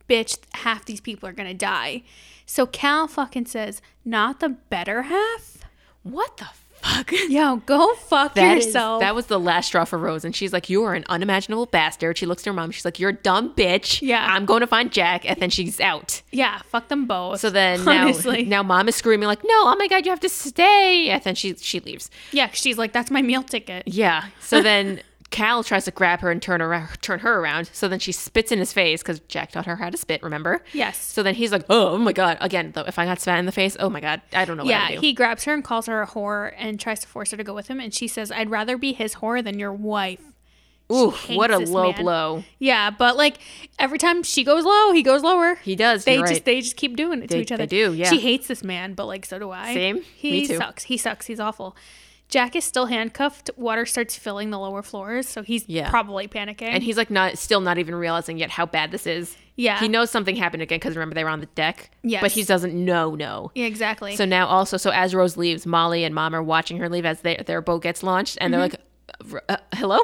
Speaker 1: bitch, half these people are gonna die. So Cal fucking says, not the better half?
Speaker 2: What the
Speaker 1: *laughs*
Speaker 2: fuck.
Speaker 1: Yo, go fuck
Speaker 2: That is-
Speaker 1: yourself.
Speaker 2: that was the last straw for Rose. And she's like, You are an unimaginable bastard. She looks at her mom. She's like, You're a dumb bitch.
Speaker 1: Yeah.
Speaker 2: I'm going to find Jack. And then she's out.
Speaker 1: yeah, fuck them both.
Speaker 2: So then now,
Speaker 1: honestly,
Speaker 2: now mom is screaming, like, No, oh my God, you have to stay. And then she, she leaves.
Speaker 1: yeah, 'cause she's like, that's my meal ticket.
Speaker 2: Yeah. So then *laughs* Cal tries to grab her and turn around, turn her around. So then she spits in his face because Jack taught her how to spit. Remember?
Speaker 1: Yes.
Speaker 2: So then he's like, "Oh, oh my god!" Again, though, if I got spat in the face, oh my god, I don't know. What
Speaker 1: yeah,
Speaker 2: I would do.
Speaker 1: he grabs her and calls her a whore and tries to force her to go with him. And she says, I'd rather be his whore than your wife.
Speaker 2: Ooh,
Speaker 1: hates
Speaker 2: what a
Speaker 1: this
Speaker 2: low
Speaker 1: man.
Speaker 2: blow.
Speaker 1: Yeah, but like every time she goes low, he goes lower.
Speaker 2: He does.
Speaker 1: they
Speaker 2: you're
Speaker 1: just
Speaker 2: right.
Speaker 1: they just keep doing it to
Speaker 2: They-
Speaker 1: each other.
Speaker 2: they do, yeah.
Speaker 1: She hates this man, but like so do I.
Speaker 2: Same. Me
Speaker 1: He
Speaker 2: too.
Speaker 1: sucks. He sucks. He's awful. Jack is still handcuffed. Water starts filling the lower floors, so he's
Speaker 2: Yeah.
Speaker 1: probably panicking.
Speaker 2: and he's like not still not even realizing yet how bad this is.
Speaker 1: Yeah.
Speaker 2: He knows something happened again because remember they were on the deck.
Speaker 1: Yes.
Speaker 2: But he doesn't know. No.
Speaker 1: yeah, exactly.
Speaker 2: So now also, so as Rose leaves, Molly and Mom are watching her leave as they, their boat gets launched, and
Speaker 1: Mm-hmm.
Speaker 2: they're like, uh, uh,
Speaker 1: *laughs*
Speaker 2: "Hello."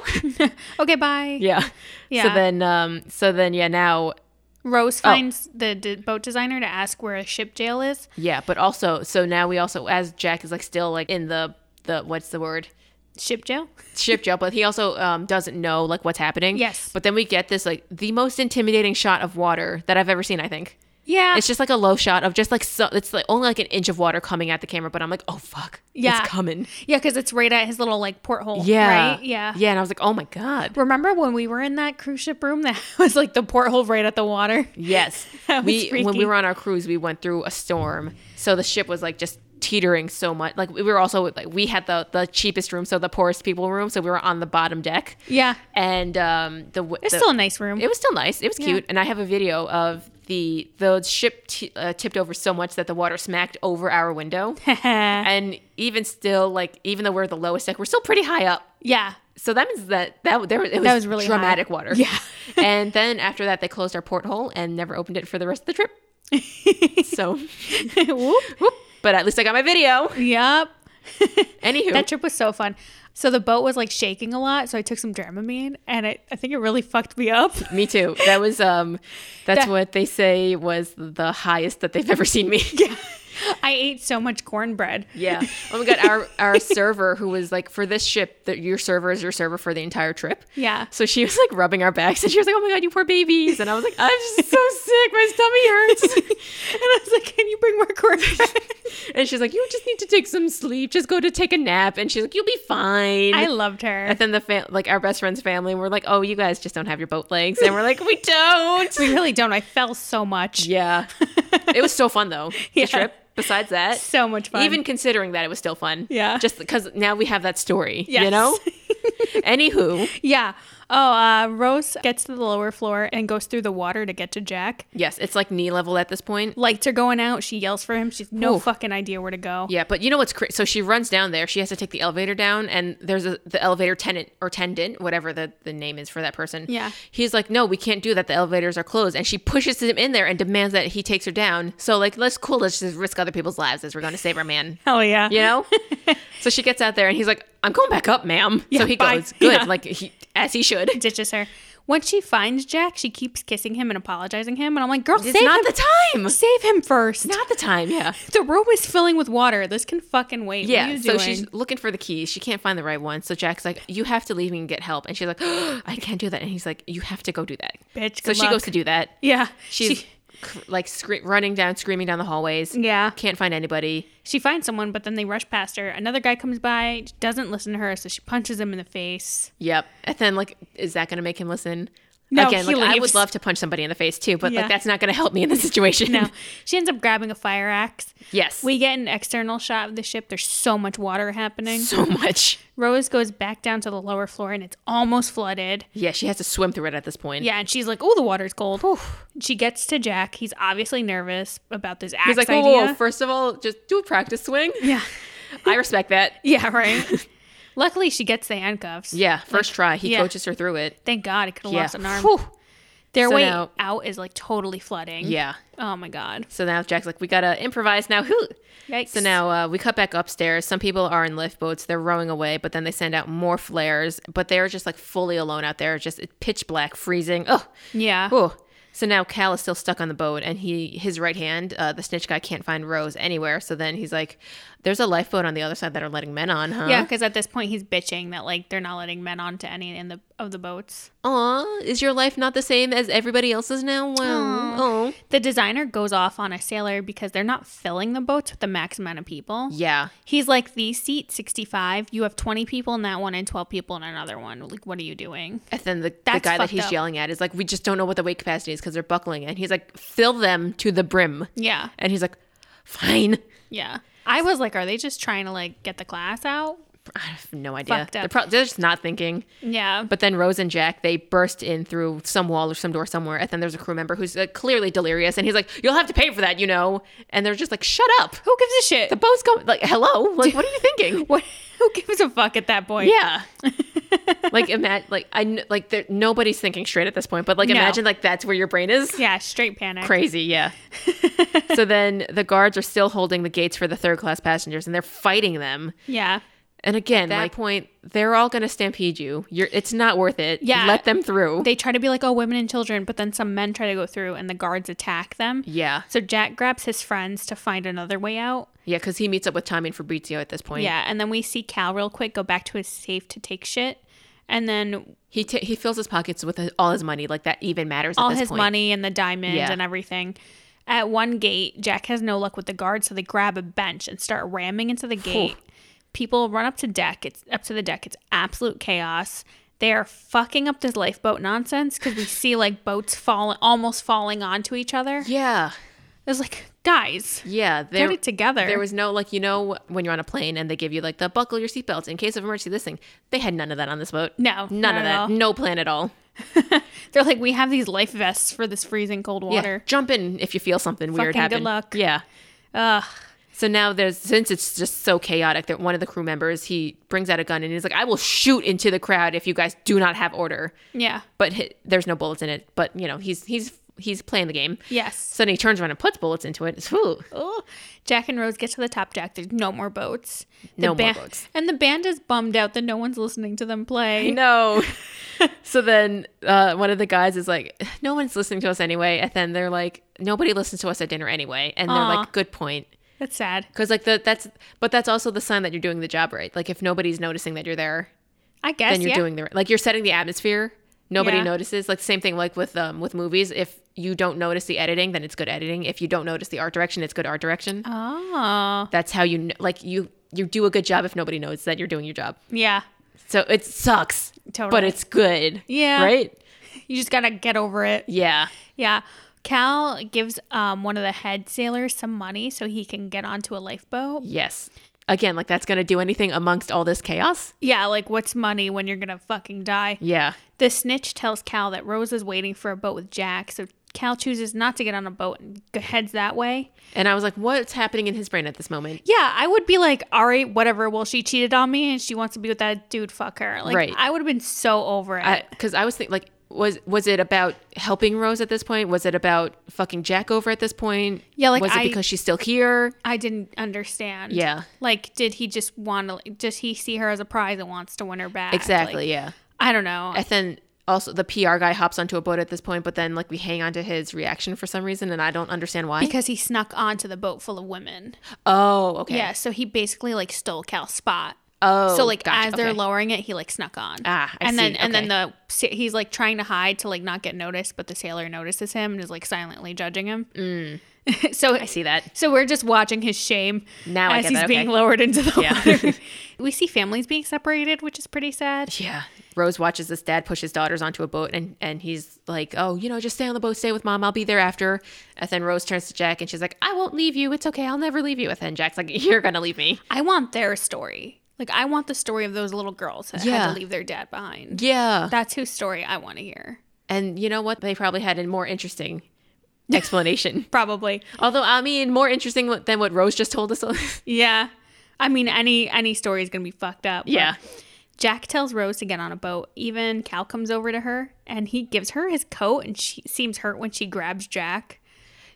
Speaker 1: okay, bye.
Speaker 2: Yeah. So
Speaker 1: Yeah.
Speaker 2: then, um, so then, yeah, now, Oh.
Speaker 1: Rose finds the d- boat designer to ask where a ship jail is.
Speaker 2: yeah, but also, so now we also, as Jack is like still like in the, the, what's the word?
Speaker 1: Ship jail?
Speaker 2: Ship jail, but he also um, doesn't know like what's happening.
Speaker 1: Yes.
Speaker 2: But then we get this like the most intimidating shot of water that I've ever seen, I think.
Speaker 1: Yeah.
Speaker 2: It's just like a low shot of just like, so, it's like only like an inch of water coming at the camera, but I'm like, oh fuck.
Speaker 1: Yeah.
Speaker 2: It's coming.
Speaker 1: yeah, because it's right at his little like porthole.
Speaker 2: Yeah.
Speaker 1: Right? Yeah.
Speaker 2: Yeah. And I was like, oh my God.
Speaker 1: Remember when we were in that cruise ship room that *laughs* was like the porthole right at the water?
Speaker 2: Yes.
Speaker 1: *laughs* That was
Speaker 2: we when we
Speaker 1: freaky.
Speaker 2: were on our cruise, we went through a storm. So the ship was like just teetering so much. Like we were also like we had the the cheapest room, so the poorest people room, so we were on the bottom deck.
Speaker 1: Yeah.
Speaker 2: And um the, w-
Speaker 1: It's
Speaker 2: the-
Speaker 1: still a nice room.
Speaker 2: it was still nice. It was cute. And I have a video of the the ship t- uh, tipped over so much that the water smacked over our window. and even still like even though we're the lowest deck, we're still pretty high up.
Speaker 1: *laughs* yeah.
Speaker 2: So that means that that there it was,
Speaker 1: was really
Speaker 2: dramatic water.
Speaker 1: Yeah.
Speaker 2: *laughs* and then after that, they closed our porthole and never opened it for the rest of the trip.
Speaker 1: *laughs*
Speaker 2: so,
Speaker 1: Whoop.
Speaker 2: whoop, but at least I got my video.
Speaker 1: Yep.
Speaker 2: Anywho,
Speaker 1: That trip was so fun. So the boat was like shaking a lot, so I took some Dramamine, and it, I think it really fucked me up. *laughs*
Speaker 2: me too. That was um, that's
Speaker 1: That-
Speaker 2: what they say was the highest that they've ever
Speaker 1: *laughs*
Speaker 2: seen me.
Speaker 1: I ate so much cornbread.
Speaker 2: yeah. *laughs* Oh my god, our our server who was like for this ship that your server is your server for the entire trip.
Speaker 1: Yeah.
Speaker 2: So she was like rubbing our backs and she was like, "Oh my god, you poor babies!" And I was like, "I'm
Speaker 1: *laughs*
Speaker 2: just so sick. My stomach hurts."
Speaker 1: *laughs* And I was like, "Can you bring more cornbread?"
Speaker 2: And she's like, "You just need to take some sleep. Just go to take a nap." And she's like, "You'll be fine."
Speaker 1: I loved her.
Speaker 2: and then the fam- like our best friend's family were like, "Oh, you guys just don't have your boat legs," and we're like, "We
Speaker 1: *laughs*
Speaker 2: don't."
Speaker 1: We really don't. I fell so much.
Speaker 2: yeah, it was so fun though. The
Speaker 1: Yeah.
Speaker 2: trip. Besides that,
Speaker 1: So much fun.
Speaker 2: even considering that, it was still fun.
Speaker 1: Yeah.
Speaker 2: just because now we have that story. You
Speaker 1: Yes. *laughs*
Speaker 2: know. Anywho,
Speaker 1: yeah. Oh, uh, Rose gets to the lower floor and goes through the water to get to Jack.
Speaker 2: yes, it's like knee level at this point.
Speaker 1: Lights are going out. She yells for him. She's no
Speaker 2: Oof.
Speaker 1: fucking idea where to go.
Speaker 2: Yeah, but you know what's crazy? So she runs down there. She has to take the elevator down, and there's a, the elevator tenant or tendon, whatever the, the name is for that person.
Speaker 1: Yeah.
Speaker 2: He's like, no, we can't do that. The elevators are closed. And she pushes him in there and demands that he takes her down. So, like, let's cool. Let's just risk other people's lives as we're going to save our man.
Speaker 1: Hell yeah. *laughs*
Speaker 2: You know? so she gets out there, and he's like, I'm going back up, ma'am. so he
Speaker 1: bye.
Speaker 2: goes, good.
Speaker 1: Yeah.
Speaker 2: Like, he, as he should.
Speaker 1: Ditches her. Once she finds Jack, she keeps kissing him and apologizing him. And I'm like, girl,
Speaker 2: It's
Speaker 1: save
Speaker 2: not
Speaker 1: him.
Speaker 2: the time.
Speaker 1: Save him first.
Speaker 2: Not the time.
Speaker 1: *laughs*
Speaker 2: Yeah.
Speaker 1: The room is filling with water. This can fucking wait. What are
Speaker 2: Yeah,
Speaker 1: you
Speaker 2: so
Speaker 1: doing?
Speaker 2: she's looking for the keys. She can't find the right one. So Jack's like, "You have to leave me and get help." And she's like, *gasps* "I can't do that." And he's like, "You have to go do that."
Speaker 1: Bitch,
Speaker 2: so
Speaker 1: good
Speaker 2: she
Speaker 1: luck.
Speaker 2: goes to do that.
Speaker 1: yeah.
Speaker 2: She's
Speaker 1: she
Speaker 2: cr- like scre- running down, screaming down the hallways.
Speaker 1: yeah.
Speaker 2: Can't find anybody.
Speaker 1: She finds someone, but then they rush past her. Another guy comes by, doesn't listen to her, so she punches him in the face.
Speaker 2: Yep. And then like, is that gonna make him listen?
Speaker 1: No,
Speaker 2: Again,
Speaker 1: he
Speaker 2: like, I would
Speaker 1: leaves.
Speaker 2: love to punch somebody in the face too, but
Speaker 1: Yeah.
Speaker 2: like that's not gonna help me in this
Speaker 1: *laughs*
Speaker 2: situation. *laughs*
Speaker 1: No, she ends up grabbing a fire axe. *laughs*
Speaker 2: yes.
Speaker 1: We get an external shot of the ship. There's so much water happening.
Speaker 2: so much.
Speaker 1: Rose goes back down to the lower floor and it's almost flooded.
Speaker 2: Yeah, she has to swim through it at this point.
Speaker 1: Yeah, and she's like, "Oh, the water's cold." She gets to Jack. He's obviously nervous about this axe
Speaker 2: He's like, whoa,
Speaker 1: idea.
Speaker 2: whoa, whoa, first of all, just do a practice
Speaker 1: *laughs*
Speaker 2: swing.
Speaker 1: yeah,
Speaker 2: I respect that. *laughs*
Speaker 1: yeah, right. Luckily, she gets the handcuffs.
Speaker 2: Yeah, first try. He
Speaker 1: yeah.
Speaker 2: coaches her through it.
Speaker 1: Thank God, it could have
Speaker 2: Yeah.
Speaker 1: lost an arm. Mm-hmm.
Speaker 2: Whew.
Speaker 1: Their
Speaker 2: So
Speaker 1: way
Speaker 2: now-
Speaker 1: out is like totally flooding.
Speaker 2: Yeah.
Speaker 1: Oh my God.
Speaker 2: So now Jack's like, we gotta improvise now. Who?
Speaker 1: Yikes.
Speaker 2: So now uh, we cut back upstairs. Some people are in lift boats. They're rowing away, but then they send out more flares. But they're just like fully alone out there, just pitch black, freezing. Oh,
Speaker 1: Yeah.
Speaker 2: oh. So now Cal is still stuck on the boat, and he his right hand, uh, the snitch guy, can't find Rose anywhere. So then he's like, There's a lifeboat on the other side that are letting men on, huh?
Speaker 1: Yeah, because at this point he's bitching that like they're not letting men onto any in the of the boats.
Speaker 2: Aw, is your life not the same as everybody else's now? Well, oh.
Speaker 1: The designer goes off on a sailor because they're not filling the boats with the max amount of people.
Speaker 2: Yeah.
Speaker 1: He's like, the seat 65, you have 20 people in that one and 12 people in another one. Like, what are you doing?
Speaker 2: And then the, the
Speaker 1: That's
Speaker 2: guy that
Speaker 1: fucked
Speaker 2: he's
Speaker 1: up.
Speaker 2: yelling at is like, we just don't know what the weight capacity is because they're buckling. And he's like, fill them to the brim.
Speaker 1: Yeah.
Speaker 2: And he's like, fine. *laughs*
Speaker 1: Yeah. I was like, are they just trying to like get the class out?
Speaker 2: I have no idea.
Speaker 1: Fucked up.
Speaker 2: They're, pro- they're just not thinking.
Speaker 1: Yeah.
Speaker 2: But then Rose and Jack, they burst in through some wall or some door somewhere. And then there's a crew member who's uh, clearly delirious. And he's like, you'll have to pay for that, you know. And they're just like, shut up.
Speaker 1: who gives a shit?
Speaker 2: The boat's going, like, hello? Like, what are you *laughs* thinking?
Speaker 1: *laughs* what, who gives a fuck at that point? *laughs*
Speaker 2: Yeah. like imagine like I kn- like there, nobody's thinking straight at this point, but like
Speaker 1: No.
Speaker 2: imagine like that's where your brain is.
Speaker 1: Yeah. Straight panic. *laughs*
Speaker 2: Crazy, yeah. so then the guards are still holding the gates for the third class passengers and they're fighting them.
Speaker 1: Yeah.
Speaker 2: And again, At that like
Speaker 1: point,
Speaker 2: they're all going to stampede you. You're it's not worth it.
Speaker 1: Yeah.
Speaker 2: Let them through.
Speaker 1: they try to be like, oh, women and children, but then some men try to go through and the guards attack them.
Speaker 2: yeah.
Speaker 1: So Jack grabs his friends to find another way out.
Speaker 2: Yeah, cuz he meets up with Tommy and Fabrizio at this point.
Speaker 1: Yeah, and then we see Cal real quick go back to his safe to take shit, and then
Speaker 2: He ta he fills his pockets with his, all his money like that even matters at
Speaker 1: all
Speaker 2: this
Speaker 1: his
Speaker 2: point.
Speaker 1: money and the diamonds
Speaker 2: Yeah.
Speaker 1: and everything. At one gate, Jack has no luck with the guards, so they grab a bench and start ramming into the gate. People run up to deck. It's up to the deck. It's absolute chaos. They are fucking up this lifeboat nonsense because we see like boats falling, almost falling onto each other.
Speaker 2: Yeah.
Speaker 1: It's like, guys,
Speaker 2: Yeah,
Speaker 1: get
Speaker 2: they're
Speaker 1: it together.
Speaker 2: There was no like you know when you're on a plane and they give you like the buckle your seatbelts in case of emergency. This thing they had none of that on this boat.
Speaker 1: No,
Speaker 2: none
Speaker 1: not
Speaker 2: of
Speaker 1: at
Speaker 2: that.
Speaker 1: all.
Speaker 2: No plan at all.
Speaker 1: They're like, we have these life vests for this freezing cold
Speaker 2: Yeah,
Speaker 1: water.
Speaker 2: jump in if you feel something weird
Speaker 1: Fucking good
Speaker 2: happen.
Speaker 1: luck.
Speaker 2: Yeah.
Speaker 1: Ugh.
Speaker 2: So now there's since it's just so chaotic that one of the crew members he brings out a gun and he's like, "I will shoot into the crowd if you guys do not have order."
Speaker 1: Yeah.
Speaker 2: But hi there's no bullets in it. But you know he's he's he's playing the game.
Speaker 1: Yes.
Speaker 2: So then he turns around and puts bullets into it. It's,
Speaker 1: *laughs*
Speaker 2: whew.
Speaker 1: Oh, Jack and Rose get to the top deck. There's no more boats. The
Speaker 2: No more
Speaker 1: ban-
Speaker 2: boats.
Speaker 1: And the band is bummed out that no one's listening to them play.
Speaker 2: No. *laughs* so then uh, one of the guys is like, no one's listening to us anyway. And then they're like, nobody listens to us at dinner anyway. And they're
Speaker 1: Aw.
Speaker 2: like, good point.
Speaker 1: That's sad.
Speaker 2: Because like the, that's, but that's also the sign that you're doing the job right. Like if nobody's noticing that you're there,
Speaker 1: I guess.
Speaker 2: then you're
Speaker 1: yeah.
Speaker 2: doing the like you're setting the atmosphere. Nobody
Speaker 1: Yeah.
Speaker 2: notices. Like same thing like with um with movies. If you don't notice the editing, then it's good editing. If you don't notice the art direction, it's good art direction.
Speaker 1: Oh.
Speaker 2: That's how you kn- like you you do a good job if nobody knows that you're doing your job.
Speaker 1: Yeah.
Speaker 2: So it sucks, but
Speaker 1: Totally.
Speaker 2: it's good.
Speaker 1: Yeah.
Speaker 2: right.
Speaker 1: You just gotta get over it.
Speaker 2: Yeah.
Speaker 1: Yeah. Cal gives um, one of the head sailors some money so he can get onto a lifeboat.
Speaker 2: Yes. Again, like that's going to do anything amongst all this chaos?
Speaker 1: Yeah, like what's money when you're gonna fucking die?
Speaker 2: Yeah.
Speaker 1: The snitch tells Cal that Rose is waiting for a boat with Jack, so Cal chooses not to get on a boat and g- heads that way.
Speaker 2: And I was like, what's happening in his brain at this moment?
Speaker 1: Yeah, I would be like, all right, whatever. Well, she cheated on me and she wants to be with that dude. Fuck her. Like,
Speaker 2: Right.
Speaker 1: I would have been so over it.
Speaker 2: Because I, was thinking, like, was was it about helping Rose at this point? Was it about fucking Jack over at this point?
Speaker 1: Yeah, like,
Speaker 2: was it
Speaker 1: I-
Speaker 2: because she's still here?
Speaker 1: I didn't understand.
Speaker 2: Yeah.
Speaker 1: Like, did he just want to, does he see her as a prize and wants to win her back?
Speaker 2: Exactly.
Speaker 1: Like,
Speaker 2: yeah.
Speaker 1: I don't know.
Speaker 2: And then also the PR guy hops onto a boat at this point, but then like we hang on to his reaction for some reason, and I don't understand
Speaker 1: *laughs*
Speaker 2: why.
Speaker 1: because he snuck onto the boat full of women.
Speaker 2: oh, okay.
Speaker 1: Yeah. So he basically like stole Cal's spot.
Speaker 2: Oh,
Speaker 1: so like
Speaker 2: gotcha,
Speaker 1: as they're
Speaker 2: okay.
Speaker 1: lowering it, he like snuck on.
Speaker 2: Ah, I
Speaker 1: and
Speaker 2: see,
Speaker 1: then and then the sa- he's like trying to hide to like not get noticed, but the sailor notices him and is like silently judging him. *laughs* so
Speaker 2: Mm. I see that.
Speaker 1: So we're just watching his shame
Speaker 2: Now I
Speaker 1: as
Speaker 2: get
Speaker 1: he's
Speaker 2: that,
Speaker 1: being
Speaker 2: okay.
Speaker 1: lowered into the
Speaker 2: Yeah. *laughs*
Speaker 1: water. we see families being separated, which is pretty sad.
Speaker 2: Yeah. Rose watches this dad push his daughters onto a boat and, and he's like, Oh, you know, just stay on the boat, stay with mom, I'll be there after. And then Rose turns to Jack and she's like, I won't leave you. It's okay, I'll never leave you. And then Jack's like, *laughs* You're gonna leave me.
Speaker 1: I want their story. Like I want the story of those little girls that had
Speaker 2: Yeah.
Speaker 1: to leave their dad behind.
Speaker 2: Yeah.
Speaker 1: That's whose story I want to hear.
Speaker 2: And you know what? They probably had a more interesting explanation. *laughs*
Speaker 1: Probably.
Speaker 2: Although I mean more interesting than what Rose just told us. *laughs*
Speaker 1: Yeah. I mean any any story is going to be fucked up. but-
Speaker 2: yeah.
Speaker 1: Jack tells Rose to get on a boat. Even Cal comes over to her and he gives her his coat and she seems hurt when she grabs Jack.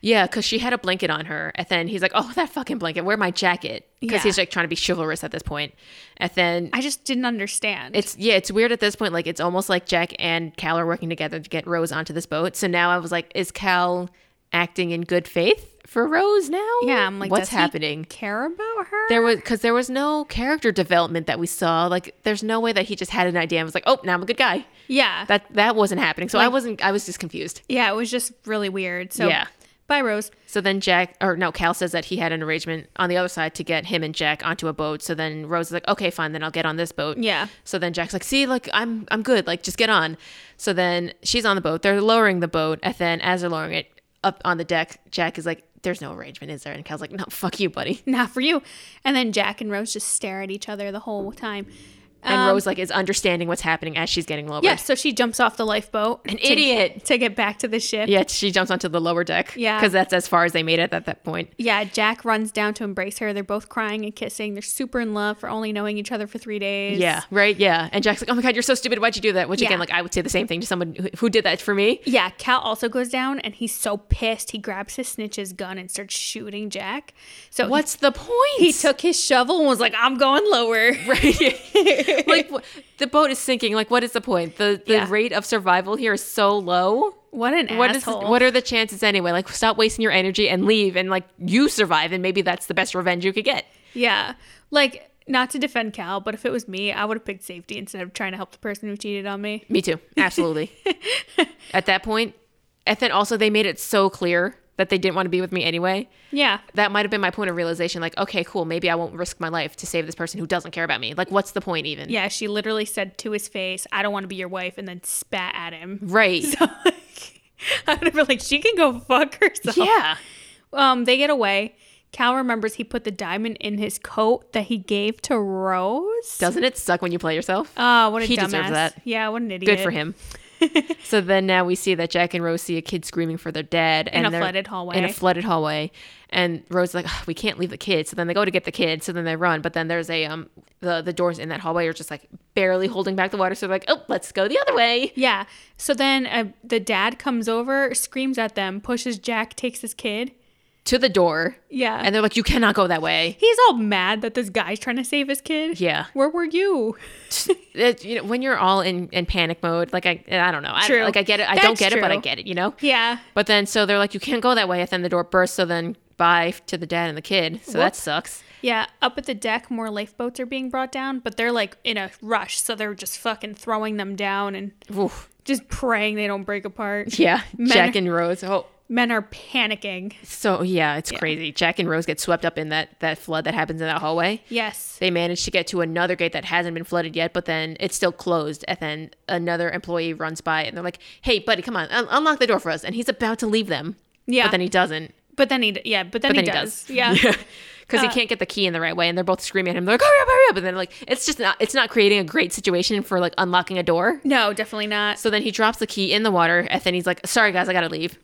Speaker 2: Yeah, because she had a blanket on her. And then he's like, Oh, that fucking blanket, wear my jacket. Because
Speaker 1: Yeah.
Speaker 2: he's like trying to be chivalrous at this point. And then
Speaker 1: I just didn't understand.
Speaker 2: It's yeah, it's weird at this point. Like it's almost like Jack and Cal are working together to get Rose onto this boat. So now I was like, is Cal acting in good faith for Rose now?
Speaker 1: Yeah, I'm like,
Speaker 2: what's
Speaker 1: does he
Speaker 2: happening?
Speaker 1: care about her?
Speaker 2: There was because there was no character development that we saw. Like, there's no way that he just had an idea and was like, "Oh, now I'm a good guy."
Speaker 1: yeah.
Speaker 2: That that wasn't happening. So I wasn't. I was just confused.
Speaker 1: yeah, it was just really weird. So
Speaker 2: Yeah.
Speaker 1: bye, Rose. *laughs*
Speaker 2: So then Jack, or no, Cal says that he had an arrangement on the other side to get him and Jack onto a boat. So then Rose is like, "Okay, fine, then I'll get on this boat."
Speaker 1: Yeah.
Speaker 2: So then Jack's like, "See, like I'm I'm good. Like just get on." So then she's on the boat. They're lowering the boat, and then as they're lowering it up on the deck, Jack is like, "There's no arrangement, is there?" And Cal's like, "No, *laughs* fuck you, buddy."
Speaker 1: Not for you. And then Jack and Rose just stare at each other the whole time.
Speaker 2: And Rose like is understanding what's happening as she's getting lowered.
Speaker 1: Yeah, so she jumps off the lifeboat.
Speaker 2: An
Speaker 1: to-
Speaker 2: idiot.
Speaker 1: To get back to the ship.
Speaker 2: Yeah, she jumps onto the lower deck.
Speaker 1: Yeah.
Speaker 2: Because that's as far as they made it at that point.
Speaker 1: Yeah, Jack runs down to embrace her. They're both crying and kissing. They're super in love for only knowing each other for three days.
Speaker 2: Yeah. Right. Yeah. And Jack's like, "Oh my god, you're so stupid. Why'd you do that?" Which
Speaker 1: Yeah.
Speaker 2: again, like I would say the same thing to someone who, who did that for me.
Speaker 1: Yeah, Cal also goes down and he's so pissed. He grabs his snitch's gun and starts shooting Jack. So he-
Speaker 2: What's the point?
Speaker 1: he, took his shovel and was like, I'm going lower.
Speaker 2: right. *laughs* like wh- the boat is sinking. Like what is the point? The the
Speaker 1: Yeah.
Speaker 2: rate of survival here is so low.
Speaker 1: *laughs* What an
Speaker 2: What is
Speaker 1: asshole.
Speaker 2: what are the chances anyway? Like stop wasting your energy and leave and like you survive and maybe that's the best revenge you could get.
Speaker 1: yeah. Like, not to defend Cal, but if it was me, I would have picked safety instead of trying to help the person who cheated on me.
Speaker 2: Me too. *laughs* Absolutely. At that point, and then also they made it so clear that they didn't want to be with me anyway.
Speaker 1: Yeah.
Speaker 2: That might have been my point of realization like okay, cool, maybe I won't risk my life to save this person who doesn't care about me. Like what's the point even?
Speaker 1: Yeah, she literally said to his face, I don't want to be your wife, and then spat at him. *laughs*
Speaker 2: Right. *laughs*
Speaker 1: I would have been like, she can go fuck herself.
Speaker 2: yeah.
Speaker 1: Um, they get away. Cal remembers he put the diamond in his coat that he gave to Rose.
Speaker 2: Doesn't it suck when you play yourself?
Speaker 1: Oh, what a
Speaker 2: He
Speaker 1: dumbass.
Speaker 2: deserves that.
Speaker 1: Yeah, what an idiot.
Speaker 2: Good
Speaker 1: *laughs*
Speaker 2: for him. so then now we see that Jack and Rose see a kid screaming for their dad and
Speaker 1: a
Speaker 2: they're-
Speaker 1: flooded hallway.
Speaker 2: In a flooded hallway, and Rose is like, "Ugh, we can't leave the kid. So then they go to get the kid. So then they run, but then there's a um the the doors in that hallway are just like barely holding back the water. So they're like, oh, let's go the other way.
Speaker 1: Yeah. So then uh, the dad comes over, screams at them, pushes Jack, takes his kid.
Speaker 2: To the door,
Speaker 1: Yeah.
Speaker 2: and they're like, you cannot go that way.
Speaker 1: he's all mad that this guy's trying to save his kid.
Speaker 2: Yeah.
Speaker 1: Where were you?
Speaker 2: It- you know, when you're all in in panic mode, like I I don't know, I,
Speaker 1: True.
Speaker 2: like I get it, I don't
Speaker 1: That's
Speaker 2: get it, but I
Speaker 1: true.
Speaker 2: get it, you know.
Speaker 1: Yeah.
Speaker 2: But then so they're like, you can't go that way. And then the door bursts. So then bye to the dad and the kid. So
Speaker 1: Whoop.
Speaker 2: that sucks.
Speaker 1: Yeah. Up at the deck, more lifeboats are being brought down, but they're like in a rush. So they're just fucking throwing them down and
Speaker 2: Oof.
Speaker 1: just praying they don't break
Speaker 2: *laughs*
Speaker 1: apart.
Speaker 2: Yeah,
Speaker 1: Men-
Speaker 2: Jack and Rose. Oh,
Speaker 1: Men are panicking.
Speaker 2: so yeah, it's crazy. Jack and Rose get swept up in that that flood that happens in that hallway.
Speaker 1: Yes.
Speaker 2: They manage to get to another gate that hasn't been flooded yet, but then it's still closed. And then another employee runs by and they're like, "Hey, buddy, come on, un- unlock the door for us." And he's about to leave them.
Speaker 1: Yeah.
Speaker 2: but then he doesn't
Speaker 1: But then he, d- yeah, but then,
Speaker 2: then
Speaker 1: he,
Speaker 2: he
Speaker 1: does.
Speaker 2: *laughs*
Speaker 1: Yeah.
Speaker 2: because he can't get the key in the right way. And they're both screaming at him. They're like, "Hurry up, hurry up!" And then like it's just not it's not creating a great situation for like unlocking a door.
Speaker 1: No, definitely not.
Speaker 2: So then he drops the key in the water, and then he's like, "Sorry guys, I gotta leave."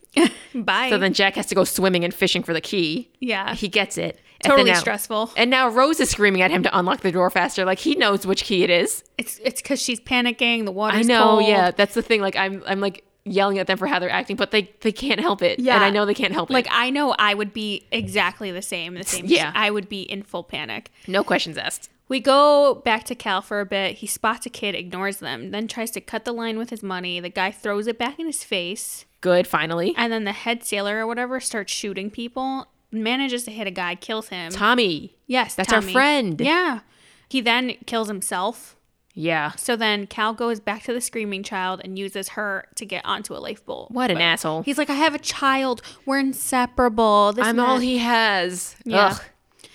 Speaker 1: Bye.
Speaker 2: So then Jack has to go swimming and fishing for the key.
Speaker 1: yeah.
Speaker 2: He gets it. And then
Speaker 1: totally
Speaker 2: now-
Speaker 1: stressful.
Speaker 2: And now Rose is screaming at him to unlock the door faster. Like he knows which key it is.
Speaker 1: It's it's because she's panicking. The water's
Speaker 2: I know.
Speaker 1: cold.
Speaker 2: Yeah, that's the thing. Like I'm, I'm like yelling at them for how they're acting, but they they can't help it.
Speaker 1: Yeah.
Speaker 2: and I know they can't help
Speaker 1: Like
Speaker 2: it.
Speaker 1: I know I would be exactly the same. The same.
Speaker 2: Yeah.
Speaker 1: I would be in full panic.
Speaker 2: No questions asked.
Speaker 1: We go back to Cal for a bit. He spots a kid, ignores them, then tries to cut the line with his money. The guy throws it back in his face,
Speaker 2: Good. Finally,
Speaker 1: and then the head sailor or whatever starts shooting people. Manages to hit a guy, kills him.
Speaker 2: Tommy.
Speaker 1: yes,
Speaker 2: That's our
Speaker 1: Tommy.
Speaker 2: friend.
Speaker 1: Yeah. He then kills himself.
Speaker 2: Yeah.
Speaker 1: So then Cal goes back to the screaming child and uses her to get onto a lifeboat.
Speaker 2: What an asshole.
Speaker 1: He's like, I have a child. We're inseparable. This
Speaker 2: I'm
Speaker 1: and
Speaker 2: all
Speaker 1: that."
Speaker 2: he has.
Speaker 1: Yeah.
Speaker 2: Ugh.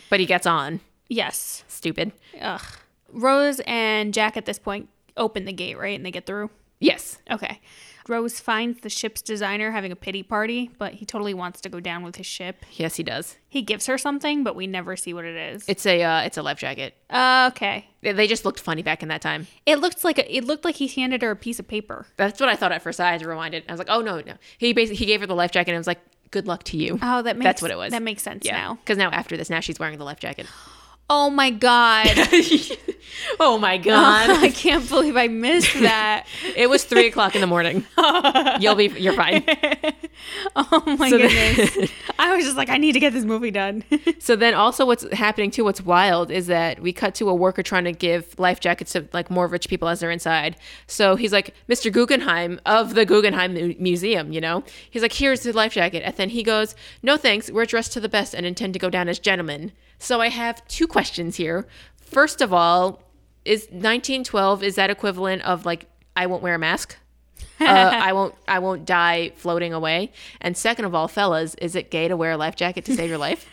Speaker 2: But he gets on.
Speaker 1: Yes.
Speaker 2: Stupid.
Speaker 1: Ugh. Rose and Jack at this point open the gate, right? And they get through.
Speaker 2: Yes.
Speaker 1: Okay. Rose finds the ship's designer having a pity party, but he totally wants to go down with his ship.
Speaker 2: Yes, he does.
Speaker 1: He gives her something, but we never see what it is.
Speaker 2: It's a uh, it's a life jacket.
Speaker 1: Uh, okay.
Speaker 2: They- They just looked funny back in that time.
Speaker 1: It looked like a, it looked like he handed her a piece of paper.
Speaker 2: That's what I thought at first. I had to rewind it. I was like, oh no, no. He basically he gave her the life jacket and was like, good luck to you.
Speaker 1: Oh, that makes
Speaker 2: That's what it was.
Speaker 1: That makes sense now.
Speaker 2: *laughs* Because now after this, now she's wearing the life jacket.
Speaker 1: Oh my god.
Speaker 2: *gasps* *laughs* Oh my
Speaker 1: I
Speaker 2: god!
Speaker 1: can't believe I
Speaker 2: *laughs*
Speaker 1: missed that.
Speaker 2: it was three o'clock in the *laughs* morning. You'll be, you're fine.
Speaker 1: Oh my
Speaker 2: So the-
Speaker 1: goodness.
Speaker 2: *laughs*
Speaker 1: I was just like, I need to get this movie done. *laughs*
Speaker 2: So then, also, what's happening too? What's wild is that we cut to a worker trying to give life jackets to like more rich people as they're inside. So he's like, "Mr. Guggenheim of the Guggenheim Mu- Museum," you know. He's like, "Here's the life jacket," and then he goes, "No thanks. We're dressed to the best and intend to go down as gentlemen." So I have two questions here. First of all, is 1912 is that equivalent of like I won't wear a mask? uh, I won't. I won't die floating away. And second of all, fellas, is it gay to wear a life jacket to save your life?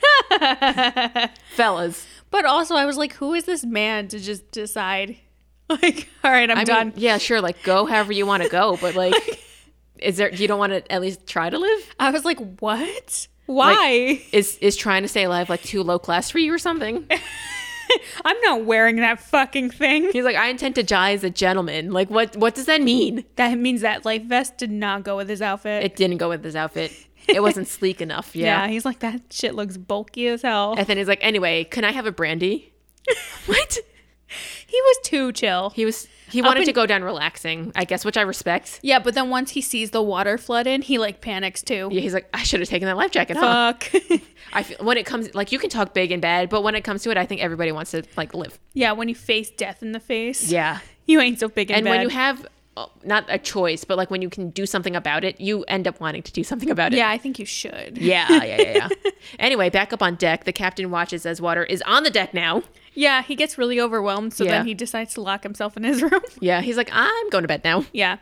Speaker 2: fellas.
Speaker 1: But also, I was like, who is this man to just decide? *laughs* Like, all right, I'm
Speaker 2: I
Speaker 1: done.
Speaker 2: mean, yeah, sure. Like, go however you want to go, but *laughs* like, is there? You don't want to at least try to live?
Speaker 1: I was like, what? Why? *laughs*
Speaker 2: Is is trying to stay alive like too low class for you or something?
Speaker 1: I'm not wearing that fucking thing.
Speaker 2: He's like, I intend to die as a gentleman. Like, what what does that mean?
Speaker 1: That means that life vest did not go with his outfit.
Speaker 2: It didn't go with his outfit. It *laughs* wasn't sleek enough.
Speaker 1: yeah.
Speaker 2: Yeah.
Speaker 1: he's like, that shit looks bulky as hell.
Speaker 2: And then he's like, anyway, can I have a brandy?
Speaker 1: *laughs*
Speaker 2: what?
Speaker 1: He was too chill.
Speaker 2: He was he
Speaker 1: Up
Speaker 2: wanted
Speaker 1: in-
Speaker 2: to go down relaxing, I guess, which I respect.
Speaker 1: Yeah, but then once he sees the water flood in, he like panics too.
Speaker 2: Yeah, he's like, I should have taken that life jacket. Huh?
Speaker 1: Fuck. *laughs*
Speaker 2: I feel when it comes like you can talk big and bad, but when it comes to it, I think everybody wants to like live.
Speaker 1: yeah, when you face death in the face,
Speaker 2: Yeah.
Speaker 1: you ain't so big and,
Speaker 2: and
Speaker 1: bad.
Speaker 2: when you have uh, not a choice, but like when you can do something about it, you end up wanting to do something about it.
Speaker 1: yeah, I think you should.
Speaker 2: Yeah, yeah, yeah,
Speaker 1: *laughs*
Speaker 2: yeah. anyway, back up on deck, the captain watches as water is on the deck now.
Speaker 1: Yeah, he gets really overwhelmed, so
Speaker 2: Yeah.
Speaker 1: then he decides to lock himself in his *laughs* room.
Speaker 2: Yeah, he's like, I'm going to bed now.
Speaker 1: yeah.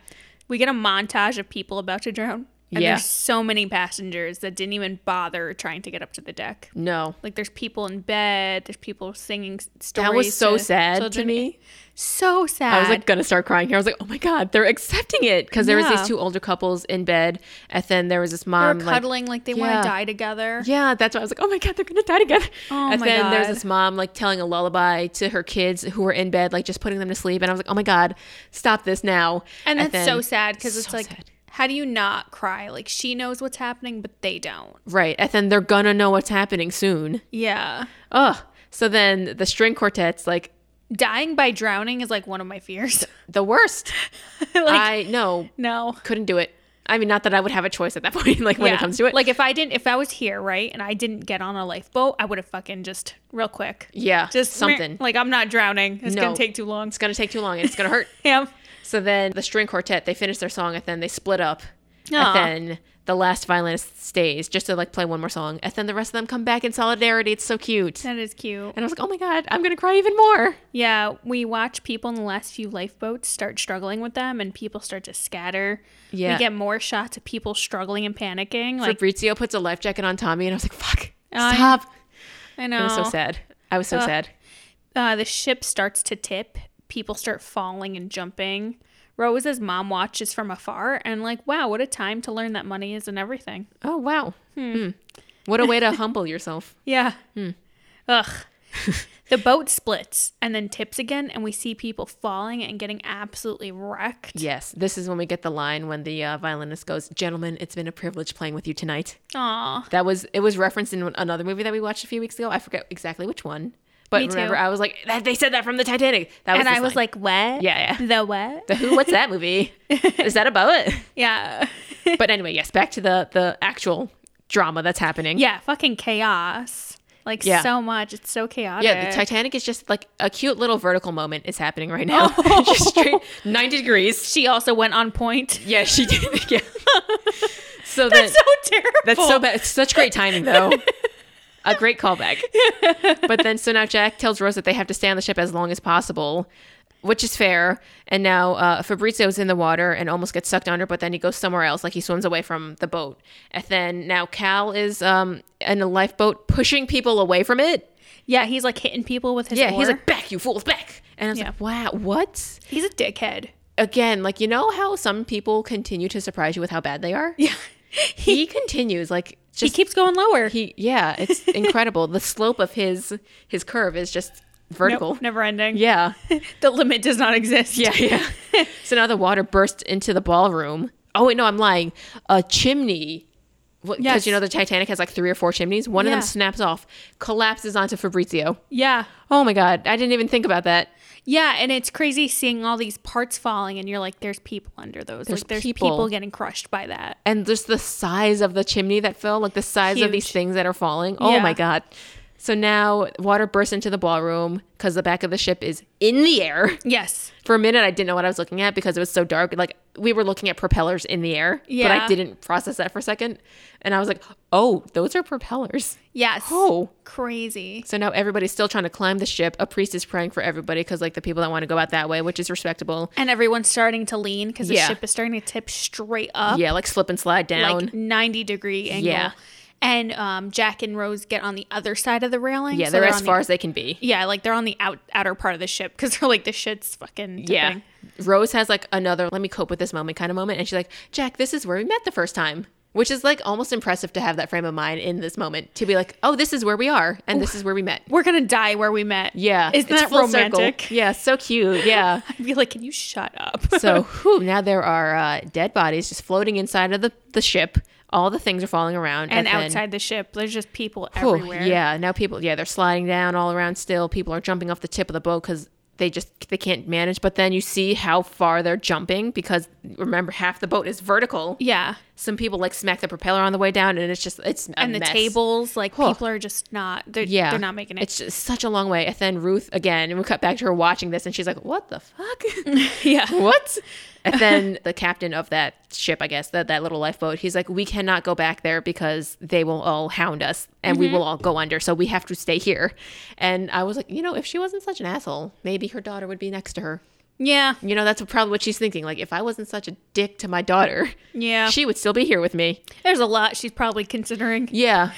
Speaker 1: We get a montage of people about to drown. And
Speaker 2: Yeah.
Speaker 1: there's so many passengers that didn't even bother trying to get up to the deck.
Speaker 2: No.
Speaker 1: Like there's people in bed, there's people singing s- stories.
Speaker 2: That was so
Speaker 1: to
Speaker 2: sad to
Speaker 1: children.
Speaker 2: me.
Speaker 1: So sad.
Speaker 2: I was like gonna start crying here. I was like, oh my god, they're accepting it because there was
Speaker 1: Yeah.
Speaker 2: these two older couples in bed, and then there was this
Speaker 1: they were
Speaker 2: mom like,
Speaker 1: cuddling like, they want
Speaker 2: yeah.
Speaker 1: to die together.
Speaker 2: yeah, that's why I was like, oh my god, they're gonna die together.
Speaker 1: Oh
Speaker 2: and
Speaker 1: my
Speaker 2: then there was
Speaker 1: God.
Speaker 2: this mom like telling a lullaby to her kids who were in bed, like just putting them to sleep, and I was like, oh my god, stop this now.
Speaker 1: And that's so
Speaker 2: then-
Speaker 1: sad because it's
Speaker 2: so
Speaker 1: like,
Speaker 2: sad.
Speaker 1: how do you not cry? Like she knows what's happening, but they don't.
Speaker 2: right, and then they're gonna know what's happening soon.
Speaker 1: Yeah.
Speaker 2: Ugh. So then the string quartet's like
Speaker 1: Dying by drowning is like one of my fears. *laughs*
Speaker 2: the worst.
Speaker 1: like,
Speaker 2: I no
Speaker 1: no.
Speaker 2: couldn't do it. I mean, not that I would have a choice at that *laughs* point. Like when it
Speaker 1: Yeah.
Speaker 2: comes to it,
Speaker 1: Like if I didn't, if I was here, right, and I didn't get on a lifeboat, I would have fucking just real quick.
Speaker 2: yeah,
Speaker 1: Just
Speaker 2: something.
Speaker 1: Like I'm not drowning. It's
Speaker 2: No.
Speaker 1: gonna *laughs* take too long.
Speaker 2: it's gonna take too long and it's gonna hurt.
Speaker 1: Yeah.
Speaker 2: So then the string quartet, they finish their song and then they split up.
Speaker 1: Aw.
Speaker 2: And then the last violinist stays just to like play one more song. And then the rest of them come back in solidarity. It's so cute. And
Speaker 1: That is cute.
Speaker 2: I was like, oh my God, I'm going to cry even more.
Speaker 1: Yeah, we watch people in the last few lifeboats start struggling with them, and people start to scatter.
Speaker 2: Yeah.
Speaker 1: We get more shots of people struggling and panicking. Like
Speaker 2: Fabrizio puts a life jacket on Tommy and I was like, fuck,
Speaker 1: I-
Speaker 2: stop.
Speaker 1: I know.
Speaker 2: It was so sad. I was so
Speaker 1: Ugh.
Speaker 2: sad.
Speaker 1: Uh, the ship starts to tip. People start falling and jumping. Rose's mom watches from afar and like, wow, what a time to learn that money isn't everything.
Speaker 2: Oh, wow. Hmm. What a
Speaker 1: *laughs*
Speaker 2: way to humble yourself.
Speaker 1: Yeah.
Speaker 2: Hmm.
Speaker 1: Ugh.
Speaker 2: *laughs*
Speaker 1: the boat splits and then tips again, and we see people falling and getting absolutely wrecked.
Speaker 2: Yes. This is when we get the line when the uh, violinist goes, Gentlemen, it's been a privilege playing with you tonight.
Speaker 1: Aw.
Speaker 2: That was it was referenced in another movie that we watched a few weeks ago. I forget exactly which one, but
Speaker 1: Me too.
Speaker 2: remember I was like, that, they said that from the Titanic. That was
Speaker 1: And I was like, what?
Speaker 2: Yeah, yeah.
Speaker 1: The what?
Speaker 2: the who? What's that movie? Is that about it?
Speaker 1: Yeah.
Speaker 2: *laughs*
Speaker 1: *laughs*
Speaker 2: But anyway, yes. Back to the the actual drama that's happening.
Speaker 1: yeah, fucking chaos. Like
Speaker 2: Yeah.
Speaker 1: so much. It's so chaotic.
Speaker 2: Yeah, the Titanic is just like a cute little vertical moment is happening right now. *laughs* just straight 90 degrees.
Speaker 1: she also went on point. *laughs*
Speaker 2: Yeah, she did. *laughs* Yeah. So
Speaker 1: That's
Speaker 2: that's
Speaker 1: so terrible.
Speaker 2: That's so bad. It's such great timing, though. A great callback. But then, so now Jack tells Rose that they have to stay on the ship as long as possible, which is fair. And now uh, Fabrizio's in the water and almost gets sucked under, but then he goes somewhere else, like he swims away from the boat. And then now Cal is um, in a lifeboat pushing people away from it.
Speaker 1: Yeah, he's like hitting people with his
Speaker 2: Yeah,
Speaker 1: oar.
Speaker 2: he's like, back, you fools, back. And I was like, wow, what?
Speaker 1: he's a
Speaker 2: *laughs*
Speaker 1: dickhead.
Speaker 2: Again, like, you know how some people continue to surprise you with how bad they are?
Speaker 1: Yeah. *laughs* He,
Speaker 2: He continues, like, just
Speaker 1: he keeps going lower.
Speaker 2: He yeah,
Speaker 1: *laughs*
Speaker 2: it's incredible. the slope of his his curve is just
Speaker 1: Nope,
Speaker 2: vertical.
Speaker 1: never ending.
Speaker 2: Yeah.
Speaker 1: *laughs* The limit does not exist.
Speaker 2: Yeah,
Speaker 1: *laughs*
Speaker 2: yeah. so now the water bursts into the ballroom. Oh wait, no, I'm lying. A chimney because
Speaker 1: Yes.
Speaker 2: you know the Titanic has like three or four chimneys. One of
Speaker 1: Yeah.
Speaker 2: them snaps off, collapses onto Fabrizio.
Speaker 1: Yeah.
Speaker 2: Oh my god, I didn't even think about that.
Speaker 1: Yeah, and it's crazy seeing all these parts falling, and you're like, "There's people under those.
Speaker 2: There's
Speaker 1: like, there's
Speaker 2: people.
Speaker 1: people. getting crushed by that."
Speaker 2: and just the size of the chimney that fell, like the size of these
Speaker 1: Huge.
Speaker 2: things that are falling. Oh
Speaker 1: Yeah.
Speaker 2: my god. So now water bursts into the ballroom because the back of the ship is in the air.
Speaker 1: Yes,
Speaker 2: For a minute, I didn't know what I was looking at because it was so dark. Like we were looking at propellers in the air, but I
Speaker 1: Yeah.
Speaker 2: didn't process that for a second. And I was like, "Oh, those are propellers."
Speaker 1: yes.
Speaker 2: Oh,
Speaker 1: crazy.
Speaker 2: so now everybody's still trying to climb the ship. A priest is praying for everybody because like the people that want to go out that way, which is respectable.
Speaker 1: And everyone's starting to lean because the
Speaker 2: Yeah.
Speaker 1: ship is starting to tip straight up,
Speaker 2: Yeah, like slip and slide down.
Speaker 1: like 90 degree angle.
Speaker 2: Yeah.
Speaker 1: And um, Jack and Rose get on the other side of the railing.
Speaker 2: yeah,
Speaker 1: so
Speaker 2: they're as
Speaker 1: on the-
Speaker 2: far as they can be.
Speaker 1: yeah, like they're on the out, outer part of the ship because they're like, "This shit's fucking
Speaker 2: Yeah.
Speaker 1: tipping."
Speaker 2: Rose has like another let me cope with this moment kind of moment. And she's like, Jack, this is where we met the first time. Which is like almost impressive to have that frame of mind in this moment to be like, oh, this is where we are and this is where we met.
Speaker 1: We're gonna die where we met.
Speaker 2: Yeah.
Speaker 1: isn't
Speaker 2: it's
Speaker 1: that
Speaker 2: full circle.
Speaker 1: romantic? *laughs*
Speaker 2: Yeah. So cute. Yeah.
Speaker 1: I'd be like, "Can you shut up?" *laughs*
Speaker 2: so whew, now there are uh, dead bodies just floating inside of the, the ship. All the things are falling around.
Speaker 1: and
Speaker 2: then-
Speaker 1: outside the ship, there's just people
Speaker 2: Whew,
Speaker 1: everywhere.
Speaker 2: yeah. Now people, yeah, they're sliding down all around still. People are jumping off the tip of the boat because they just they can't manage. But then you see how far they're jumping because remember half the boat is vertical.
Speaker 1: yeah.
Speaker 2: some people like smack the propeller on the way down and it's just it's a
Speaker 1: and the
Speaker 2: mess.
Speaker 1: tables like
Speaker 2: Whew.
Speaker 1: people are just not they're,
Speaker 2: yeah
Speaker 1: they're not making it
Speaker 2: it's just such a long way and then ruth again and we cut back to her watching this and she's like what the fuck
Speaker 1: *laughs* yeah
Speaker 2: what and then the captain of that ship i guess that that little lifeboat he's like we cannot go back there because they will all hound us and we will all go under so we have to stay here and i was like you know if she wasn't such an asshole maybe her daughter would be next to her
Speaker 1: yeah
Speaker 2: you know that's probably what she's thinking like if i wasn't such a dick to my daughter
Speaker 1: yeah
Speaker 2: she would still be here with me
Speaker 1: there's a lot she's probably considering
Speaker 2: Yeah.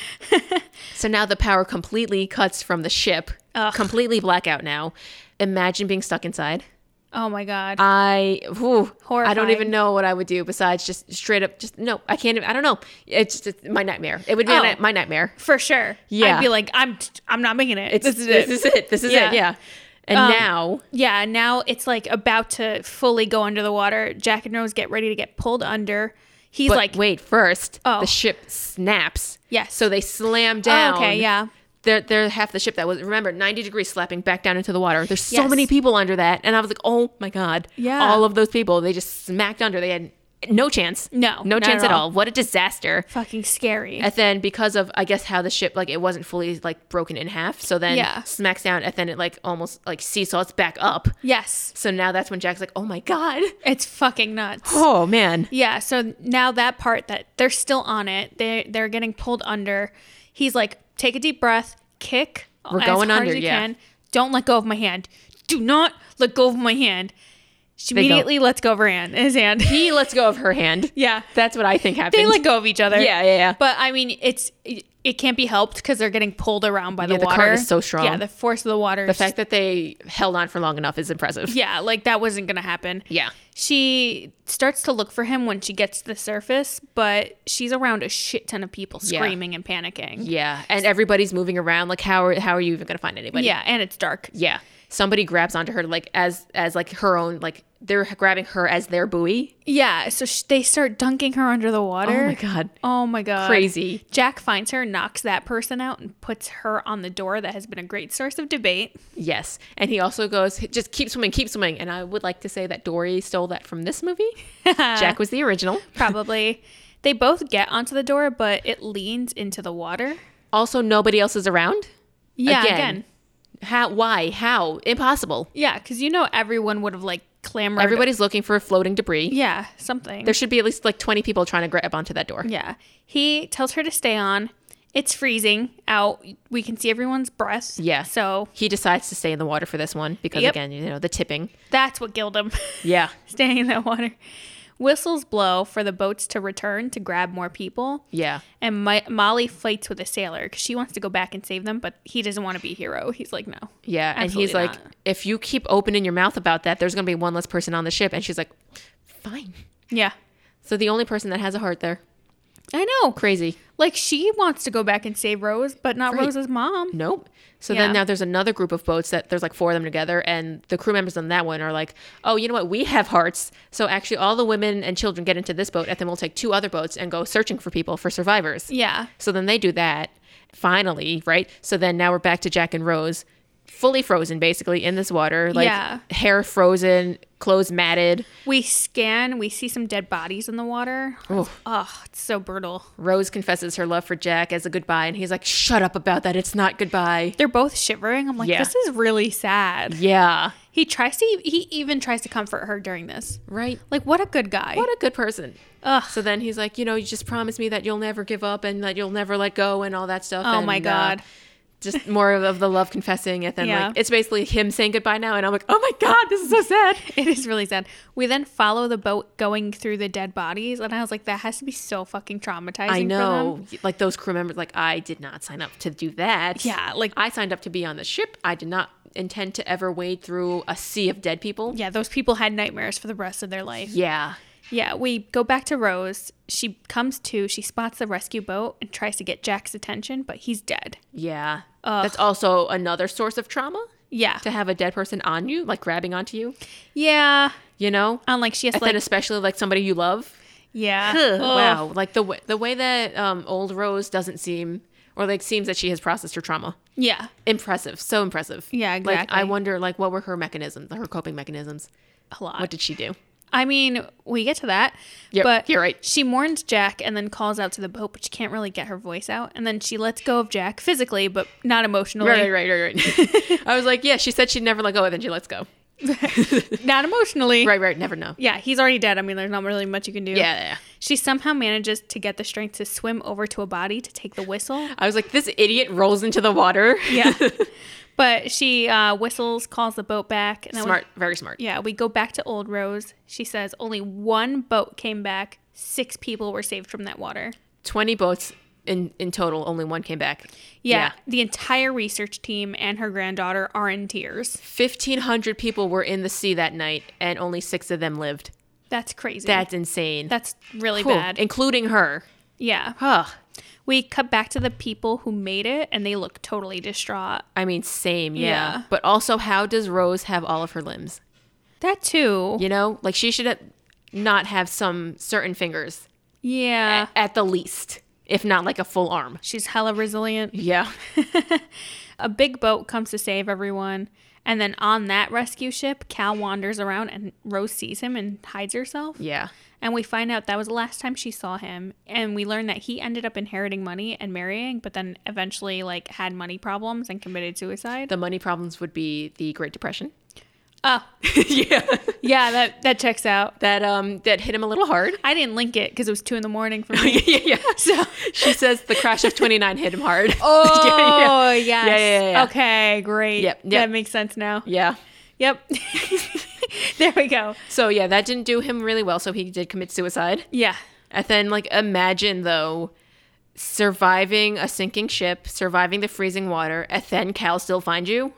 Speaker 2: *laughs* so now the power completely cuts from the ship.
Speaker 1: Ugh.
Speaker 2: Completely blackout now. Imagine being stuck inside.
Speaker 1: oh my god
Speaker 2: Uh, I whew, I don't
Speaker 1: Horrifying.
Speaker 2: even know what I would do besides just straight up just no, I can't even I don't know. It's just it's my nightmare. It would be
Speaker 1: Oh.
Speaker 2: my- my nightmare.
Speaker 1: for sure
Speaker 2: Yeah.
Speaker 1: i'd be like i'm i'm not making it
Speaker 2: It's,
Speaker 1: this is
Speaker 2: this
Speaker 1: it
Speaker 2: is it. This is
Speaker 1: Yeah.
Speaker 2: it. Yeah. And
Speaker 1: Um,
Speaker 2: now
Speaker 1: yeah now it's like about to fully go under the water jack and rose get ready to get pulled under he's
Speaker 2: but
Speaker 1: like
Speaker 2: wait, first
Speaker 1: Oh.
Speaker 2: the ship snaps.
Speaker 1: Yes.
Speaker 2: So they slam down.
Speaker 1: oh, okay yeah
Speaker 2: They're, they're half the ship that was remember 90 degrees slapping back down into the water there's so
Speaker 1: Yes.
Speaker 2: many people under that and i was like oh my god
Speaker 1: Yeah.
Speaker 2: all of those people they just smacked under they had no chance
Speaker 1: No,
Speaker 2: no
Speaker 1: not
Speaker 2: chance
Speaker 1: at
Speaker 2: at all.
Speaker 1: all.
Speaker 2: what a disaster
Speaker 1: fucking scary
Speaker 2: and then because of i guess how the ship like it wasn't fully like broken in half so then
Speaker 1: Yeah.
Speaker 2: smacks down and then it like almost like seesaws back up
Speaker 1: yes
Speaker 2: so now that's when jack's like oh my god
Speaker 1: it's fucking nuts
Speaker 2: *gasps* oh man
Speaker 1: Yeah, so now that part that they're still on it, they they're getting pulled under. He's like, take a deep breath, kick
Speaker 2: We're going under, yeah.
Speaker 1: Don't let go of my hand. Do not let go of my hand. She
Speaker 2: They go-
Speaker 1: immediately lets go of her hand, his hand.
Speaker 2: he lets go of her *laughs* hand
Speaker 1: *laughs* yeah,
Speaker 2: that's what i think happened
Speaker 1: they let go of each other.
Speaker 2: yeah yeah yeah
Speaker 1: but I mean, it's it, it can't be helped because they're getting pulled around by
Speaker 2: Yeah,
Speaker 1: the
Speaker 2: the
Speaker 1: water.
Speaker 2: current is so strong.
Speaker 1: Yeah, the force of the water.
Speaker 2: the fact that they held on for long enough is impressive
Speaker 1: yeah, like that wasn't gonna happen.
Speaker 2: yeah.
Speaker 1: She starts to look for him when she gets to the surface, but she's around a shit ton of people
Speaker 2: Yeah.
Speaker 1: screaming and panicking. Yeah.
Speaker 2: Yeah, and everybody's moving around. Like, how are how are you even gonna find anybody?
Speaker 1: and it's dark.
Speaker 2: yeah. Somebody grabs onto her like as as like her own like they're grabbing her as their buoy.
Speaker 1: Yeah, so sh- they start dunking her under the water.
Speaker 2: Oh my god,
Speaker 1: Oh my god.
Speaker 2: crazy.
Speaker 1: Jack finds her, knocks that person out, and puts her on the door. That has been a great source of debate.
Speaker 2: Yes, and he also goes just keep swimming, keep swimming. And I would like to say that Dory stole that from
Speaker 1: *laughs*
Speaker 2: this movie. Jack was the original.
Speaker 1: Probably. they both get onto the door, but it leans into the water.
Speaker 2: Also, nobody else is around.
Speaker 1: Yeah,
Speaker 2: Again.
Speaker 1: again.
Speaker 2: How? Why? How? Impossible.
Speaker 1: Yeah, because you know everyone would have like clamored.
Speaker 2: Everybody's looking for floating debris.
Speaker 1: Yeah, something.
Speaker 2: There should be at least like twenty people trying to grab onto that door.
Speaker 1: Yeah. He tells her to stay on. It's freezing out. We can see everyone's breath.
Speaker 2: Yeah.
Speaker 1: So
Speaker 2: He decides to stay in the water for this one because
Speaker 1: Yep.
Speaker 2: again, you know, the tipping.
Speaker 1: that's what killed him,
Speaker 2: *laughs* Yeah.
Speaker 1: *laughs* staying in that water. Whistles blow for the boats to return to grab more people.
Speaker 2: Yeah.
Speaker 1: And Mo- Molly fights with a sailor because she wants to go back and save them, but he doesn't want to be a hero. He's like, no.
Speaker 2: Yeah. And he's
Speaker 1: Absolutely
Speaker 2: like,
Speaker 1: not.
Speaker 2: if you keep opening your mouth about that, there's going to be one less person on the ship. And she's like, fine.
Speaker 1: Yeah.
Speaker 2: So the only person that has a heart there.
Speaker 1: I know.
Speaker 2: Crazy.
Speaker 1: Like, she wants to go back and save Rose, but not
Speaker 2: Right.
Speaker 1: Rose's mom.
Speaker 2: Nope. So
Speaker 1: Yeah.
Speaker 2: then now there's another group of boats that there's like four of them together. And the crew members on that one are like, oh, you know what? We have hearts. So actually, all the women and children get into this boat. And then we'll take two other boats and go searching for people for survivors.
Speaker 1: Yeah.
Speaker 2: So then they do that finally, right? So then now we're back to Jack and Rose. fully frozen basically in this water, like
Speaker 1: Yeah.
Speaker 2: hair frozen, clothes matted.
Speaker 1: We scan, we see some dead bodies in the water. Oh, it's so brutal.
Speaker 2: Rose confesses her love for Jack as a goodbye, and he's like, "Shut up about that. It's not goodbye."
Speaker 1: They're both shivering. I'm like,
Speaker 2: Yeah.
Speaker 1: this is really sad.
Speaker 2: Yeah,
Speaker 1: He tries to, he even tries to comfort her during this.
Speaker 2: right.
Speaker 1: Like, what a good guy.
Speaker 2: What a good person.
Speaker 1: Ugh.
Speaker 2: So then he's like, you know, you just promise me that you'll never give up and that you'll never let go and all that stuff.
Speaker 1: Oh my
Speaker 2: and, uh,
Speaker 1: God.
Speaker 2: just more of, of the love confessing, and then
Speaker 1: Yeah.
Speaker 2: like it's basically him saying goodbye now, and I'm like, oh my god, this is so sad.
Speaker 1: *laughs* It is really sad. We then follow the boat going through the dead bodies, and I was like, that has to be so fucking traumatizing.
Speaker 2: I
Speaker 1: For them.
Speaker 2: know, like those crew members, like I did not sign up to do that.
Speaker 1: Yeah, like-
Speaker 2: I signed up to be on the ship. I did not intend to ever wade through a sea of dead people.
Speaker 1: Yeah, those people had nightmares for the rest of their life.
Speaker 2: Yeah,
Speaker 1: Yeah, we go back to Rose. She comes to, she spots the rescue boat and tries to get Jack's attention, but he's dead.
Speaker 2: yeah. That's also another source of trauma
Speaker 1: Yeah.
Speaker 2: to have a dead person on you, like grabbing onto you.
Speaker 1: Yeah.
Speaker 2: You know,
Speaker 1: And like she has
Speaker 2: and
Speaker 1: to, like,
Speaker 2: then especially like somebody you love.
Speaker 1: yeah. Ugh.
Speaker 2: Ugh, Wow, like the way the way that um, old Rose doesn't seem, or like seems that she has processed her trauma.
Speaker 1: Yeah.
Speaker 2: Impressive, so impressive.
Speaker 1: Yeah,
Speaker 2: Like I
Speaker 1: exactly.
Speaker 2: wonder, like what were her mechanisms, her coping mechanisms?
Speaker 1: A lot.
Speaker 2: What did she do?
Speaker 1: I mean, we get to that.
Speaker 2: Yep,
Speaker 1: but
Speaker 2: you're right.
Speaker 1: She mourns Jack and then calls out to the boat, but she can't really get her voice out. And then she lets go of Jack physically, but not emotionally.
Speaker 2: Right, right, right, right. right. *laughs* I was like, yeah, she said she'd never let go, and then she lets go.
Speaker 1: *laughs* Not emotionally.
Speaker 2: Right, right, never know.
Speaker 1: Yeah, he's already dead. I mean, there's not really much you can do.
Speaker 2: Yeah, yeah, yeah.
Speaker 1: She somehow manages to get the strength to swim over to a body to take the whistle.
Speaker 2: I was like, this idiot rolls into the water.
Speaker 1: *laughs* Yeah. but she uh, whistles, calls the boat back. And then we-
Speaker 2: smart, very smart.
Speaker 1: yeah, we go back to Old Rose. She says only one boat came back. Six people were saved from that water.
Speaker 2: Twenty boats in in total. Only one came back.
Speaker 1: Yeah, The entire research team and her granddaughter are in tears.
Speaker 2: Fifteen hundred people were in the sea that night, and only six of them lived.
Speaker 1: That's crazy.
Speaker 2: That's insane.
Speaker 1: That's really
Speaker 2: Cool.
Speaker 1: bad.
Speaker 2: including her.
Speaker 1: yeah.
Speaker 2: Huh.
Speaker 1: We cut back to the people who made it and they look totally distraught.
Speaker 2: I mean, same, yeah.
Speaker 1: Yeah.
Speaker 2: But also, how does Rose have all of her limbs?
Speaker 1: That too.
Speaker 2: You know, like she should have not have some certain fingers
Speaker 1: Yeah.
Speaker 2: at the least, if not like a full arm.
Speaker 1: She's hella resilient.
Speaker 2: Yeah.
Speaker 1: A big boat comes to save everyone. And then on that rescue ship, Cal wanders around and Rose sees him and hides herself.
Speaker 2: Yeah.
Speaker 1: And we find out that was the last time she saw him. And we learn that he ended up inheriting money and marrying, but then eventually, like, had money problems and committed suicide.
Speaker 2: *laughs* The money problems would be the Great *laughs* Depression.
Speaker 1: Oh,
Speaker 2: yeah.
Speaker 1: yeah, that that checks out.
Speaker 2: That um that hit him a little hard.
Speaker 1: I didn't link it because it was two in the morning for me.
Speaker 2: *laughs* yeah, *laughs* yeah.
Speaker 1: so,
Speaker 2: She says the crash of 29 hit him hard.
Speaker 1: oh yes,
Speaker 2: Yeah, yeah, yeah.
Speaker 1: okay, great.
Speaker 2: Yep, yep.
Speaker 1: that makes sense now.
Speaker 2: Yeah.
Speaker 1: Yep. *laughs* there we go.
Speaker 2: So yeah, that didn't do him really well, so he did commit suicide.
Speaker 1: Yeah,
Speaker 2: And then, like, imagine though, surviving a sinking ship, surviving the freezing water, and then Cal still find you.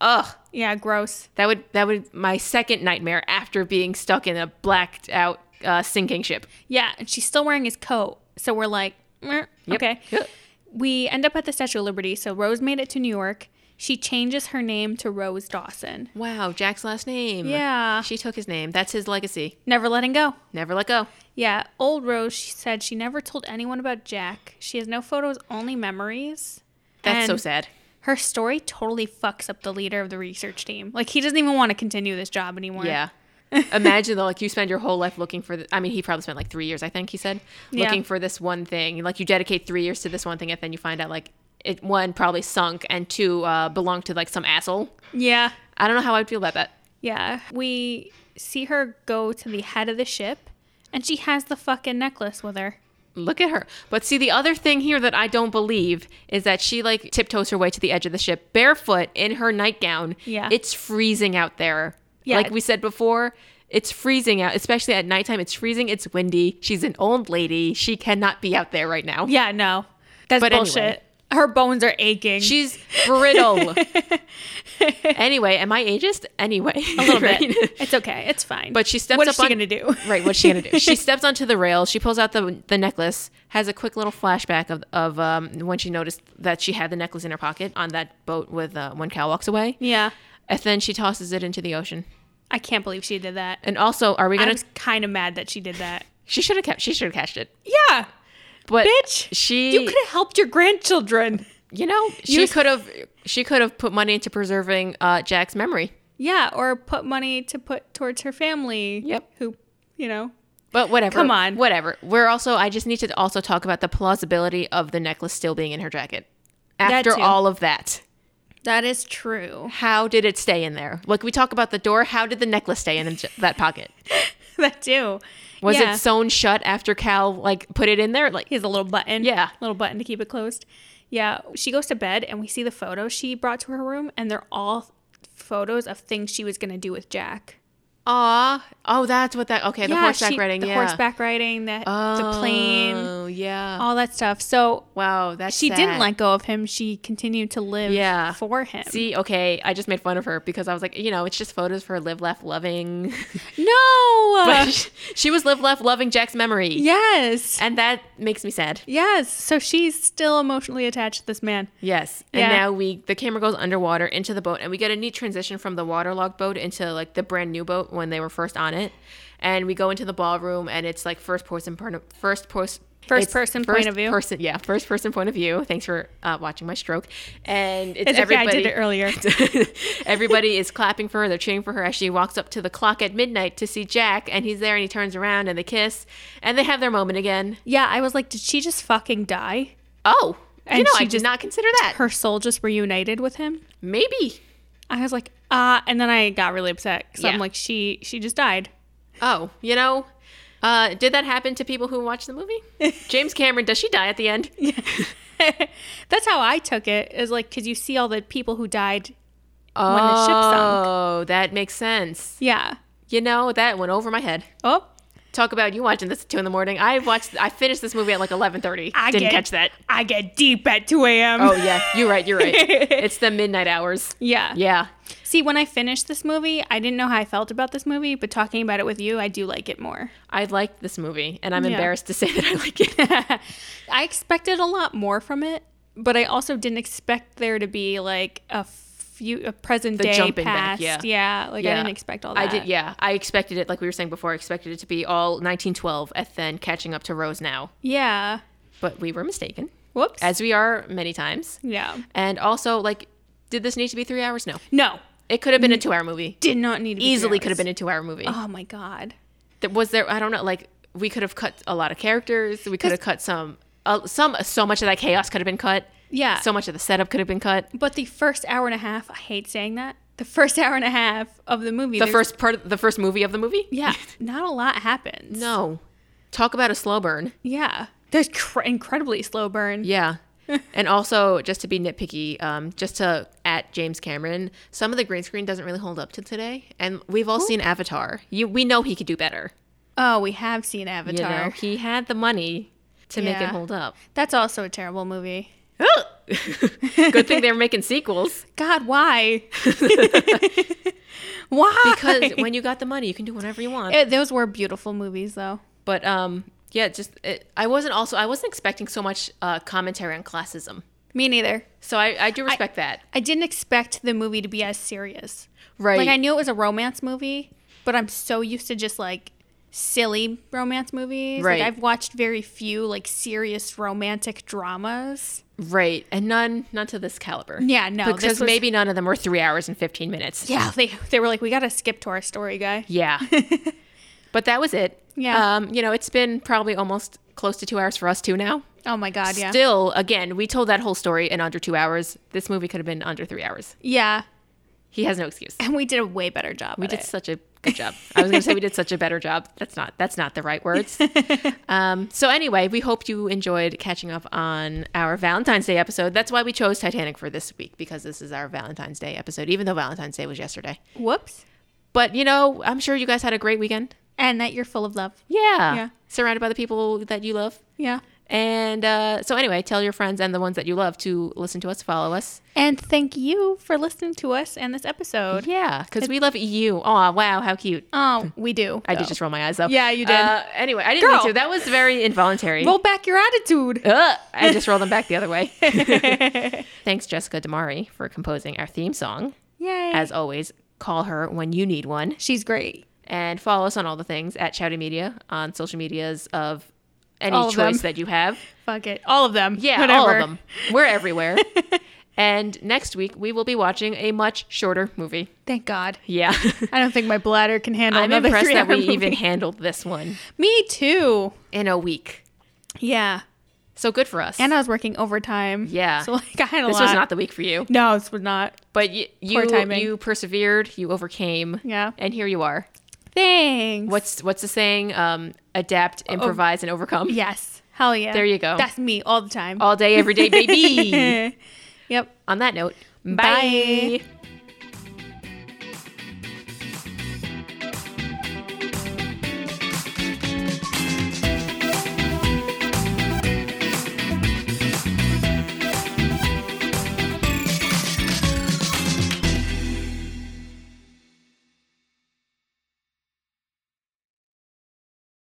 Speaker 2: Ugh,
Speaker 1: yeah, gross.
Speaker 2: that would that would my second nightmare after being stuck in a blacked out uh, sinking ship.
Speaker 1: Yeah, and she's still wearing his coat, so we're like, meh,
Speaker 2: Yep.
Speaker 1: okay.
Speaker 2: Yep.
Speaker 1: We end up at the Statue of Liberty. So Rose made it to New York. She changes her name to Rose Dawson.
Speaker 2: Wow, Jack's last name.
Speaker 1: Yeah,
Speaker 2: she took his name. That's his legacy.
Speaker 1: never letting go.
Speaker 2: Never let go.
Speaker 1: Yeah, old Rose she said she never told anyone about Jack. She has no photos, only memories.
Speaker 2: That's so
Speaker 1: And
Speaker 2: sad.
Speaker 1: Her story totally fucks up the leader of the research team. Like he doesn't even want to continue this job anymore. *laughs*
Speaker 2: Yeah. Imagine though, like you spend your whole life looking for. The, I mean, he probably spent like three years. I think he said
Speaker 1: Yeah.
Speaker 2: looking for this one thing. Like you dedicate three years to this one thing, and then you find out like it one probably sunk, and two uh, belonged to like some asshole.
Speaker 1: Yeah.
Speaker 2: I don't know how I'd feel about that.
Speaker 1: Yeah. We see her go to the head of the ship and she has the fucking necklace with her.
Speaker 2: Look at her. But see, the other thing here that I don't believe is that she like tiptoes her way to the edge of the ship barefoot in her nightgown.
Speaker 1: Yeah.
Speaker 2: It's freezing out there.
Speaker 1: Yeah.
Speaker 2: Like we said before, it's freezing out, especially at nighttime. It's freezing. It's windy. She's an old lady. She cannot be out there right now.
Speaker 1: Yeah, no. That's
Speaker 2: But
Speaker 1: bullshit.
Speaker 2: anyway.
Speaker 1: Her bones are aching.
Speaker 2: She's brittle. *laughs* anyway, am I ageist? Anyway,
Speaker 1: a little
Speaker 2: *laughs*
Speaker 1: bit. *laughs* It's okay. It's fine.
Speaker 2: But she steps
Speaker 1: What
Speaker 2: up
Speaker 1: is she
Speaker 2: on-
Speaker 1: gonna do?
Speaker 2: *laughs*
Speaker 1: *laughs*
Speaker 2: right, what's she gonna do? She steps onto the rail. She pulls out the the necklace. Has a quick little flashback of of um, when she noticed that she had the necklace in her pocket on that boat with uh, when Cal walks away.
Speaker 1: Yeah.
Speaker 2: And then she tosses it into the ocean.
Speaker 1: I can't believe she did that.
Speaker 2: And also, are we
Speaker 1: I
Speaker 2: gonna?
Speaker 1: was kind of mad that she did that.
Speaker 2: She should have kept. She should have catched it.
Speaker 1: Yeah.
Speaker 2: But
Speaker 1: Bitch,
Speaker 2: she
Speaker 1: You could have helped your grandchildren.
Speaker 2: You know, she could have she could have put money into preserving uh, Jack's memory.
Speaker 1: Yeah, or put money to put towards her family.
Speaker 2: Yep.
Speaker 1: Who, you know,
Speaker 2: But whatever.
Speaker 1: Come on.
Speaker 2: Whatever. We're also I just need to also talk about the plausibility of the necklace still being in her jacket.
Speaker 1: That
Speaker 2: After
Speaker 1: too.
Speaker 2: all of that.
Speaker 1: that is true.
Speaker 2: How did it stay in there? Like we talk about the door, how did the necklace stay in the, j- that pocket?
Speaker 1: *laughs* that too.
Speaker 2: Was
Speaker 1: Yeah.
Speaker 2: it sewn shut after Cal like put it in there? Like
Speaker 1: He has a little button.
Speaker 2: Yeah.
Speaker 1: Little button to keep it closed. Yeah. She goes to bed and we see the photos she brought to her room and they're all photos of things she was going to do with Jack.
Speaker 2: Aw. Oh, that's what that. Okay, the horseback
Speaker 1: she-
Speaker 2: riding.
Speaker 1: The
Speaker 2: yeah.
Speaker 1: horseback riding, the, the plane,
Speaker 2: Oh yeah.
Speaker 1: all that stuff. So
Speaker 2: Wow, that's
Speaker 1: she didn't
Speaker 2: sad.
Speaker 1: let go of him. She continued to live
Speaker 2: Yeah.
Speaker 1: for him.
Speaker 2: See, okay, I just made fun of her because I was like, you know, it's just photos for live, left, loving.
Speaker 1: no. *laughs*
Speaker 2: But she, *laughs* she was live, left, loving Jack's memory,
Speaker 1: yes.
Speaker 2: and that makes me sad.
Speaker 1: Yes. So she's still emotionally attached to this man.
Speaker 2: Yes,
Speaker 1: Yeah.
Speaker 2: and now we the camera goes underwater into the boat, and we get a neat transition from the waterlogged boat into like the brand new boat when they were first on it, and we go into the ballroom, and it's like first person, per- first person.
Speaker 1: First person point of view.
Speaker 2: Person, yeah, first person point of view. Thanks for uh, watching my stroke. And it's
Speaker 1: It's okay. I
Speaker 2: everybody.
Speaker 1: did it *laughs* earlier.
Speaker 2: *laughs* Everybody is clapping for her. They're cheering for her as she walks up to the clock at midnight to see Jack, and he's there, and he turns around, and they kiss, and they have their moment again.
Speaker 1: yeah. I was like, did she just fucking die?
Speaker 2: Oh,
Speaker 1: And
Speaker 2: you know,
Speaker 1: she
Speaker 2: I did
Speaker 1: just-
Speaker 2: not consider that.
Speaker 1: Her soul just reunited with him?
Speaker 2: Maybe.
Speaker 1: I was like, ah, and then I got really upset because
Speaker 2: Yeah.
Speaker 1: I'm like, she she just died.
Speaker 2: Oh, you know, uh, did that happen to people who watch the
Speaker 1: *laughs*
Speaker 2: movie? James Cameron, does she die at the end?
Speaker 1: That's how I took it. Is like because you see all the people who died.
Speaker 2: Oh,
Speaker 1: the ship sunk.
Speaker 2: that makes sense.
Speaker 1: Yeah.
Speaker 2: You know, that went over my head.
Speaker 1: Oh,
Speaker 2: Talk about you watching this at two in the morning. I watched. I finished this movie at like eleven thirty.
Speaker 1: I
Speaker 2: Didn't
Speaker 1: get-
Speaker 2: catch that.
Speaker 1: I get deep at 2 a.m.
Speaker 2: Oh yeah, you're right. You're right. it's the midnight hours.
Speaker 1: *laughs* yeah.
Speaker 2: Yeah.
Speaker 1: See, when I finished this movie, I didn't know how I felt about this movie, but talking about it with you, I do like it more.
Speaker 2: I liked this movie, and I'm
Speaker 1: Yeah.
Speaker 2: embarrassed to say that I like it. *laughs*
Speaker 1: I expected a lot more from it, but I also didn't expect there to be like a few a present day
Speaker 2: jumping back,
Speaker 1: past.
Speaker 2: yeah.
Speaker 1: yeah. Like I
Speaker 2: Yeah.
Speaker 1: didn't expect all that.
Speaker 2: I did, yeah. I expected it, like we were saying before, I expected it to be all 1912 and then catching up to Rose now.
Speaker 1: Yeah.
Speaker 2: But we were mistaken,
Speaker 1: Whoops.
Speaker 2: as we are many times.
Speaker 1: yeah.
Speaker 2: And also, like, did this need to be three hours? No.
Speaker 1: No.
Speaker 2: It could have been a two hour movie.
Speaker 1: Did not need to be Mm. three
Speaker 2: Easily could have
Speaker 1: hours.
Speaker 2: been a two hour movie.
Speaker 1: Oh my god.
Speaker 2: There- Was there, I don't know, like, we could have cut a lot of characters. We could have cut some, uh, some, so much of that chaos could have been cut.
Speaker 1: Yeah.
Speaker 2: So much of the setup could have been cut.
Speaker 1: But the first hour and a half, I hate saying that. The first *laughs* hour and a half of the movie.
Speaker 2: The
Speaker 1: there's-
Speaker 2: first part, of the first movie of the movie? *laughs*
Speaker 1: Yeah, not a lot happens.
Speaker 2: No. Talk about a slow burn.
Speaker 1: Yeah. There's cr- incredibly slow burn.
Speaker 2: Yeah.
Speaker 1: *laughs*
Speaker 2: and also, just to be nitpicky, um, just to at James Cameron, some of the green screen doesn't really hold up to today. And we've all seen Avatar. You, we know he could do better.
Speaker 1: Oh, we have seen
Speaker 2: You
Speaker 1: Avatar.
Speaker 2: know, he had the money to make
Speaker 1: Yeah.
Speaker 2: it
Speaker 1: *laughs*
Speaker 2: hold up.
Speaker 1: That's also a terrible movie.
Speaker 2: *laughs* Good thing they're making sequels
Speaker 1: God,
Speaker 2: *laughs*
Speaker 1: why? *laughs* why?
Speaker 2: because when you got the money, you can do whatever you want.
Speaker 1: It- those were beautiful movies, though.
Speaker 2: But um, yeah, just it, I wasn't also I wasn't expecting so much uh, commentary on classism.
Speaker 1: Me neither.
Speaker 2: So I, I do respect that.
Speaker 1: I didn't expect the movie to be as serious.
Speaker 2: Right.
Speaker 1: Like I knew it was a romance movie, but I'm so used to just like silly romance movies.
Speaker 2: Right.
Speaker 1: Like I've watched very few like serious romantic dramas.
Speaker 2: Right, and none none to this caliber.
Speaker 1: Yeah, no, this
Speaker 2: because
Speaker 1: was-
Speaker 2: maybe none of them were three hours and fifteen minutes.
Speaker 1: Yeah, *laughs* they they were like, we gotta skip to our story, guy. *laughs*
Speaker 2: Yeah, but that was it.
Speaker 1: Yeah.
Speaker 2: um, you know, it's been probably almost close to two hours for us too now.
Speaker 1: Oh my god, yeah,
Speaker 2: Still, again, we told that whole story in under two hours. This movie could have been under three hours.
Speaker 1: yeah.
Speaker 2: He has no excuse.
Speaker 1: And we did a way better job.
Speaker 2: We did such a good job. I was going to say we did such a better job. That's not that's not the right words. um, so anyway, we hope you enjoyed catching up on our Valentine's Day episode. That's why we chose Titanic for this week because this is our Valentine's Day episode, even though Valentine's Day was yesterday.
Speaker 1: Whoops.
Speaker 2: But you know, I'm sure you guys had a great weekend.
Speaker 1: And that you're full of love.
Speaker 2: Yeah,
Speaker 1: Yeah.
Speaker 2: surrounded by the people that you love.
Speaker 1: Yeah.
Speaker 2: And uh, so anyway, tell your friends and the ones that you love to listen to us, follow us.
Speaker 1: And thank you for listening to us and this episode.
Speaker 2: Yeah, because we love you. Oh wow, how cute.
Speaker 1: Oh, we do.
Speaker 2: I did just roll my eyes up.
Speaker 1: Yeah, you did.
Speaker 2: Uh, anyway, I didn't
Speaker 1: Girl.
Speaker 2: mean to. That was very involuntary.
Speaker 1: roll back your attitude.
Speaker 2: *laughs* Ugh, I just rolled them back the
Speaker 1: *laughs*
Speaker 2: other way. *laughs* Thanks, Jessica Damari, for composing our theme song.
Speaker 1: Yay.
Speaker 2: As always, call her when you need one.
Speaker 1: She's great.
Speaker 2: And follow us on all the things at Shouty Media on social medias of any
Speaker 1: All of them.
Speaker 2: choice that you have.
Speaker 1: Fuck it. All of them.
Speaker 2: Yeah,
Speaker 1: Whatever.
Speaker 2: all of them. *laughs* We're everywhere.
Speaker 1: *laughs*
Speaker 2: and next week we will be watching a much shorter movie.
Speaker 1: Thank God.
Speaker 2: *laughs* Yeah.
Speaker 1: I don't think my bladder can handle
Speaker 2: I'm
Speaker 1: another
Speaker 2: impressed
Speaker 1: three
Speaker 2: that we
Speaker 1: movie.
Speaker 2: *laughs* even handled this one
Speaker 1: Me too.
Speaker 2: in a week.
Speaker 1: Yeah.
Speaker 2: So good for us.
Speaker 1: And I was working overtime.
Speaker 2: Yeah.
Speaker 1: So like I had a
Speaker 2: this
Speaker 1: lot.
Speaker 2: was not the week for you,
Speaker 1: No, this was not.
Speaker 2: but you
Speaker 1: Poor
Speaker 2: you,
Speaker 1: timing.
Speaker 2: you persevered, you overcame,
Speaker 1: Yeah.
Speaker 2: and here you are.
Speaker 1: Thanks.
Speaker 2: What's what's the saying? Um, adapt, improvise, and overcome.
Speaker 1: Yes. Hell yeah.
Speaker 2: There you go.
Speaker 1: That's me all the time.
Speaker 2: *laughs* All day, every day, baby.
Speaker 1: yep.
Speaker 2: On that note, bye.
Speaker 1: Bye.